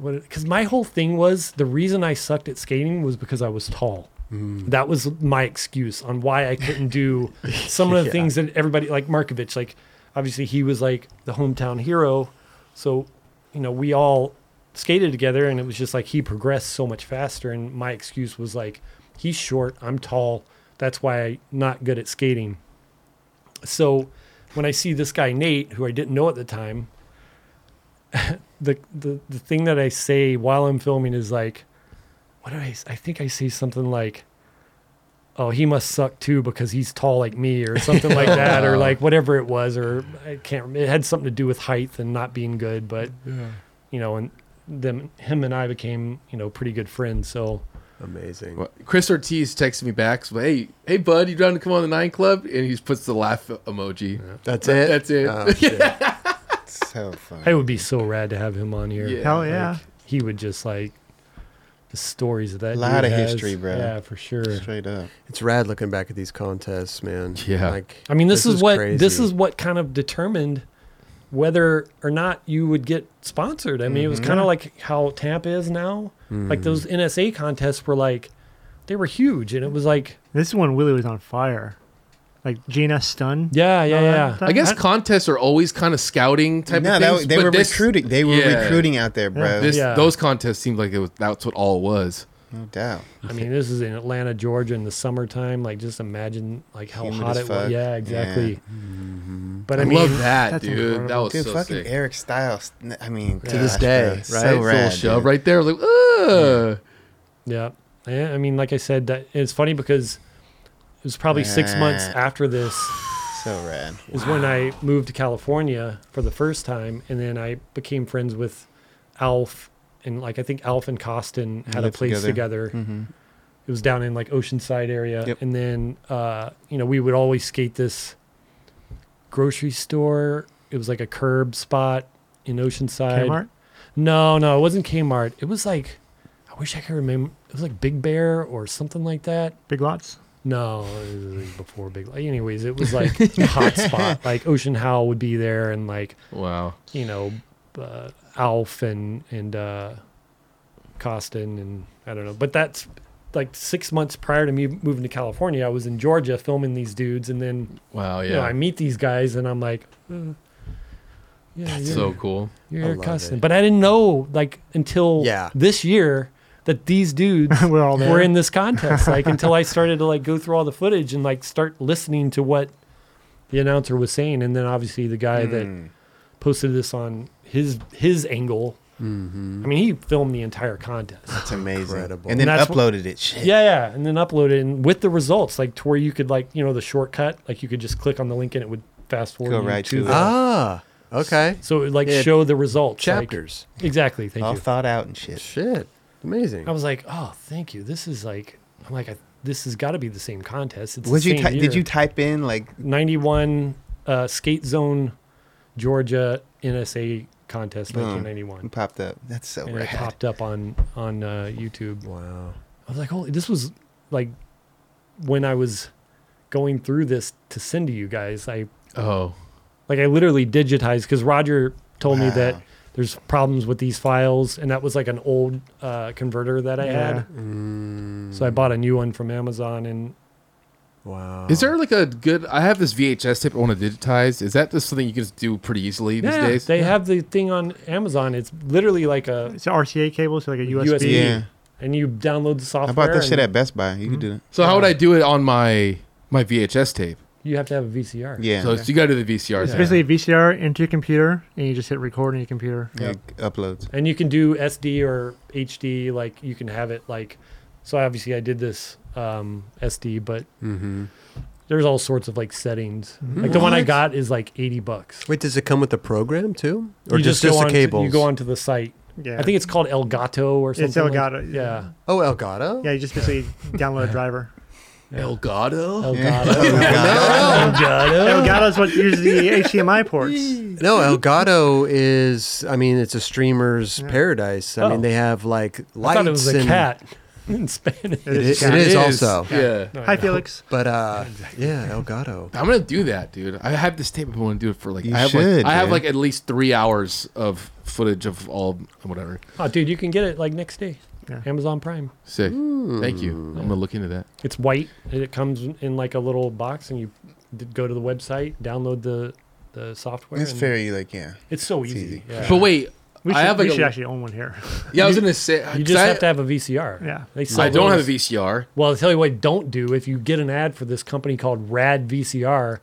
what? Because my whole thing was the reason I sucked at skating was because I was tall. That was my excuse on why I couldn't do some of the
Yeah.
things that everybody like Markovich. Like, obviously, he was like the hometown hero, so you know we all skated together, and it was just like he progressed so much faster. And my excuse was like, he's short, I'm tall. That's why I'm not good at skating. So when I see this guy Nate, who I didn't know at the time, the the the thing that I say while I'm filming is like, what do I? s- I think I say something like, "Oh, he must suck too because he's tall like me," or something like that, or like whatever it was, or I can't. rem- It had something to do with height and not being good, but you know, and them him and I became you know pretty good friends. So
Amazing.
Well, Chris Ortiz texted me back. So, hey, hey, bud, you down to come on the Nine Club? And he just puts the laugh emoji.
That's it.
That's it.
Oh, shit.
so fun.
it would be so rad to have him on here.
Yeah.
Hell yeah.
Like, he would just like the stories of that.
Lot
dude
of
has.
history, bro.
Yeah, for sure.
Straight up.
It's rad looking back at these contests, man.
Yeah.
Like,
I mean, this, is, what this
crazy.
is what kind of determined whether or not you would get sponsored. I mean, it was kind of like how Tampa is now. Like those NSA contests were like they were huge, and it was like
This is when Willie was on fire. Like Gina Stun.
yeah, yeah,
Oh, that-
yeah.
that-
I guess
that-
contests are always kind of scouting type
no,
of
that
things.
was- they
but
were
this-
recruiting. They were
Yeah.
recruiting out there, bro.
This,
Yeah.
Those contests seemed like it was that's what all was.
no doubt.
I mean, this is in Atlanta, Georgia, in the summertime. Like, just imagine like how
Humid
hot
as
it
fuck.
was. Yeah, exactly. But
I,
I, mean,
love that,
that's
dude. That was
Dude,
Oh, so
fucking
sick.
Eric Styles. n- I mean,
To
this
gosh,
day,
bro,
right?
So
Little
rad,
shove
dude.
right there. I was like, ugh.
Yeah. Yeah, I mean, like I said, that it's funny because it was probably six months
Yeah.
after this.
So rad.
is when I moved to California for the first time, and then I became friends with Alf, and like I think Alf and Costin had a
lived
place together.
Mm-hmm.
It was down in like Oceanside area,
Yep.
and then uh, you know we would always skate this grocery store. It was like a curb spot in Oceanside.
Kmart.
No, no, it wasn't Kmart. It was like I wish I could remember. It was like Big Bear or something like that.
Big Lots.
No, it was like before Big. Anyways, it was like a hot spot. Like Ocean Howl would be there, and like
Wow.
you know, uh, Alf and and uh, Costin and I don't know. But that's like six months prior to me moving to California. I was in Georgia filming these dudes, and then
Wow. Yeah.
you know I meet these guys, and I'm like, uh, Yeah,
That's
you're,
so cool.
I
you're
love
cussing.
it.
But I didn't know like until
Yeah.
this year that these dudes
We're all there.
were in this contest. Like until I started to like go through all the footage and like start listening to what the announcer was saying, and then obviously the guy
Hmm. Mm-hmm.
that posted this on his his angle.
Mm-hmm.
I mean, he filmed the entire contest.
That's amazing.
Incredible.
And then
And that's wh-
uploaded it. Shit.
Yeah, yeah, and then upload it and with the results, like to where you could like you know the shortcut, like you could just click on the link and it would fast forward
Go
you
right to it.
the-
Ah, okay.
So it would like
Yeah,
show the results, like-
Chapters.
exactly. Thank
All
you.
thought out and shit.
Shit. Amazing.
I was like, oh, thank you. This is like, I'm like, I, this has got to be the same contest. It's
Would
the
you
same
ty-
year.
did you type in like
91 uh, skate zone, Georgia NSA contest,
Boom.
1991,
it popped up? That's so
and it
rad.
popped up on on uh, YouTube.
Wow.
I was like, holy, this was like when I was going through this to send to you guys. I
Oh,
like I literally digitized because Roger told me
Wow.
that there's problems with these files, and that was like an old uh, converter that I
Yeah.
had.
Mm,
So I bought a new one from Amazon, and
Wow.
is there like a good? I have this VHS tape I want to digitize. Is that just something you can just do pretty easily these
yeah,
days?
they have the thing on Amazon. It's literally like a
It's an RCA cable, so like a USB.
USB.
Yeah.
and you download the
I
software.
bought that shit
and Mm-hmm.
at Best Buy. You could do it.
so how would I do it on my my VHS tape?
You have to have a VCR.
Yeah.
So it's you got to do the VCR.
It's
tape.
basically a VCR into your computer, and you just hit record on your computer.
Yeah, uploads.
and you can do SD or HD. Like you can have it like. So obviously, I did this um, SD, but
Mm-hmm.
there's all sorts of like settings. Like the one I
What?
got is like 80 bucks.
Wait, does it come with the program too, or
you
just
go
just the
on-
cables?
You go onto the site.
Yeah.
I think it's called Elgato or something.
It's
like-
Elgato,
yeah.
yeah.
Oh, Elgato.
Yeah, you just basically download a driver.
Oh.
Elgato.
Elgato.
Elgato's what uses the HDMI ports.
No, Elgato is. I mean, it's a streamer's
Yeah.
paradise. I
Oh.
mean, they have like
I
lights
thought it was a
and
cat in Spanish.
It is,
a
it
cat.
is also.
Yeah.
No, I
Hi,
know.
Felix.
But uh, yeah, Elgato.
I'm gonna do that, dude. I have this tape. I want to do it for like.
You
I have
should,
like I have
dude.
like at least three hours of footage of all whatever.
Oh, dude, you can get it like next day.
Yeah.
Amazon Prime.
Sick. Thank you.
Hmm.
I'm gonna look into that.
It's white. and It comes in like a little box, and you d- go to the website, download the the software.
It's
and
very like yeah.
It's so easy.
easy.
Yeah.
But wait,
We should,
I have like
we should
a,
actually own one here.
yeah. I was gonna say
you just
I,
have to have a VCR.
Yeah.
They sell
I don't
those.
have a VCR.
Well, I'll tell you what, don't do. If you get an ad for this company called Rad VCR,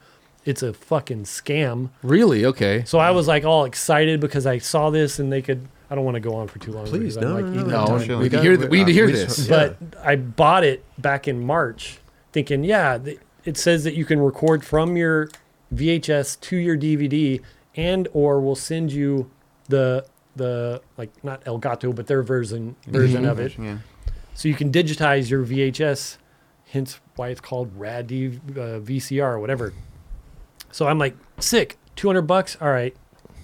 it's a fucking scam.
Really? Okay.
So I was like all excited because I saw this and they could. I don't want to go on for too long.
Please,
because I'm,
no,
like,
no,
eating
no,
up
No,
time.
we,
sure.
need to hear, th- we need to hear
uh,
We
this.
just-
But I bought it back in March thinking, yeah, th- it says that you can record from your VHS to your DVD and or we'll send you the the like not Elgato but their version version of it.
Yeah.
So you can digitize your VHS, hence why it's called Rad D, uh, VCR or whatever. So I'm like, sick, 200 bucks. All right,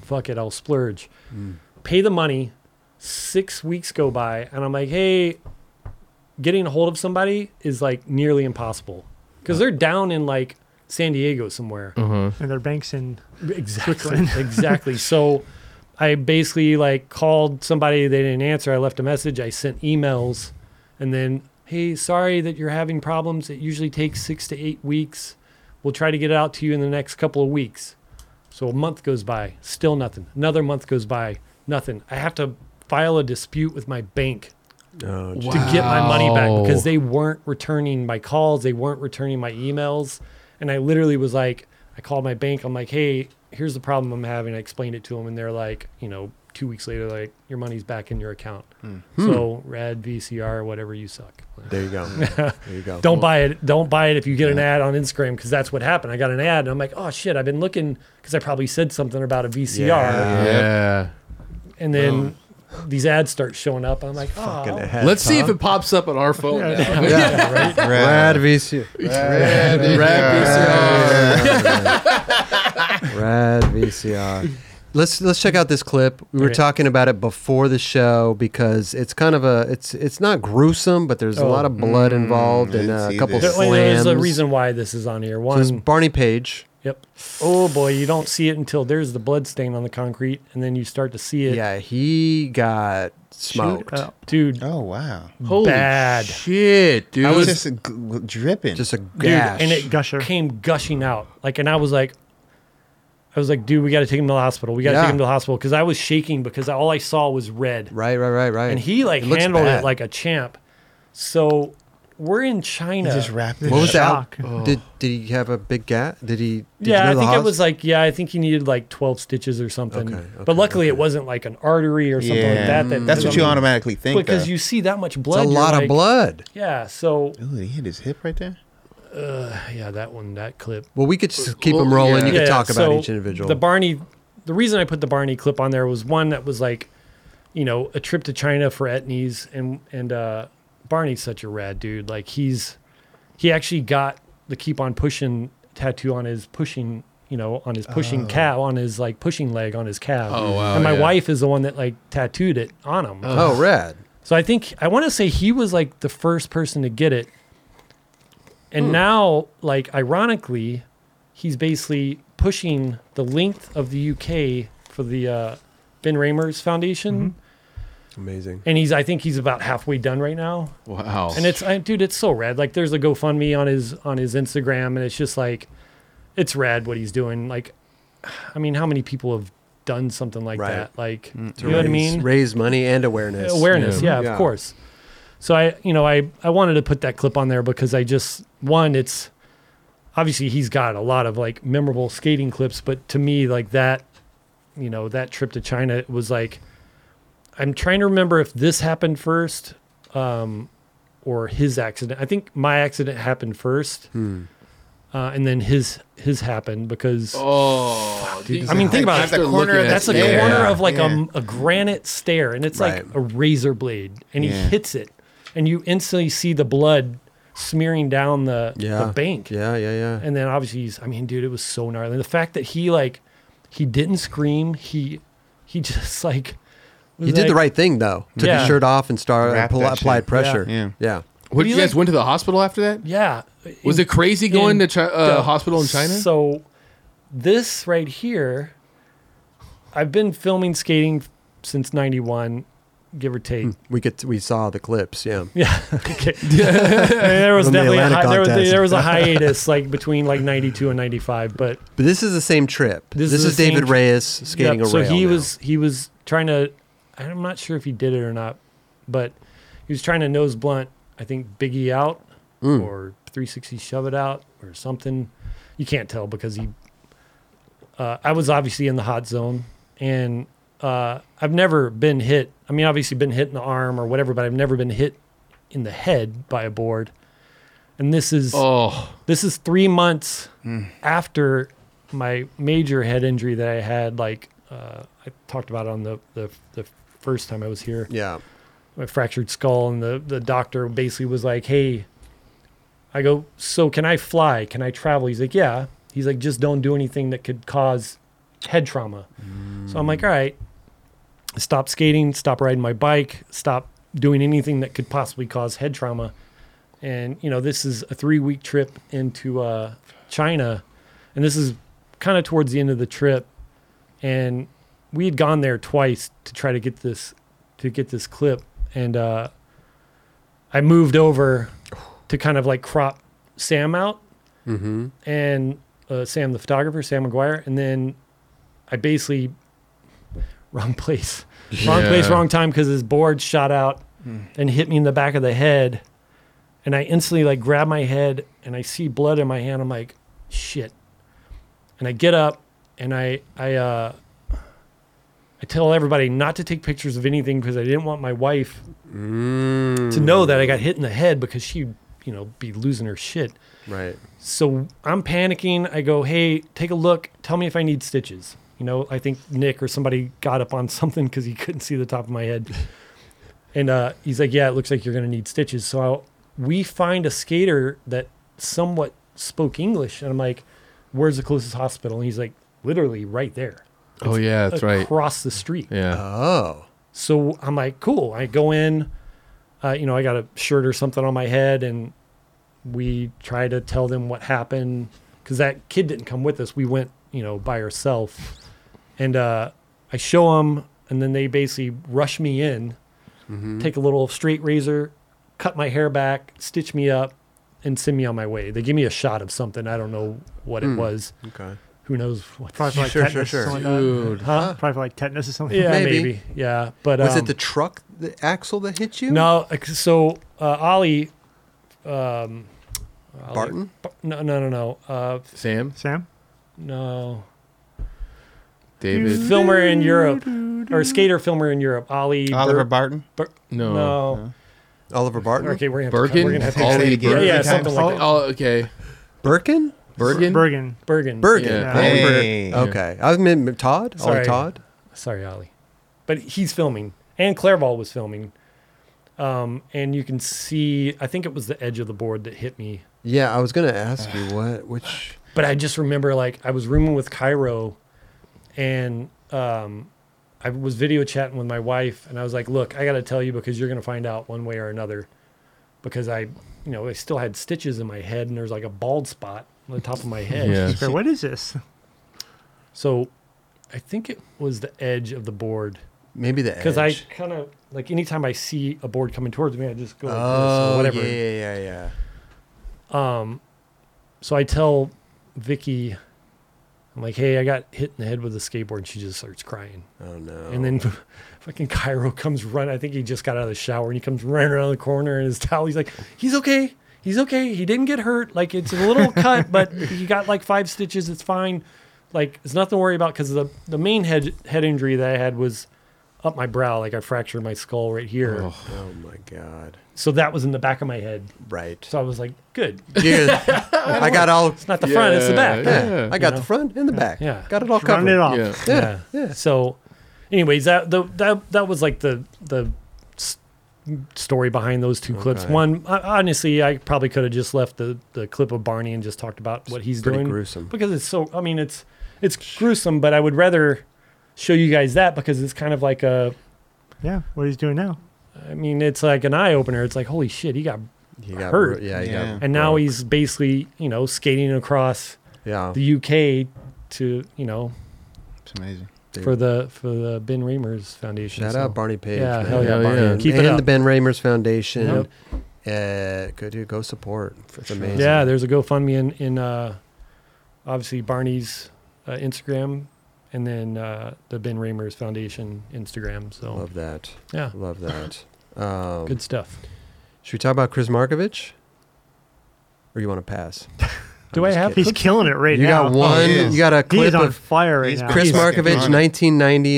fuck it, I'll splurge. Pay the money. Six weeks go by, and I'm like, hey, getting a hold of somebody is like nearly impossible because they're down in like San Diego somewhere.
And their banks in
Exactly. exactly. So I basically like called somebody, they didn't answer. I left a message, I sent emails, and then, hey, sorry that you're having problems. It usually takes six to eight weeks. We'll try to get it out to you in the next couple of weeks. So a month goes by, still nothing. Another month goes by, nothing. I have to file a dispute with my bank
Oh,
Wow.
to get my money back because
Wow.
they weren't returning my calls, they weren't returning my emails, and I literally was like, I called my bank. I'm like, hey, here's the problem I'm having. I explained it to them, and they're like, you know, two weeks later, like your money's back in your account. So
Hmm.
rad VCR, whatever you suck.
there you go. There you go.
Don't buy it. Don't buy it if you get an ad on Instagram because that's what happened. I got an ad and I'm like, oh shit, I've been looking because I probably said something about a VCR,
Yeah.
yeah.
and then these ads start showing up. I'm like, oh,
Fucking ahead,
Let's see if
huh?
it pops up on our phone. now.
Yeah. Rad VCR.
Rad VCR.
Rad VCR. Let's let's check out this clip. We were
Okay.
talking about it before the show because it's kind of a it's it's not gruesome, but there's
Oh.
a lot of blood involved and
didn't
uh, a
see
couple
this.
There-
slams.
well, there's a reason why this is on here.
So
One,
it's Barney Page.
Yep. Oh boy, you don't see it until there's the blood stain on the concrete, and then you start to see it.
Yeah, he got smoked.
Shoot, uh,
Dude,
Oh wow.
Holy
Bad.
shit, dude.
I was just uh, g- g- dripping.
Just a
dude,
gash.
and it
Gusher.
came gushing out. Like, and I was like, I was like, dude, we got to take him to the hospital. We got to
Yeah.
take him to the hospital because I was shaking because all I saw was red.
Right, right, right, right.
And he like
looks
handled
bad.
it like a champ. So we're in China.
Just wrapped it.
what was
Shock.
that? Did did he have a big gap? Did he? Did you
yeah, I
go to the
think it
hos-
was like yeah, I think he needed like twelve stitches or
Okay,
something.
okay, Mm.
but luckily, it wasn't like an artery or something like that. that
That's what you
I mean,
automatically think.
Because
of.
you see that much blood,
It's a
you're
lot
like,
of blood.
Yeah, so
Ooh, he hit his hip right there.
yeah, that one, that clip.
Well, we could just keep them
Well,
rolling.
yeah.
You could talk about
so
each individual.
The Barney, the reason I put the Barney clip on there was one that was like, you know, a trip to China for etnies, and and uh, Barney's such a rad dude. Like he's, he actually got the keep on pushing tattoo on his pushing, you know, on his pushing calf, on his like pushing leg, on his calf.
Oh, wow,
And my
yeah.
wife is the one that like tattooed it on him.
oh, rad.
So I think I want to say he was like the first person to get it. And now, like ironically, he's basically pushing the length of the UK for the uh, Ben Ramers Foundation,
Amazing.
and he's I think he's about halfway done right now.
Wow.
And it's I, dude, it's so rad. Like there's a GoFundMe on his on his Instagram, and it's just like, it's rad what he's doing. Like, I mean, how many people have done something like
Right.
that? Like,
To
you know what
raise-
I mean?
Raise money and awareness.
awareness.
Yeah.
Yeah,
Yeah.
of course. So I, you know, I I wanted to put that clip on there because I just one, it's obviously he's got a lot of like memorable skating clips, but to me, like that, you know, that trip to China it was like, I'm trying to remember if this happened first, um, or his accident. I think my accident happened first. Uh, and then his his happened because
oh, dude,
I mean, think about it.
After
That's the corner
looking
of
at
that's
it,
a
Yeah.
corner of like
Yeah.
a, a granite stair, and it's
Right.
like a razor blade, and
Yeah.
he hits it, and you instantly see the blood smearing down the,
Yeah.
the bank.
Yeah, yeah, yeah.
And then obviously, he's, I mean, dude, it was so gnarly. The fact that he like he didn't scream, he he just like was
he did the
like-
right thing though. Took
Yeah.
his shirt off and started and
Wrapped
pl-
that shit.
applied pressure.
Yeah.
yeah.
What, you
you
guys
like-
went to the hospital after that?
Yeah,
Was it crazy going to
in
chi- uh,
the-
hospital in China?
So this right here, I've been filming skating since '91, give or take.
We could we saw the clips. Yeah.
Yeah. Okay. there was
From the
definitely a
Atlanta
hi- there, was,
contest.
there was a hiatus like between like 92 and 95, but
But this is the same trip. This,
This
is,
is the
David
same tr-
Reyes skating
yep,
a
so
rail.
he
now.
was he was trying to I'm not sure if he did it or not, but he was trying to nose blunt I think Biggie out
Hmm.
or 360 shove it out or something. You can't tell because he uh, I was obviously in the hot zone and uh, I've never been hit. I mean, obviously been hit in the arm or whatever, but I've never been hit in the head by a board. And this is
oh,
this is three months after my major head injury that I had. Like uh, I talked about on the, the the first time I was here,
Yeah.
my fractured skull, and the the doctor basically was like, "Hey," I go, "So can I fly? Can I travel?" He's like, "Yeah." He's like, "Just don't do anything that could cause head trauma." So I'm like, "All right." Stop skating. Stop riding my bike. Stop doing anything that could possibly cause head trauma and you know this is a three week trip into uh, China, and this is kind of towards the end of the trip, and we had gone there twice to try to get this to get this clip, and uh, I moved over to kind of like crop Sam out, and uh, Sam the photographer, Sam McGuire, and then I basically wrong place, wrong place,
Yeah.
wrong time because his board shot out and hit me in the back of the head and I instantly like grab my head and I see blood in my hand. I'm like, shit. And I get up and I I uh, I tell everybody not to take pictures of anything because I didn't want my wife to know
Hmm.
that I got hit in the head because she you know be losing her shit.
Right.
So I'm panicking. I go, hey, take a look. Tell me if I need stitches. You know, I think Nick or somebody got up on something because he couldn't see the top of my head. And uh, he's like, yeah, it looks like you're going to need stitches. So I'll, we find a skater that somewhat spoke English. And I'm like, where's the closest hospital? And he's like, literally right there.
oh yeah, that's right.
Across the street.
Yeah.
Oh.
So I'm like, cool. I go in, uh, you know, I got a shirt or something on my head, and we try to tell them what happened because that kid didn't come with us. We went, you know, by herself, and uh, I show them, and then they basically rush me in,
Mm-hmm.
take a little straight razor, cut my hair back,
Hmm.
stitch me up, and send me on my way. They give me a shot of something. I don't know what it was
Okay.
who knows what.
Probably for like
Sure, sure,
tetanus
sure.
or something like
Dude.
Huh?
that. Probably for like tetanus or something.
Yeah,
Maybe.
maybe. Yeah, but
Was
um,
it the truck, the axle that hit you?
no? like, So uh, Ollie, um, Ollie-
Barton?
Bar- no, no, no, no, uh,
Sam,
Sam?
no.
David,
Filmer in Europe or skater filmer in Europe. Ollie
Oliver
Bur-
Barton.
no,
no.
Oliver Barton?
Okay, we're gonna have to cut-
Bergen,
we're gonna have to
All
cut-
say it
Ollie
again.
yeah,
Bergen.
yeah,
Every
something
time.
like that.
Oh, okay,
Birkin?
Bergen.
Bergen.
Bergen.
Bergen.
Yeah.
I remember-
Hey.
Uh,
Okay. I mean, Todd? Sorry.
Sorry.
Todd?
Sorry, Ollie, but he's filming, and Clairball was filming. Um, and you can see, I think it was the edge of the board that hit me
Yeah, I was going to ask you what, which.
but I just remember like I was rooming with Cairo, and um, I was video chatting with my wife, and I was like, "Look, I got to tell you because you're gonna find out one way or another, because I, you know, I still had stitches in my head, and there's like a bald spot on the top of my head.
Yeah.
So what is this?
So, I think it was the edge of the board
Maybe the edge.
because I kind of like anytime I see a board coming towards me, I just go like this
Oh,
or whatever.
yeah, yeah, yeah, yeah.
So I tell Vicky, I'm like, "Hey, I got hit in the head with a skateboard," and she just starts crying.
Oh, no.
And then fucking Cairo comes run. I think he just got out of the shower and he comes running around the corner in his towel. He's like, he's okay. He's okay. He didn't get hurt. Like it's a little cut, but he got like five stitches. It's fine. Like it's nothing to worry about because the the main head head injury that I had was up my brow. Like I fractured my skull right here.
Oh, my God.
So that was in the back of my head.
Right.
So I was like, good.
Yeah. I got all.
Not the front. It's the back.
Yeah.
Yeah, I got
You
the
know?
front and the back.
Yeah.
Got it all
Round
covered.
it off.
Yeah.
Yeah.
yeah. So, anyways, that the, that that was like the the s- story behind those two clips.
Okay.
One, I, honestly, I probably could have just left the the clip of Barney and just talked about what he's
pretty
doing
gruesome.
because it's so. I mean, it's it's gruesome, but I would rather show you guys that because it's kind of like a.
Yeah. What he's doing now.
I mean, it's like an eye opener. It's like holy shit, he got,
He got
Hurt.
Yeah, he
Yeah.
got
and now
broke.
he's basically you know skating across
Yeah.
the UK to you know
It's amazing.
Dude.
for the for the Ben Reimers Foundation.
Shout
so.
out Barney Page.
Yeah,
man.
hell
yeah, Hell
Barney.
yeah.
And,
Keep it
and the
up.
Ben Ramers Foundation.
Yep.
Uh, go, dude, go support. it's
sure.
amazing.
Yeah, there's a GoFundMe in in uh, obviously Barney's uh, Instagram, and then uh, the Ben Reimers Foundation Instagram. So
Love that.
yeah,
Love that. Um,
good stuff.
Should we talk about Chris Markovich? Or you want to pass?
Do I
just
have?
kidding.
He's killing it right
you
now.
got
Oh,
one.
he is.
you got a
He is
clip
on
of
fire right
he's
now.
Chris
He's fucking
Markovich,
on it.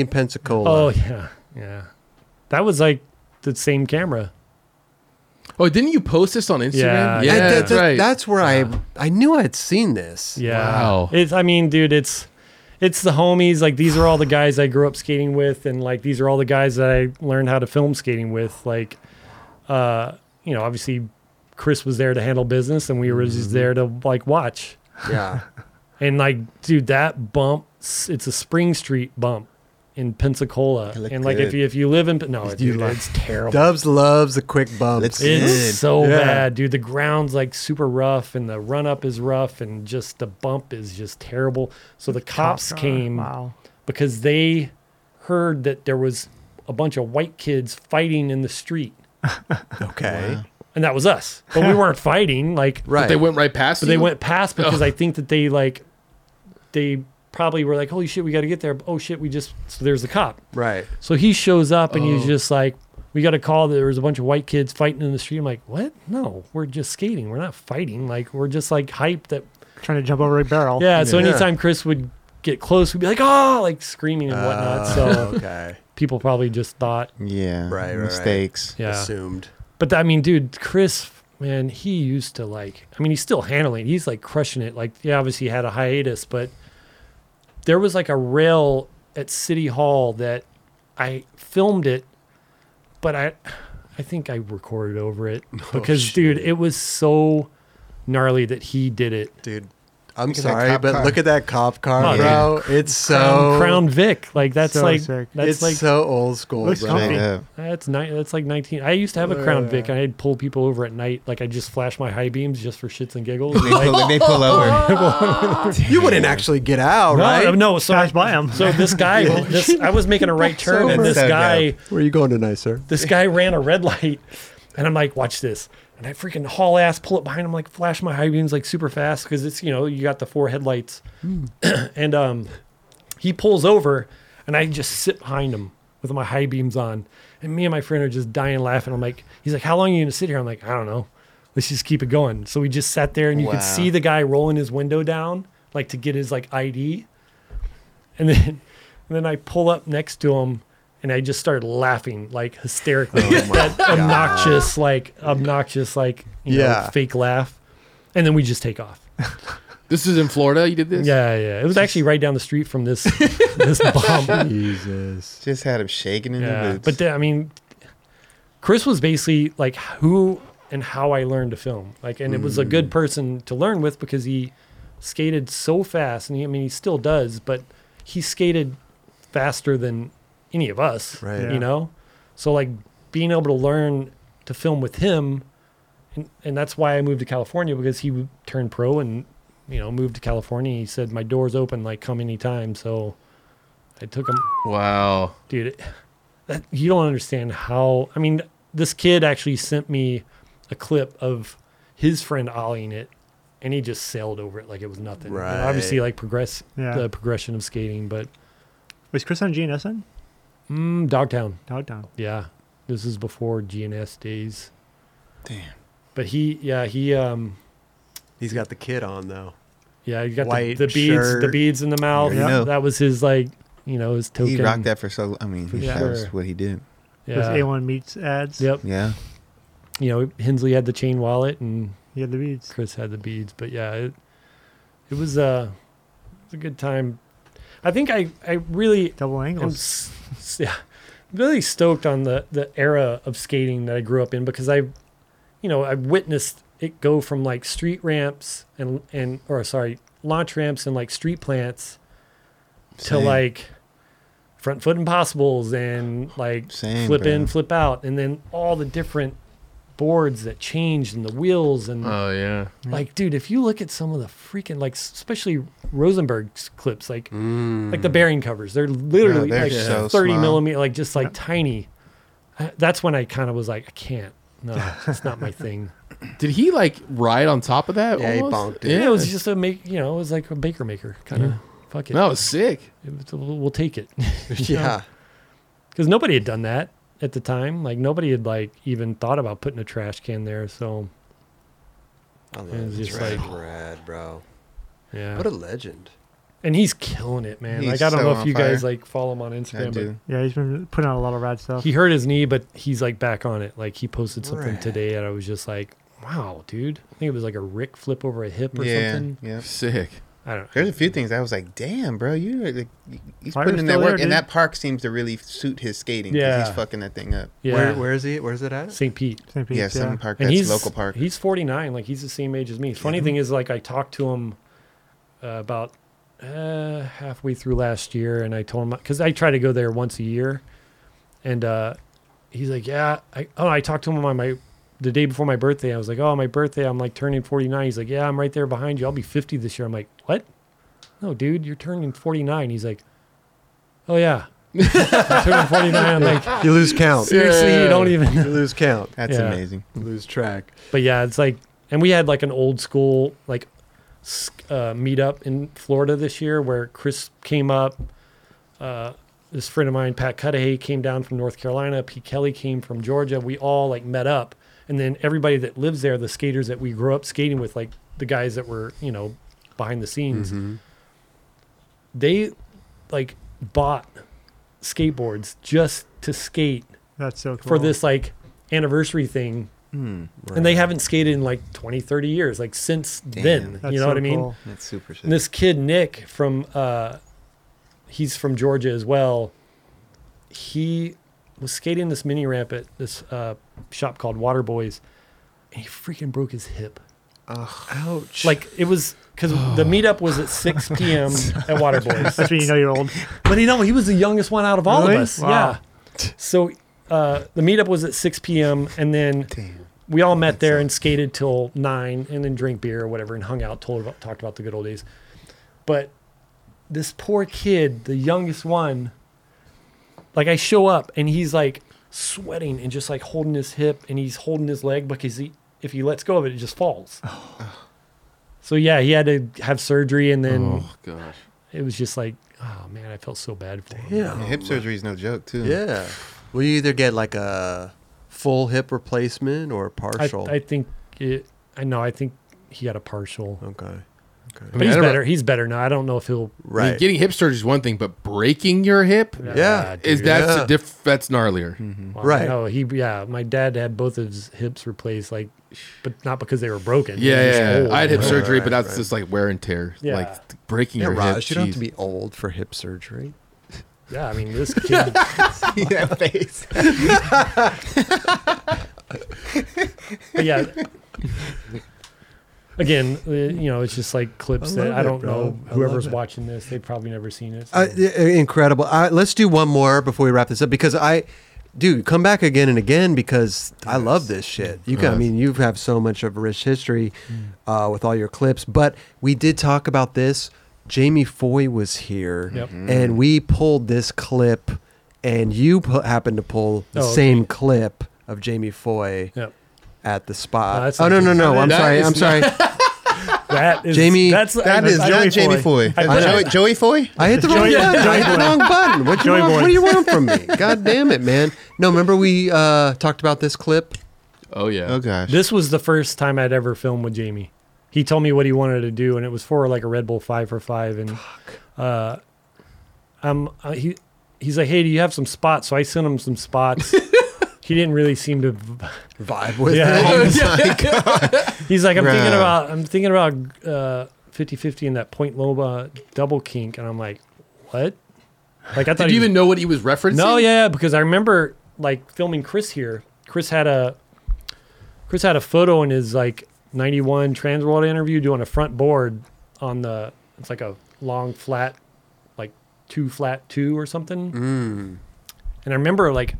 1990 in Pensacola.
Oh yeah, yeah. That was like the same camera.
Oh, didn't you post this on
Yeah.
Instagram?
That- that-
that's
that-
right.
That's where I I knew I had seen this.
Yeah.
Wow.
It's. I mean, dude, it's. It's the homies. Like these are all the guys I grew up skating with, and like these are all the guys that I learned how to film skating with. Like, uh, you know, obviously, Chris was there to handle business, and we were
Mm-hmm.
just there to like watch.
Yeah.
And like, dude, that bump, s- it's a Spring Street bump in Pensacola.
It looked
And like, if
good.
you if you live in, Pe- no, dude,
like-
it's terrible.
Dubs loves the quick bumps.
Let's-
it's
Dude,
so
yeah.
bad, dude. The ground's like super rough, and the run up is rough, and just the bump is just terrible. So the cops
Top guy.
came
Wow.
because they heard that there was a bunch of white kids fighting in the street,
okay.
and that was us. But we weren't fighting. Like,
Right.
They went right past.
But they
you?
went past because I think that they like they probably were like, "Holy shit, we got to get there!" Oh shit, we just so there's the cop.
right.
So he shows up and he's
Oh.
just like, "We got a call that there was a bunch of white kids fighting in the street." I'm like, "What? No, we're just skating. We're not fighting. Like we're just like hyped that
Trying to jump over a barrel.
yeah." So
Yeah.
anytime Chris would get close, we'd be like, "Oh!" like screaming and whatnot.
Uh,
so
okay.
people probably just thought,
Yeah.
Right, right, right.
Mistakes.
yeah.
Assumed.
But I mean, dude, Chris, man, he used to like. I mean, he's still handling. it. He's like crushing it. Like, yeah, obviously he had a hiatus, but there was like a rail at City Hall that I filmed it, but I, I think I recorded over it
Oh,
because, dude, it was so gnarly that he did it.
Dude, I'm
Look at that
sorry,
cop
but
car.
look at that cop car,
Oh,
bro. It's so
Crown, Crown Vic, like that's
So
like
sick.
that's
it's
like
so old school,
Looks
bro.
comfy.
Check up.
that's ni- that's like nineteen. I used to have a Crown Vic, and I'd pull people over at night. Like I just flash my high beams just for shits and giggles.
They pull, they pull over.
You wouldn't actually get out,
No,
right?
no, so
Gosh, buy 'em.
So this guy, this, I was making a right turn, and
Sober.
this
So
guy,
Where are you going tonight, sir?
this guy ran a red light, and I'm like, watch this. And I freaking haul ass, pull up behind him, like flash my high beams like super fast because it's you know you got the four headlights, and um, he pulls over, and I just sit behind him with my high beams on, and me and my friend are just dying laughing. I'm like, he's like, how long are you gonna sit here? I'm like, I don't know. Let's just keep it going. So we just sat there, and you
Wow.
could see the guy rolling his window down, like to get his like ID, and then and then I pull up next to him. And I just started laughing like hysterically, like, that obnoxious, like obnoxious, like you
Yeah.
know, fake laugh, and then we just take off.
This is in Florida. You did this?
Yeah, yeah. It was actually right down the street from this this bomb.
Jesus.
Just had him shaking in the
Yeah,
boots.
but then, I mean, Chris was basically like who and how I learned to film. Like, and it was a good person to learn with because he skated so fast, and he, I mean, he still does, but he skated faster than any of us.
Right.
Yeah.
You know, so like being able to learn to film with him. And, and that's why I moved to California because he w- turned pro and you know moved to California. He said my door's open, like come anytime. So I took him
Wow.
dude it- that, you don't understand how i mean this kid actually sent me a clip of his friend ollieing it and he just sailed over it like it was nothing And
Right.
obviously like progress
Yeah.
the progression of skating but
Was Chris on GNS then?
mm, dogtown
Dogtown.
yeah this is before gns days
Damn.
but he yeah he um
He's got the kid on though.
yeah he got
White
the, the beads the
shirt.
beads in the mouth
You know.
that was his like you know his token
He rocked that for so. I mean,
For
that was
sure.
what he did.
Those
yeah
A1 Meats ads.
yep
Yeah.
you know hensley had the chain wallet and
He had the beads.
Chris had the beads, but yeah, it, it was uh, it was a good time. I think I I really
Double
am
angles.
s- s- yeah, really stoked on the the era of skating that I grew up in because I, you know, I witnessed it go from like street ramps and and or sorry launch ramps and like street plants to
Same.
like front foot impossibles and like
Same,
flip in
bro.
flip out and then all the different boards that changed and the wheels and
Oh yeah.
like, dude, if you look at some of the freaking like, s- especially Rosenberg's clips, like like the bearing covers, they're literally
Mm. they're
like
so
thirty
small.
millimeter, like just like tiny. I- That's when I kind of was like, I can't. No, it's not my thing.
Did he like ride on top of that?
Yeah, he
almost?
bonked it.
Yeah, it was just a make. You know, it was like a baker maker kind of. Fuck it.
That was sick.
It was- we'll we'll take it
Yeah.
because nobody had done that at the time. Like nobody had like even thought about putting a trash can there. So
I love
It was
this
just
rad,
like-
rad, bro.
yeah,
What a legend.
and he's killing it, man.
He's
like I don't
so
know if
on
you guys
fire.
like follow him on
I
Instagram, but
do.
Yeah, he's been putting out a lot of rad stuff.
he hurt his knee, but he's like back on it. Like he posted something
Right.
today, and I was just like, "Wow, dude!" I think it was like a Rick flip over a hip or
Yeah.
something.
Yeah.
Sick.
I don't.
There's a few things I was like, damn, bro, you are, like y- he's
Fire's
putting in that
still
work,
there,
and
dude.
that park seems to really suit his skating. 'cause
Yeah.
he's fucking that thing up.
Yeah,
Where where is he? Where's it at?
St. Pete,
St. Pete's,
yeah, some park
and
that's
he's
local park.
He's 49, like he's the same age as me. Funny thing is, like I talked to him uh, about uh, halfway through last year, and I told him because I try to go there once a year, and uh, he's like, "Yeah." I, oh, I talked to him on my the day before my birthday. I was like, "Oh, my birthday! I'm like turning 49." He's like, "Yeah, I'm right there behind you. I'll be 50 this year." I'm like, "What? No, dude, you're turning 49." He's like, "Oh yeah." I'm turning 49. I'm like,
You lose count.
seriously, you
Yeah.
don't even
You lose count.
That's
yeah.
amazing.
You lose track.
but yeah, it's like, and we had like an old school like s- uh, meetup in Florida this year where Chris came up. Uh, this friend of mine, Pat Cudahy, came down from North Carolina. Pete Kelly came from Georgia. We all like met up, and then everybody that lives there, the skaters that we grew up skating with, like the guys that were you know behind the scenes, they like bought skateboards just to skate
That's so cool.
for this like anniversary thing and they haven't skated in like 20 30 years like since then
Damn.
That's
you know
so
what i mean
cool.
That's super sick.
and this kid nick from uh he's from georgia as well he was skating this mini ramp at this uh shop called water boys and he freaking broke his hip
Ouch.
like it was because the meetup was at 6 p.m at water boys
That's when you know you're old.
but you know, he was the youngest one out of all
Really?
of us.
Wow.
Yeah. So uh, the meetup was at 6 p.m. and then
Damn.
we all met there and skated till nine, and then drank beer or whatever, and hung out, told about, talked about the good old days. But this poor kid, the youngest one, like I show up and he's like sweating and just like holding his hip and he's holding his leg because he if he lets go of it, it just falls. So yeah, he had to have surgery, and then
oh gosh.
it was just like, oh man, I felt so bad for him.
Yeah.
hip surgery is no joke too.
Yeah. Well, you either get like a full hip replacement or a
I,
partial.
I think it, I know. I think he had a partial,
okay. Okay.
but he's
I don't know-
better. He's better now. I don't know if he'll.
I mean,
Right.
getting hip surgery is one thing, but breaking your hip
Yeah.
is
dude.
that's
Yeah.
a diff- that's gnarlier.
Wow.
Right.
No, he yeah. My dad had both of his hips replaced, like, but not because they were broken. They were just
Yeah, yeah.
old.
I had hip
Right,
surgery, but
right,
that's
right.
just like wear and tear.
Yeah.
Like th- breaking
Yeah,
your
Raj,
hip.
you don't have to
jeez.
be old for hip surgery.
Yeah, I mean this kid.
that face.
but yeah. Again, uh, you know, it's just like clips
I
that
love
I
it,
don't
bro. I
know.
love
Whoever's
it.
watching this, they've probably never seen it. so-
Uh, i- i- incredible. Uh, let's do one more before we wrap this up because I, dude, come back again and again because I love this shit. You can, I
Yes.
mean, you have so much of a rich history
Mm.
uh, with all your clips, but we did talk about this. Jamie Foy was here,
Yep. Mm.
and we pulled this clip, and you pu- happened to pull the
Oh, okay.
same clip of Jamie Foy
Yep.
at the spot.
No, that's
oh
not
no, no,
Jamie
no!
Foy.
I'm
That
sorry.
is
I'm sorry.
That is
Jamie-
That's
That
I-
is
I-
not Jamie Foy.
I-
Uh, Joey, Joey Foy?
I hit the wrong
Joey-
button. I
Joey
hit the
Boy.
wrong button. What you
Joey
want?
Boy.
What do you want from me? God damn it, man! No, remember we uh, talked about this clip.
Oh yeah.
Oh gosh.
This was the first time I'd ever filmed with Jamie. He told me what he wanted to do, and it was for like a Red Bull five for five. And uh, I'm uh, he he's like, hey, do you have some spots? So I sent him some spots. he didn't really seem to.
Vibe with
Oh,
Yeah.
it.
He's like, I'm thinking
Bruh.
about I'm thinking about uh, 50-50 and that Point Loba double kink, and I'm like, what? Like I thought
Did
he
you even know what he was referencing?
No, yeah, because I remember like filming Chris here. Chris had a Chris had a photo in his like '91 Transworld interview doing a front board on the it's like a long flat, like two flat two or something. And I remember like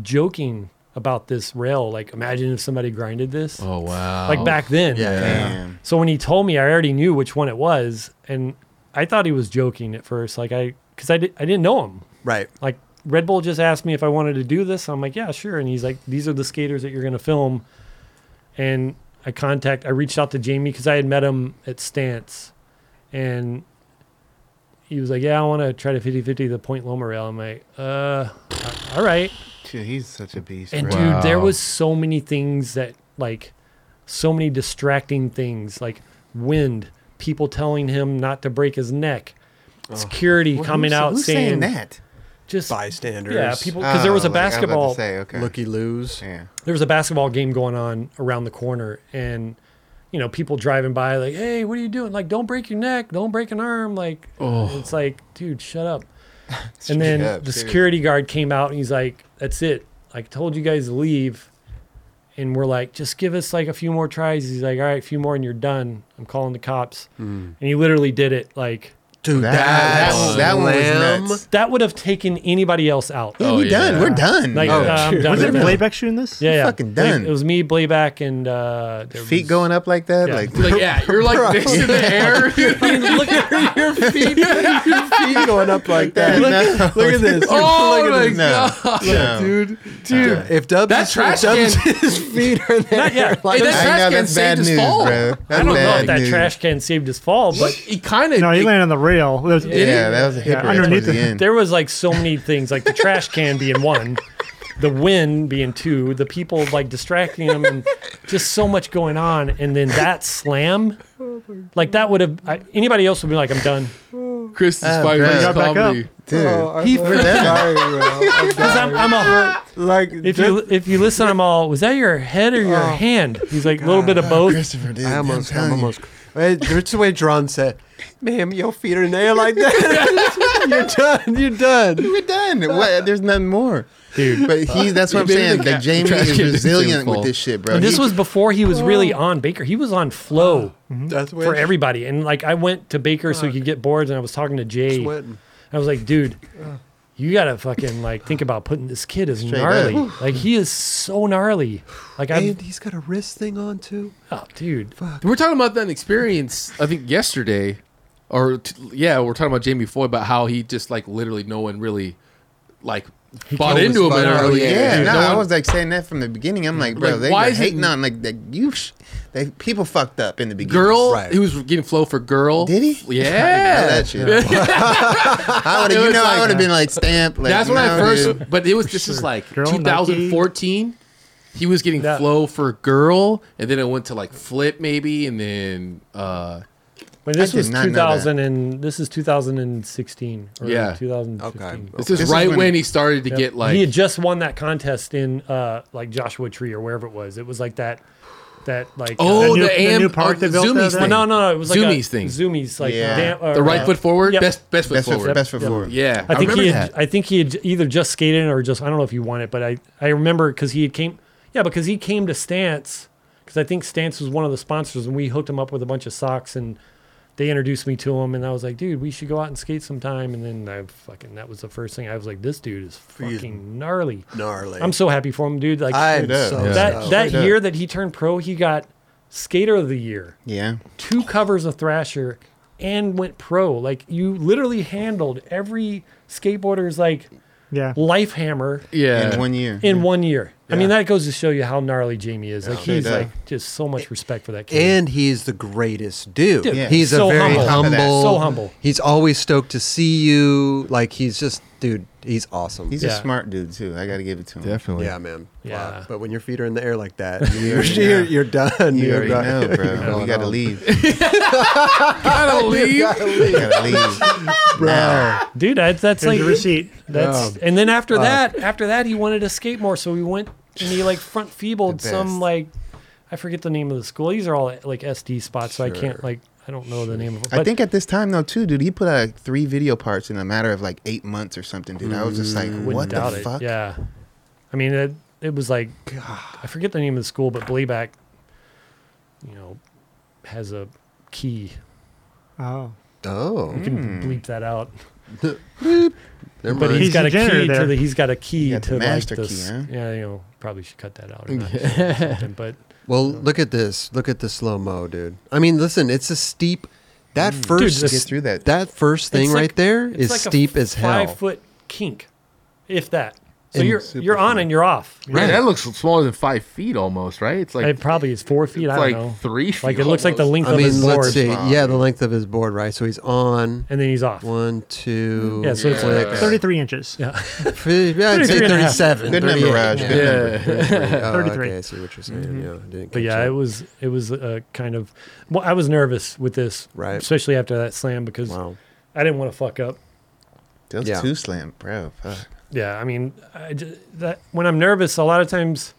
joking about this rail, like imagine if somebody grinded this,
Oh wow.
like back then.
Yeah.
Damn.
So when he told me, I already knew which one it was, and I thought he was joking at first, like I because I di- I didn't know him
Right.
like Red Bull just asked me if I wanted to do this. I'm like, yeah, sure. And he's like, these are the skaters that you're going to film. And I contact, I reached out to Jamie because I had met him at Stance, and he was like, yeah, I want to try to 50-50 the Point Loma rail. I'm like, uh, all right.
Dude, he's such a beast.
And
bro.
Wow.
dude, there was so many things that like so many distracting things like wind, people telling him not to break his neck, security
Well,
coming
who's-
out
who's
saying,
that?
just
Bystanders.
yeah, people because there was
Oh,
a
like, I about to
basketball
say, okay.
Looky lose.
Yeah.
there was a basketball game going on around the corner and you know people driving by like hey what are you doing like don't break your neck don't break an arm like it's like dude shut up and then
up,
the
Oh. dude.
security guard came out and he's like that's it i told you guys to leave and we're like just give us like a few more tries he's like all right a few more and you're done i'm calling the cops
Mm-hmm.
and he literally did it like
Dude,
That-
that,
that one- that one was
slam.
nuts.
that would have taken anybody else out
Yeah,
Oh,
we
yeah.
done. We're done.
like
Oh,
um,
dude.
done
Was
with
it
that.
playback shooting this?
yeah, yeah.
Fucking
Blay-
done.
it was me Blayback and uh there
Feet
was-
going up like that.
Yeah.
Like
Like yeah, you're like this in the air.
I mean, look at her.
Your feet, your feet going up like that.
Look at-
No.
look at this.
oh
Look at
my
this.
god.
no, no.
dude, dude. If Dubs,
That trash
Dubs,
can-
his feet are in there.
yeah.
Like,
Hey, that
I
trash
know
can
that's bad
saved his
news,
fall.
bro. That's
I don't know
bad
if that
news.
trash can saved his fall,
But
but
he kind of
No, he landed on the rail. It was-
Yeah, that was a hit
Yeah,
right
underneath
towards the
it.
end.
there was like so many things, like the trash can being one, the wind being two, the people like distracting him, and just so much going on. And then that slam, like that would have I, anybody else would be like, I'm done.
Chris is
Ah,
fighting
bro.
his
Got
back
comedy.
Dude,
Oh,
he
we're done.
Because I'm, I'm a,
like
if you if you listen, I'm all, was that your head or your hand? He's like a little bit of both.
Christopher, dude.
I
I'm
almost,
telling
I'm
you.
almost. That's the way John said, "Ma'am, your feet are in the air like that. you're done. You're done."
We're done. What? There's nothing more.
Dude.
But he, that's what I'm
He did
saying.
the
Like
cat-
Jamie
trash
is
can didn't
resilient
fall.
with this shit, bro.
And this
He-
was before he was really on Baker. He was on flow.
That's the way
for
it's
everybody. And like I went to Baker so he could get boards, and I was talking to Jay.
sweating.
I was like, dude, you gotta fucking like think about putting this kid as
Straight
gnarly.
up.
Like he is so gnarly. Like I,
And he's got a wrist thing on too.
oh, dude,
We We're talking about that experience. I think yesterday, or t- yeah, we we're talking about Jamie Foy about how he just like literally no one really like bought
told us
into him
about
in
it
early
earlier.
age.
Yeah,
Dude,
no,
no
I
one-
was like saying that from the beginning. I'm like, bro,
Like,
they
why
were
is it-
hating on like that. You, sh- they people fucked up in the beginning.
Girl,
Right.
he was getting flow for girl.
Did he?
Yeah,
that shit. I would
It
have, you
was
know,
like-
I would have been like stamped. Like,
That's when I
no,
first.
dude.
But it was this is like
Girl,
2014. He was getting
Yeah.
flow for girl, and then it went to like flip maybe, and then uh
When this
did
was
not know
2000 and this is 2016 or
Yeah.
2015.
Okay.
this is
This is
right
when-
when, he started to
Yep.
get like
he had just won that contest in uh like Joshua Tree or wherever it was. It was like that that like
oh
The
the,
new- the
AM,
new park
oh,
they built
Zoomies
over there?
thing.
no, no, no, it was like
Zoomies
a,
thing.
Zoomies like
Yeah.
damn- or,
the right
uh,
foot forward,
yep.
best best foot
best
forward.
foot, best foot
Yep.
forward.
Yeah,
I think
remember
he had,
that.
I think he had either just skated it or just I don't know if he won it, but I I remember because he had came yeah because he came to Stance because I think Stance was one of the sponsors and we hooked him up with a bunch of socks and they introduced me to him and I was like dude we should go out and skate sometime and then I fucking that was the first thing I was like this dude is fucking gnarly.
Gnarly.
I'm so happy for him, dude. Like
I'm
Straight up.
so
Yeah.
that
stoked.
that
Straight up.
year that he turned pro, he got skater of the year
Yeah.
two covers of Thrasher and went pro. Like you literally handled every skateboarder's like
Yeah.
life hammer
yeah.
In one year.
in one year. I mean,
Yeah.
that goes to show you how gnarly Jamie is. Like
Yeah.
he's
Yeah.
like just so much respect for that kid.
and he's the greatest dude.
Dude,
Yeah.
He's
so
a very
humble.
humble,
So humble.
He's always stoked to see you. Like he's just, dude. He's awesome.
He's
Yeah.
a smart dude too. I got to give it to him.
Definitely.
yeah, man.
Yeah.
But when your feet are in the air like that, you're,
already
you're,
know.
you're done.
You
You're
already
done.
know, bro.
going
You got to
home.
leave.
Gotta leave.
You got to leave. Now.
Dude, that's that's
Here's
like
your receipt.
that's and then after that, after that he wanted to skate more, so we went and he like front feebled
The
some
best.
like I forget the name of the school. These are all like SD spots, so I can't
Sure.
like I don't know the name of it.
I
but-
think at this time though too, dude, he put out like, three video parts in a matter of like eight months or something, dude. I was just like,
Wouldn't
what the
doubt Mm, it.
fuck?
Yeah. I mean, it, it was like, I forget the name of the school, but Blayback, you know, has a key.
Oh.
Oh,
You can bleep that out.
Never
Mm. But
mind.
He's
he's got a
degenerate
key to
there.
the, he's got a key
He got the
to like
master
this.
key, huh?
Yeah, you know, probably should cut that out. Or not, or something, but
well, look at this. Look at the slow mo, dude. I mean, listen, it's a steep. That first,
this-
Get through that.
that first thing
It's
right
like-
there
it's
is
like a
steep as hell.
Five foot kink, if that. So
And
you're
super
you're on
fun.
and you're off.
Right, that looks smaller than five feet almost. Right, it's like
it probably is four feet.
it's
I don't
like
know.
three.
Like
feet
it looks like the
almost.
length
I
of
mean,
his
let's
board,
see.
Wow.
Yeah, the length of his board, right? So he's on
and then he's off.
one, two.
Yeah, so it's
flick.
like-
33 inches.
Yeah.
yeah, I'd say
33 and a half.
37.
Good number,
38.
Raj.
Yeah.
Good number.
Oh,
33.
okay, I see what you're saying. Yeah, I didn't
Mm-hmm. But
catch
yeah,
that.
it was it was a kind of well, I was nervous with this,
Right.
Especially after that slam because
Wow.
I didn't want to fuck up.
Those
Yeah.
two slam, bro. Fuck.
Yeah, I mean, I j that when I'm nervous, a lot of times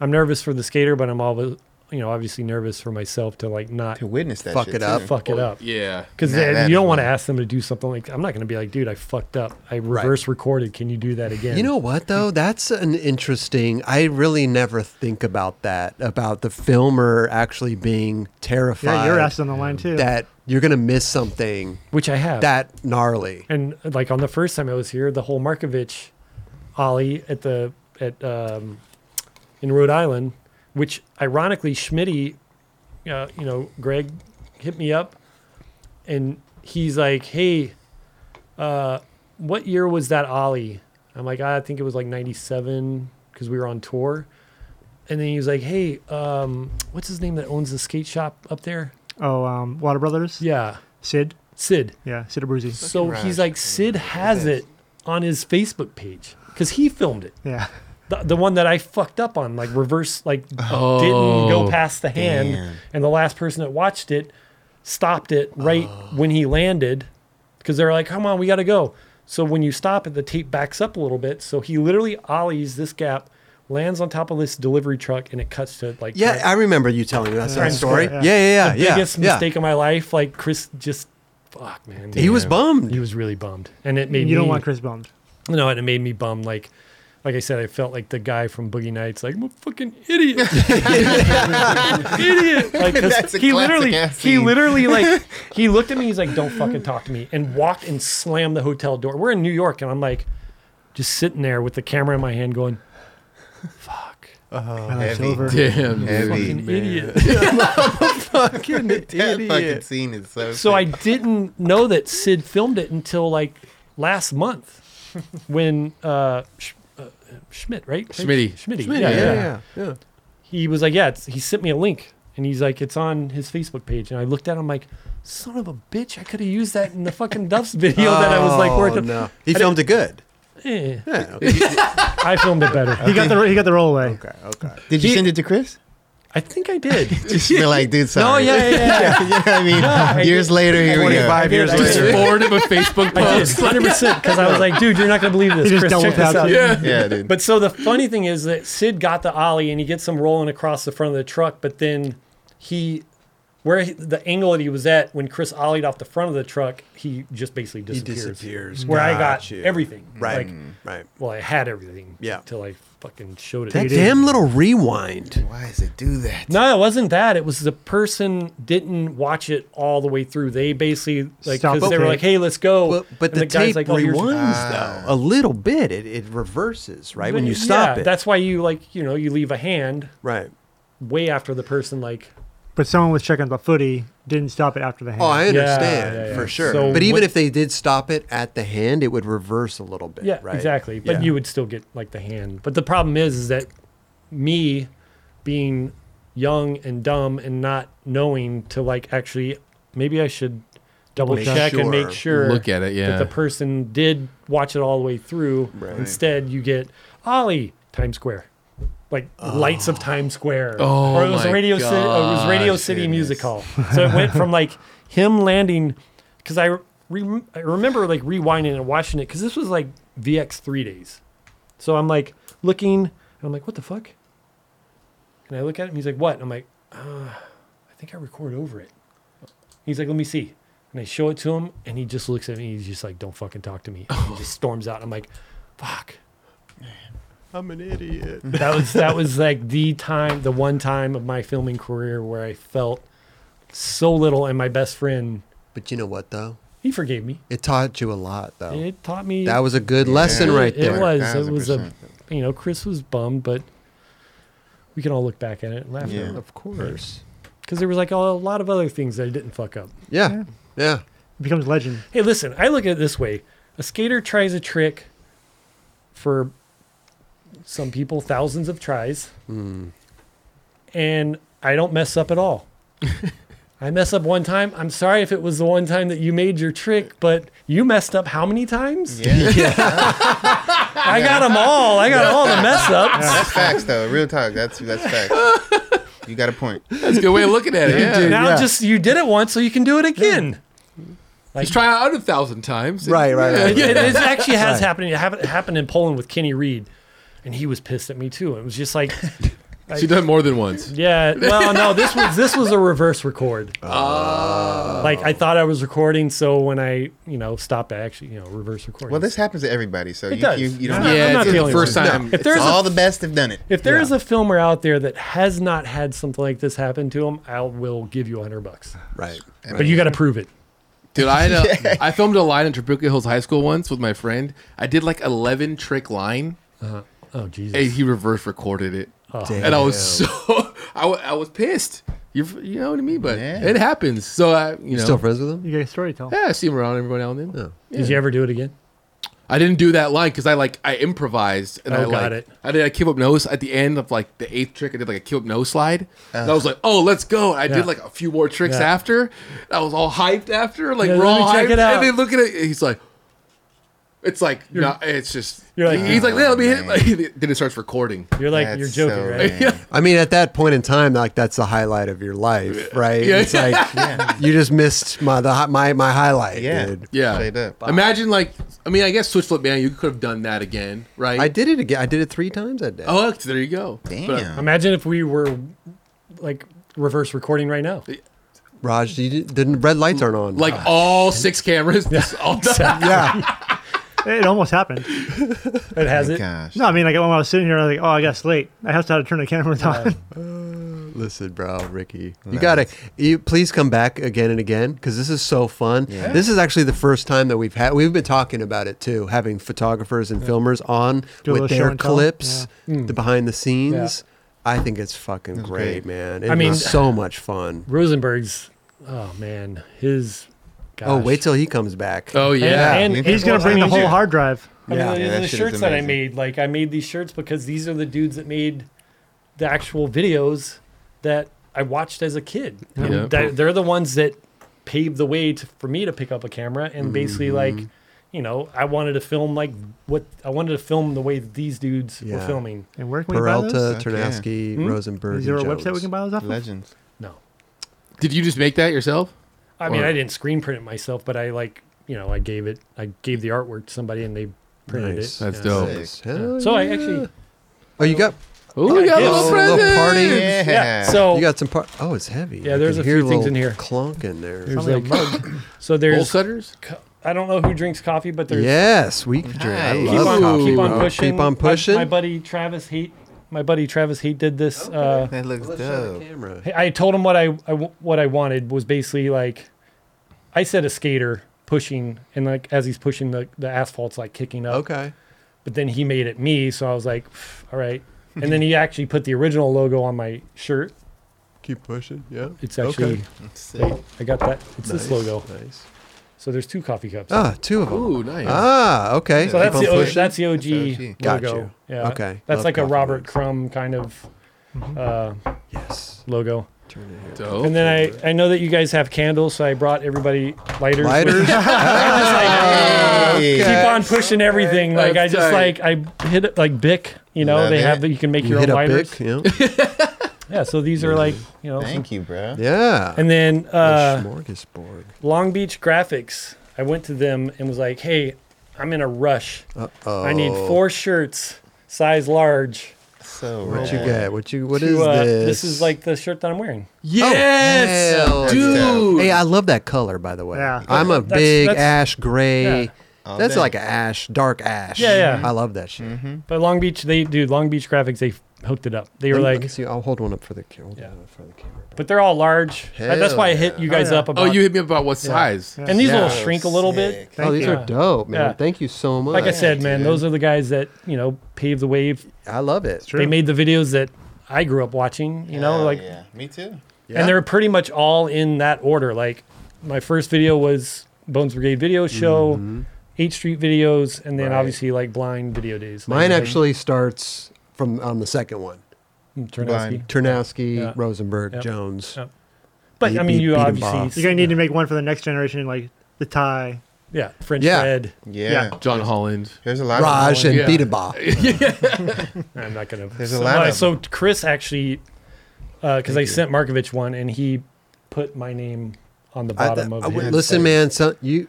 I'm nervous for the skater, but I'm always you know obviously nervous for myself to like not
To witness that
Fuck
shit,
it up.
too.
fuck it up
Yeah,
because
Nah, that
you don't
is
want to
wild.
ask them to do something like I'm not going to be like, dude, I fucked up. I reverse recorded. Can you do that again?
You know what though? That's an interesting. I really never think about that about the filmer actually being terrified
Yeah, your ass is on the line too.
that you're going to miss something
which I have
that gnarly.
and uh, like on the first time I was here, the whole Markovich ollie at the at um, in Rhode Island, which ironically Schmitty, uh, you know, Greg hit me up, and he's like, "Hey, uh, what year was that ollie?" I'm like, "I think it was like '97 because we were on tour." And then he was like, "Hey, um, what's his name that owns the skate shop up there?"
Oh, um, Water Brothers?
Yeah,
Sid?
Sid.
Yeah, Sid Abruzzi.
So
Raj.
he's like, Sid has
this.
it on his Facebook page because he filmed it.
Yeah.
The, the one that I fucked up on, like reverse, like didn't
Oh,
go past the hand.
damn.
And the last person that watched it stopped it right when he landed because they're like, come on, we got to go. So when you stop it, the tape backs up a little bit. So he literally ollies this gap, lands on top of this delivery truck, and it cuts to like
Yeah,
my
I remember you telling me that sort of
Yeah.
story. Yeah,
Yeah.
yeah, yeah. yeah,
biggest
yeah.
mistake of my life. Like Chris just, fuck man,
He was
he
bummed.
was really bummed, and it made
You don't
me-
want Chris bummed.
you know, and it made me bum. Like, like I said, I felt like the guy from Boogie Nights, like I'm a fucking idiot, idiot. Like 'cause
That's a
he
classic
literally,
ass
he
scene.
literally, like he looked at me. He's like, "Don't fucking talk to me," and walked and slammed the hotel door. We're in New York, and I'm like, just sitting there with the camera in my hand, going, "Fuck,
Oh,
My life's
heavy.
over.
damn.
Heavy.
fucking idiot, I'm a fucking
That fucking
idiot."
scene is so.
So I
sick.
didn't know that Sid filmed it until like last month. when uh, Sch- uh, Schmidt, right?
Schmitty.
Schmitty.
Yeah,
yeah,
yeah,
yeah.
yeah. yeah.
He was like, yeah, it's, he sent me a link. And he's like, it's on his Facebook page. And I looked at him like, son of a bitch, I could have used that in the fucking Duff's video that I was like
Oh,
working.
no. He filmed it good.
Eh,
Yeah. Okay.
I filmed it better.
He got the he got the rollaway.
okay. Okay.
Did you
He-
send it to Chris?
I think I did.
Just be like, dude,
Oh,
sorry.
yeah, yeah, yeah.
yeah. you know what I mean?
I
Years later, here we go.
I
25
did,
years
I did.
Just
later.
forward him a Facebook
I did,
post.
hundred percent. Because I was like, dude, you're not gonna believe this.
He just
Chris,
double
check this
tapped
out.
you.
Yeah, dude.
But so the funny thing is that Sid got the ollie and he gets him rolling across the front of the truck, but then he, where he, the angle that he was at when Chris ollied off the front of the truck, he just basically
He
disappears.
disappears.
Where I got
you.
everything.
Right.
Like,
right.
well, I had everything.
Yeah.
Till I fucking showed it.
That
to you.
damn little rewind.
Why does it do that?
No, it wasn't that. It was the person didn't watch it all the way through. They basically like
Stop
because
the
they were
tape.
like, "Hey, let's go."
But, but
And
the, tape
guy's like, "Oh, here's- Ah.
rewinds though a little bit. It, it reverses right when you stop
yeah,
it.
That's why you like you know you leave a hand
right.
way after the person like
But someone was checking the footy, didn't stop it after the hand.
Oh, I understand
yeah, yeah.
for sure.
So
but even
what-
if they did stop it at the hand, it would reverse a little bit.
yeah
right?
exactly. But
Yeah.
you would still get like the hand. But the problem is is that me being young and dumb and not knowing to like actually maybe I should double
Make
check and make
sure.
sure
Look at it, yeah.
that the person did watch it all the way through.
Right.
Instead, you get Ollie Times Square. Like lights of Times Square,
Oh
or it was
my
Radio City. It was Radio
gosh,
City
goodness.
Music Hall. So it went from like him landing, because I, re- I remember like rewinding and watching it because this was like VX three days. So I'm like looking, and I'm like, what the fuck? And I look at him. He's like, what? And I'm like, uh, I think I record over it. He's like, let me see. And I show it to him, and he just looks at me. He's just like, don't fucking talk to me. And he just storms out. I'm like, fuck.
I'm an idiot.
That was that was like the time, the one time of my filming career where I felt so little. And my best friend,
But you know what though?
he forgave me.
It taught you a lot though.
It taught me
Oh. that was a good lesson
it,
right there.
It was. It
Thousand
was a.
percent.
You know, Chris was bummed, but we can all look back at it and laugh.
Yeah.
Of course.
Because there was like a lot of other things that I didn't fuck up.
Yeah. Yeah.
It becomes legend.
Hey, listen, I look at it this way. A skater tries a trick for some people, thousands of tries. And I don't mess up at all. I mess up one time. I'm sorry if it was the one time that you made your trick, but you messed up how many times?
Yeah.
I got them all. I got all the mess ups.
That's facts, though. Real talk. That's that's facts. You got a point.
That's a good way of looking at it. Yeah.
Now
yeah.
just you did it once, so you can do it again.
Just try out a thousand times.
Right, right, right.
it, it- it actually has happened. It happened- it happened in Poland with Kenny Reed, and he was pissed at me too. It was just like
She done more than once.
Yeah. Well, no, this was this was a reverse record.
Oh.
Like I thought I was recording, so when I you know stopped, I actually you know reverse recording.
Well, this happens to everybody, so
It
you,
does.
you, you don't.
Yeah, I'm not
it's
the
the
only
first
one.
time.
if there's
all
a,
the best have done it.
if there is a filmer out there that has not had something like this happen to him, I will give you a hundred bucks.
Right.
But you got to prove it.
Dude, I had a, I filmed a line in Tribuca Hills High School once with my friend. I did like eleven trick line,
Oh Jesus.
and he reverse recorded it.
Damn.
And I was so I, wa- I was pissed. You you know what I mean? But
Yeah.
it happens. So I you know
Still friends with him?
You get a story to tell.
yeah I see him around every now and then.
No.
Did you ever do it again?
I didn't do that line because I like I improvised and
Oh,
I
got
like,
it.
I did a keep up nose at the end of like the eighth trick. I did like a keep up nose slide. and I was like, oh, let's go. And I
Uh. Yeah.
did like a few more tricks
Yeah.
after. I was all hyped after. Like
Yeah,
we're
let
all
me check
hyped.
it out.
And then look at it. He's like, it's like no, it's just.
You're like-
he's like, yeah, let me hit. it."
Oh,
Like, then it starts recording.
You're like
That's
you're joking,
so
right?
bad.
Yeah.
I mean, at that point in time, like that's the highlight of your life, right?
Yeah.
It's like you just missed my the hi- my my highlight,
Yeah.
dude.
Yeah.
Straight up.
Imagine like I mean I guess switch flip man you could have done that again right.
I did it again. I did it three times that day.
Oh, look, there you go. uh,
Damn.
Imagine if we were like reverse recording right now.
Raj, you did, the red lights aren't on.
like all six cameras, just all done.
yeah,
It almost happened.
It has it.
Gosh.
No, I mean like when I was sitting here, I was like, oh, I got late. I have to how to turn the cameras on.
listen, bro, Ricky, you gotta. You please come back again and again because this is so fun. This is actually the first time that we've had. We've been talking about it too, having photographers and filmers on
Do a little
with
show
their
and tell.
clips, the behind the
Yeah.
scenes. I think it's fucking great,
great.
man. It
I mean-
was so much fun.
Rosenberg's. Oh man, his. Gosh.
Oh, wait till he comes back.
Oh yeah.
And, and,
He's gonna
well, I
bring the
mean,
whole hard drive.
I
Yeah.
mean,
Yeah,
the,
that
the
shit is
shirts that I
amazing.
made, like I made these shirts because these are the dudes that made the actual videos that I watched as a kid.
Yeah.
And that- they're the ones that paved the way to, for me to pick up a camera and basically like, you know, I wanted to film like what I wanted to film the way that these dudes were
Yeah.
filming.
And where can we buy
Peralta,
those?
Okay.
Ternowski,
Hmm?
Rosenberg.
Is there a
and
website we
Jones.
can buy those off of?
Legends.
No,
Did you just make that yourself?
I mean
Or-
I didn't screen print it myself, but I like you know I gave it I gave the artwork to somebody and they printed
Nice.
it.
That's
Yeah.
dope.
Nice. Hell
So I
yeah.
actually
Oh, you got
Oh, we got a
Yeah.
little
Oh,
little
present.
party.
Yeah.
yeah. So
you got some part. Oh, it's heavy.
Yeah,
I
there's
can
a
hear
few things
little
in here.
Clunk in there.
there's
Probably a
like so
Bowl
there's
cutters.
co- I don't know who drinks coffee, but there's
Yes, we could drink. I
Nice.
love
keep on
coffee.
keep on
bro.
pushing.
Keep on
My-
pushing.
My, buddy Travis Heat, my buddy Travis Heat did this. Uh,
That looks
Let's show the
dope.
camera.
I told him what I, I w- what I wanted was basically like, I said a skater pushing and like as he's pushing the the asphalt's like kicking up.
Okay.
But then he made it me, so I was like, "Pff, all right. And then he actually put the original logo on my shirt.
Keep pushing. Yeah.
It's actually
Sick.
I got that. It's this logo.
Nice.
So there's two coffee cups.
Ah, two of them.
Ooh, nice.
Ah, okay.
So
Keep
that's
on
the, O-
pushing.
that's the OG
That's OG.
Got
logo.
you.
Yeah.
Okay.
That's
Love
like a
coffee
Robert
mugs.
Crumb kind of uh,
Yes.
logo.
Turn it here.
Dope.
And then I, I know that you guys have candles, so I brought everybody lighters.
Lighters.
Hey.
Keep on pushing everything. Like I
That's
just
tight.
like I hit it like Bic. You know
Love
they have
it.
that you can make
You
your
hit
own
a
lighters.
pick. Yeah.
Yeah. So these are like you know.
Thank you, bro.
Yeah.
And then
A
uh,
smorgasbord.
Long Beach Graphics. I went to them and was like, hey, I'm in a rush.
Uh-oh.
I need four shirts, size large.
So
What
rad.
you got? What you? What
to,
is
uh,
this?
This is like the shirt that I'm wearing.
Yes,
Oh, hell
dude.
Hey, I love that color, by the way.
Yeah.
I'm a
That's-
big
that's-
ash gray.
Yeah.
All
That's
day.
like an ash, dark ash.
Yeah, yeah.
I love that shit.
But Long Beach, they dude, Long Beach graphics, they hooked it up. They were
Let me- let
like,
me see, I'll hold one up for the, ca- hold
Yeah.
one up for the camera.
but they're all large. Uh, That's
Hell
why I hit you guys
yeah.
up
Oh,
about.
you hit me up about what size.
Yeah.
and these
Yeah.
will shrink a little bit.
Sick.
oh,
Thank
these
you.
are dope, man.
Yeah.
Thank you so much.
Like I said, man,
dude.
those are the guys that you know paved the way.
I love it.
True.
They made the videos that I grew up watching. You know,
Hell
like,
yeah. me too.
Yeah.
and they're pretty much all in that order. Like, my first video was Bones Brigade Video Show, Eight Street videos, and then
Right.
obviously like Blind Video Days.
Mine
like,
actually starts from on the second one.
Turnowski.
Turnowski,
Yeah.
Rosenberg,
Yep.
Jones.
Yep. But
Beat-
I mean,
beat-
you
beat 'em boss.
obviously,
You're gonna need to make one for the next generation, like the tie.
yeah, French
Yeah.
bread.
Yeah.
John Holland.
There's a lot
Raj
of
and
Yeah.
Beataba.
I'm not gonna.
There's a
so,
lot
uh,
of
so Chris actually, because I sent Markovich one, and he put my name on the
I-
bottom
I
of
would-
it.
Listen, man, so you
You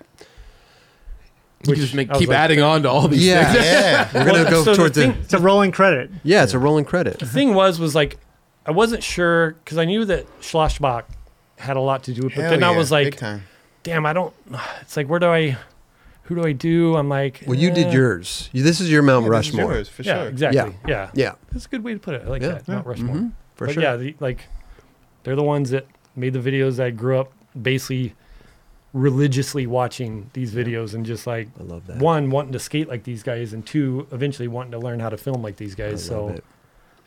Which
just make,
I was
keep
like-
adding on to all these
Yeah.
things.
Yeah.
we're gonna
Well,
go
so the
towards the,
thing-
It's a rolling credit.
yeah, it's a rolling credit.
The thing was, was like, I wasn't sure because I knew that Schlossbach had a lot to do with it, but
Hell
then I
yeah.
was
Big
like,
time.
damn, I don't. It's like, where do I? Who do I do? I'm like,
Well, you did
eh.
yours. You- This is your Mount
Yeah, this is
Rushmore.
yours, for
Yeah,
sure.
exactly. Yeah.
Yeah,
that's a good way to put it. I like
Yeah.
that. Not Rushmore.
for
but
sure.
yeah, the, like they're the ones that made the videos that I grew up basically religiously watching these videos and just like
I love that.
one wanting to skate like these guys and two eventually wanting to learn how to film like these
I
guys.
love
So
it.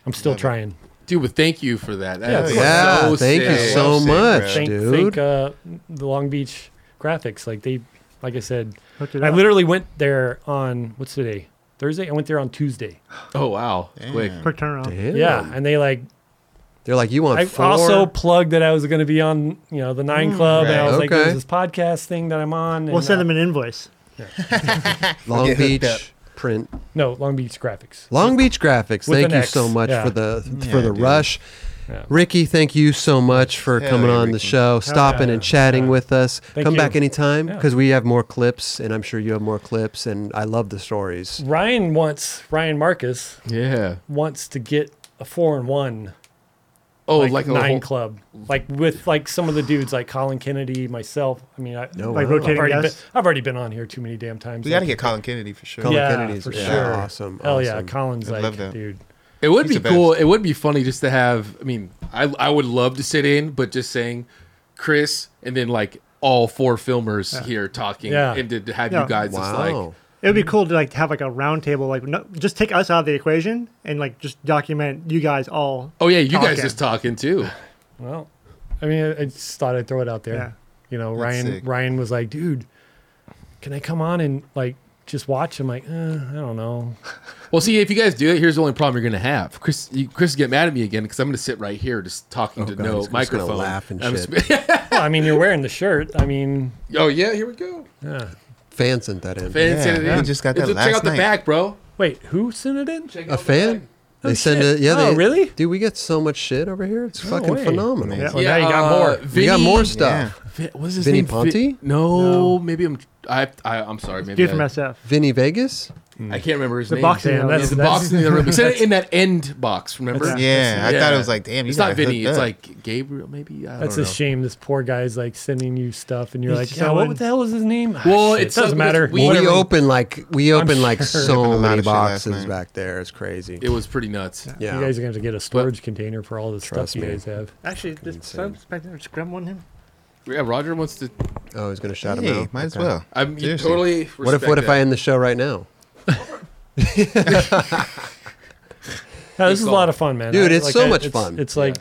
I'm still
Love it.
trying.
Dude, but thank you for that.
Oh, Yeah,
That's
it's
Yeah,
so
thank you
sick.
so
Sick,
much,
bro.
Thank,
dude.
thank uh, the Long Beach graphics. Like they, like I said,
Hooked it
I
up.
literally went there on what's today? Thursday. I went there on Tuesday.
Oh wow, quick.
Damn.
Quick turnaround.
Damn.
uh, Yeah, and they like
They're like, you want
I
four?
also plugged that I was going to be on, you know, the Nine Club, and I
right.
was like,
Okay.
"There's this podcast thing that I'm on."
Hmm. We'll
and,
send
uh,
them an invoice.
Long
Get hooked up.
Beach print.
No, Long Beach Graphics.
Long Beach graphics.
With
thank
an
you
X,
so much
yeah.
for the
Yeah,
for the
dude.
rush.
Yeah.
Ricky, thank you so much for
Hell
coming
yeah,
on the
Ricky.
show, stopping
yeah,
and chatting
yeah.
with us.
Thank
Come
you.
back anytime
Yeah.
because we have more clips, and I'm sure you have more clips. And I love the stories.
Ryan wants Ryan Marcus
Yeah.
wants to get a four and one
Oh,
like,
like, a
nine
whole-
club, like with like some of the dudes like Colin Kennedy, myself. I mean, I,
No,
Like
wow.
rotating
already been,
guests.
I've already been on here too many damn times.
We got to get Colin Kennedy for sure.
Colin
Yeah,
Kennedy's
for
yeah,
sure.
awesome.
Hell yeah,
awesome.
Colin's
I
like,
love that.
dude.
It would
He's
be
the best.
cool. It would be funny just to have. I mean, I I would love to sit in, but just saying, Chris, and then like all four filmers here talking,
Yeah.
and to, to have
Yeah.
you guys just
Wow.
like.
It would be cool to like have like a round table, like no, just take us out of the equation and like just document you guys all.
Oh yeah, you guys
Talking.
just talking too.
Well, I mean, I, I just thought I'd throw it out there.
Yeah.
You know, Ryan
sick.
Ryan was like, dude, can I come on and like just watch. I'm like, eh, I don't know.
Well, see, if you guys do it, here's the only problem you're gonna have. Chris, you, Chris, get mad at me again because I'm gonna sit right here just talking to
Oh, God,
no
he's just gonna
microphone.
laugh and
I'm
shit.
sp-
Well, I mean, you're wearing the shirt. I mean,
oh yeah, here we go.
yeah.
Fan sent that in.
Fan
Yeah,
sent it
we
in.
just got that
Check
last
out the
night.
back, bro.
wait, who sent it in?
Check
A
out the back.
fan? They
Oh,
send
shit.
it. Yeah.
Oh,
they,
really?
Dude, we get so much shit over here. It's fucking
way.
phenomenal.
Yeah,
We
well, Oh, now you got more.
uh, Vinny,
got more stuff.
Vi- What's his
Vinny
name? Vi-
Ponti?
no, maybe I'm. I, I I'm sorry. Maybe
Dude from
I,
SF.
Vinny Vegas.
I can't remember his
The
name.
boxing.
Damn,
Damn,
that's-
He's the box in the other room. He said it in that end box. Remember?
That's-
Yeah, I
Yeah.
thought it was like, damn, you
It's not
got hooked
Vinny. It's
up.
like Gabriel. Maybe I don't
That's
know.
a shame. This poor guy's like sending you stuff, and you're
He's
like,
just
yeah,
going-
what the hell was his name? Ah,
Well,
shit,
it's
doesn't
something
matter.
that's
Well, we
Whatever.
open like we open like
sure.
Opened a
so
lot
many
of shit last
boxes
night.
back there. It's crazy.
It was pretty nuts.
yeah.
You guys are gonna have to get a storage container for all the
Trust
stuff you
me.
guys have.
Actually, this
Insane.
son's back there. Just grab one him.
Yeah, Roger wants to.
oh, he's gonna shout him
Hey,
out.
might as
Okay.
well.
I'm you
Seriously.
totally.
What if
respect
what if
that.
I end the show right now,
No, this is a
call.
lot of fun, man.
Dude,
I-
it's so
I-
much
it's-
fun.
It's like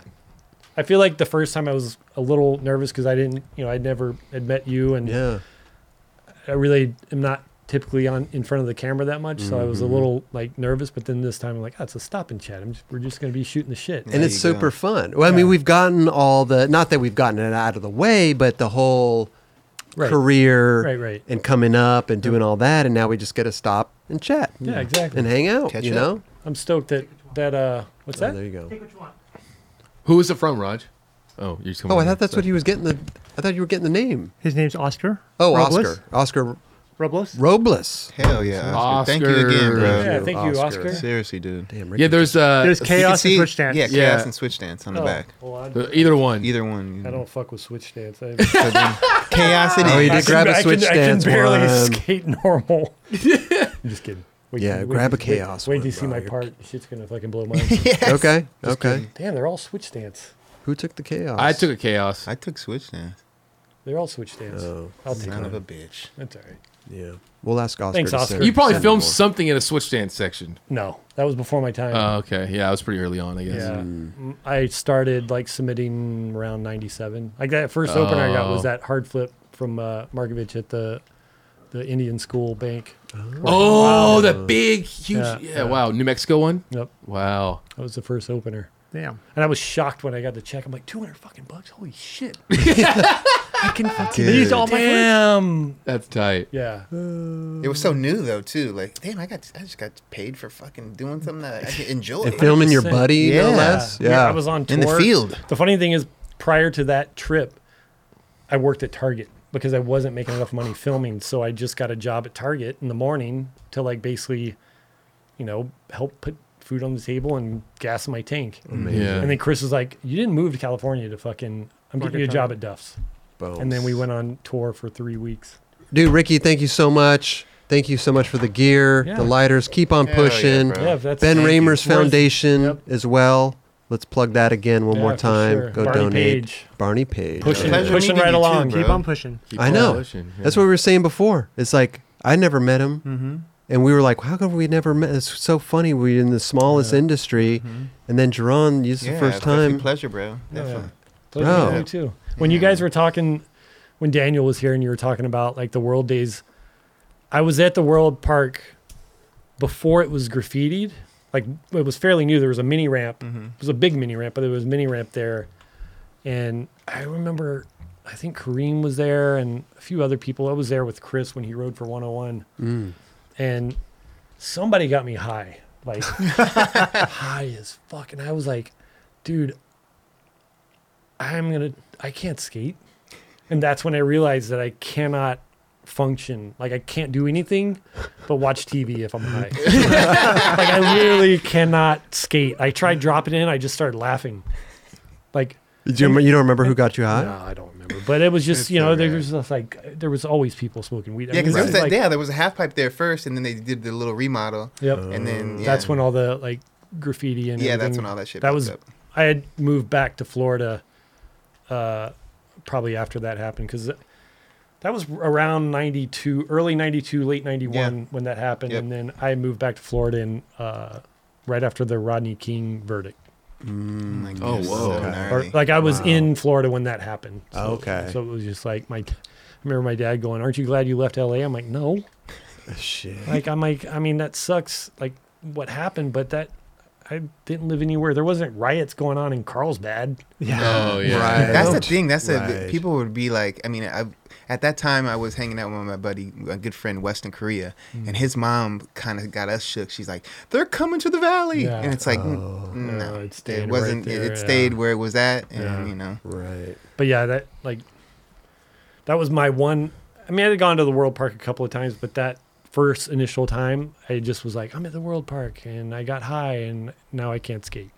I feel like the first time I was a little nervous because I didn't, you know, I never had met you, and
Yeah.
I really am not typically on in front of the camera that much, so I was a
Mm-hmm.
little like nervous. But then this time, I'm like, oh, it's a stop and chat. I'm just, we're just gonna be shooting the shit.
and
There
it's
you go.
super fun. Well, I mean, we've gotten all the not that we've gotten it out of the way, but the whole
Right.
career
Right, right.
and coming up and doing all that, and now we just get to stop and chat.
Yeah, exactly.
And hang out,
Catch
you
up.
know.
I'm stoked that that uh, what's
Oh, there
that?
you go.
what you want.
Who is it from, Raj? Oh, you're just coming
Oh, I
here,
thought that's
so-
what he was getting the. I thought you were getting the name.
His name's Oscar.
Oh,
Robles?
Oscar, Oscar
Robles.
Robles.
Hell yeah, Oscar. Thank you again, bro.
Yeah, thank you, Oscar.
Seriously, dude.
Damn,
Yeah, there's uh,
There's
You can
chaos and
see-
switch dance.
Yeah,
Yeah.
Yeah.
chaos and switch dance on the
Oh,
back.
well, I,
Uh,
either one.
Either one.
I don't fuck with switch dance. I,
So then, chaos it
Oh, he
is.
did grab a
I
switch
I
dance
can barely
one.
skate normal. I'm just kidding. Wait,
Yeah,
till-
grab
till-
a chaos
Wait,
one,
till you see
bro.
my
You're-
part. Shit's gonna fucking blow my. mind.
Okay, okay.
Damn, they're all switch dance.
Who took the chaos?
I took a chaos.
I took switch dance.
They're all switch dance.
Oh,
I'll take
Son of a
it.
bitch.
That's all right.
Yeah, we'll ask Oscar.
Thanks,
to
Oscar.
send-
You probably
send
filmed
more.
something in a switch dance section.
No, that was before my time.
Oh, okay. Yeah, I was pretty early on, I guess.
Yeah,
Hmm.
Mm, I started like submitting around '97. Like that first opener I got was
Oh.
that hard flip from uh, Markovich at the the Indian School Bank.
Oh, that big, huge.
Yeah,
Yeah,
yeah.
wow. New Mexico one?
Yep,
Wow.
that was the first opener,
Damn.
and I was shocked when I got the check. I'm like, 200 fucking bucks! Holy shit! I can fucking
Dude. Oh,
use all my damn.
That's tight.
Yeah,
It was so new though too. Like, damn, I got I just got paid for fucking doing something that I could enjoy.
And filming your
100%.
buddy, no
Yeah.
less.
Yeah.
Yeah,
I was on tour
In the field.
The funny thing is, prior to that trip, I worked at Target because I wasn't making enough money filming. So I just got a job at Target in the morning to like basically, you know, help put food on the table and gas in my tank.
Oh,
Yeah.
And then Chris was like, "You didn't move to California to fucking. I'm
Work
getting you a
at
job
Target.
at Duff's."
Boom.
And then we went on tour for three weeks.
Dude, Ricky, thank you so much. Thank you so much for the gear,
Yeah.
the lighters. Keep on
Hell yeah,
pushing.
bro.
Yeah, if that's
ben
Thank
Raymer's
you. Worth-
Foundation
Yep.
as well. Let's plug that again one
Yeah,
more
for
time.
sure.
Go
Barney
donate.
Page.
Barney Page.
Push
Yeah.
it.
Pleasure
Pushing
meeting
right
you too,
along.
bro.
Keep on pushing.
Keep
I
on
know.
pushing, yeah.
That's what we were saying before. It's like I never met him, and we were like, "How come we never met?" It's so funny. We in the smallest indindustry, and then Jerron, this is
Mm-hmm. Yeah,
the first
it's definitely
time.
Pleasure, bro.
Yeah.
Definitely.
Pleasure
Oh.
meeting you too. When you guys were talking, when Daniel was here and you were talking about like the World Days, I was at the World Park before it was graffitied. Like it was fairly new. There was a mini ramp. It was a big mini ramp, but there was a mini ramp there. And I remember, I think Kareem was there and a few other people. I was there with Chris when he rode for 101.
Mm.
And somebody got me high, like high as fuck. And I was like, dude, I'm gonna I can't skate. And that's when I realized that I cannot function. Like I can't do anything but watch TV if I'm high. like I literally cannot skate. I tried dropping in, I just started laughing. Like
Did you, rem- you don't remember who got you high?
no, I don't remember. But it was just, you know, there
alright.
was just like there was always people smoking weed. I
Yeah,
mean,
because
this is like-
yeah, there was a half pipe there first, and then they did the little remodel,
Yep.
and then yeah.
That's when all the like graffiti and
yeah, that's
everything-
when all that shit.
that
popped
was
up.
I had moved back to Florida uh, probably after that happened because that was around 92, early 92, late 91
Yeah.
when that happened.
Yep.
And then I moved back to Florida in, uh, right after the Rodney King verdict.
Mm,
My
Oh,
goodness,
whoa.
so
Okay.
Or,
gnarly.
like I was
Wow.
in Florida when that happened. So,
Oh,
Okay.
So it was just like my, I remember my dad going, aren't you glad you left LA? I'm like, no.
Shit.
Like I'm like I mean that sucks. Like what happened, but that I didn't live anywhere. There wasn't riots going on in Carlsbad.
Oh yeah.
Right.
That's the
Ouch.
thing. That's the- the
Right.
people would be like. I mean, I, at that time, I was hanging out with my buddy, a good friend, Weston Korea,
Mm.
and his mom kind of got us shook. She's like, "They're coming to the valley,"
Yeah.
and it's like, mm,
Oh.
mm,
No,
no,
it stayed
it
right
wasn't.
there,
it
yeah.
stayed where it was at, and
Yeah.
you know,
Right.
But yeah, that like that was my one. I mean, I had gone to the World Park a couple of times, but that first initial time, I just was like, I'm at the World Park, and I got high, and now I can't skate.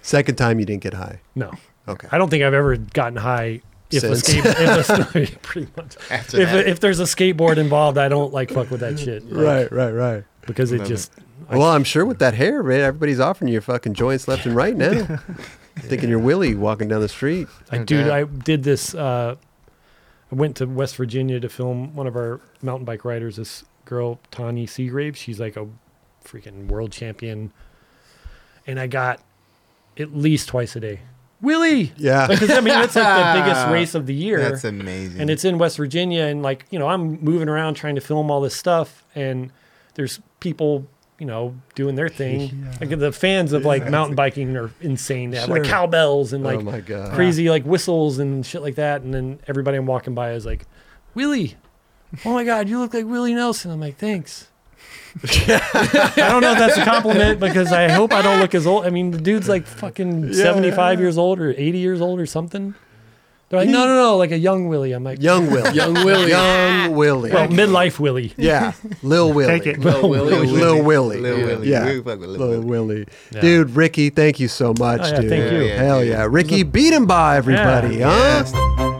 Second time you didn't get high.
No,
Okay.
I don't think I've ever gotten high. If a
Since.
skate, if a, pretty much.
after
If,
that,
if there's a skateboard involved, I don't like fuck with that shit. Like,
right, right.
Because it
Love
just
Well, I'm sure with that hair, man, everybody's offering you fucking joints left and right now. Thinking you're Willie walking down the street.
I
No
dude,
doubt.
I did this. Uh, I went to West Virginia to film one of our mountain bike riders. This girl, Tawny Seagrave, she's like a freaking world champion, and I got at least twice a day. Willie,
Yeah.
because I mean that's like the biggest race of the year,
that's amazing.
and it's in West Virginia, and like you know I'm moving around trying to film all this stuff, and there's people. You know, doing their thing. Like the fans of like mountain biking are insane. They have like
Sure.
cowbells and like
oh my god.
crazy like whistles and shit like that. And then everybody I'm walking by is like, Willie, oh my God, you look like Willie Nelson. I'm like, thanks. I don't know if that's a compliment because I hope I don't look as old. I mean, the dude's like fucking 75 years old or 80 years old or something. They're like, no, no, no, like a young Willie. I'm like,
Young Will.
Young Willie.
Young Willie.
well, midlife Willie.
yeah. Lil Willie.
Take it.
Little Willie.
Lil Willie.
Lil
Yeah.
Willie.
Yeah.
We fuck with Lil
Lil
Willie.
Willie.
Yeah.
Dude, Ricky, thank you so much,
Oh, yeah,
dude.
thank
you. Yeah,
Hell
dude.
yeah. Ricky beat him by everybody, huh?
Yes.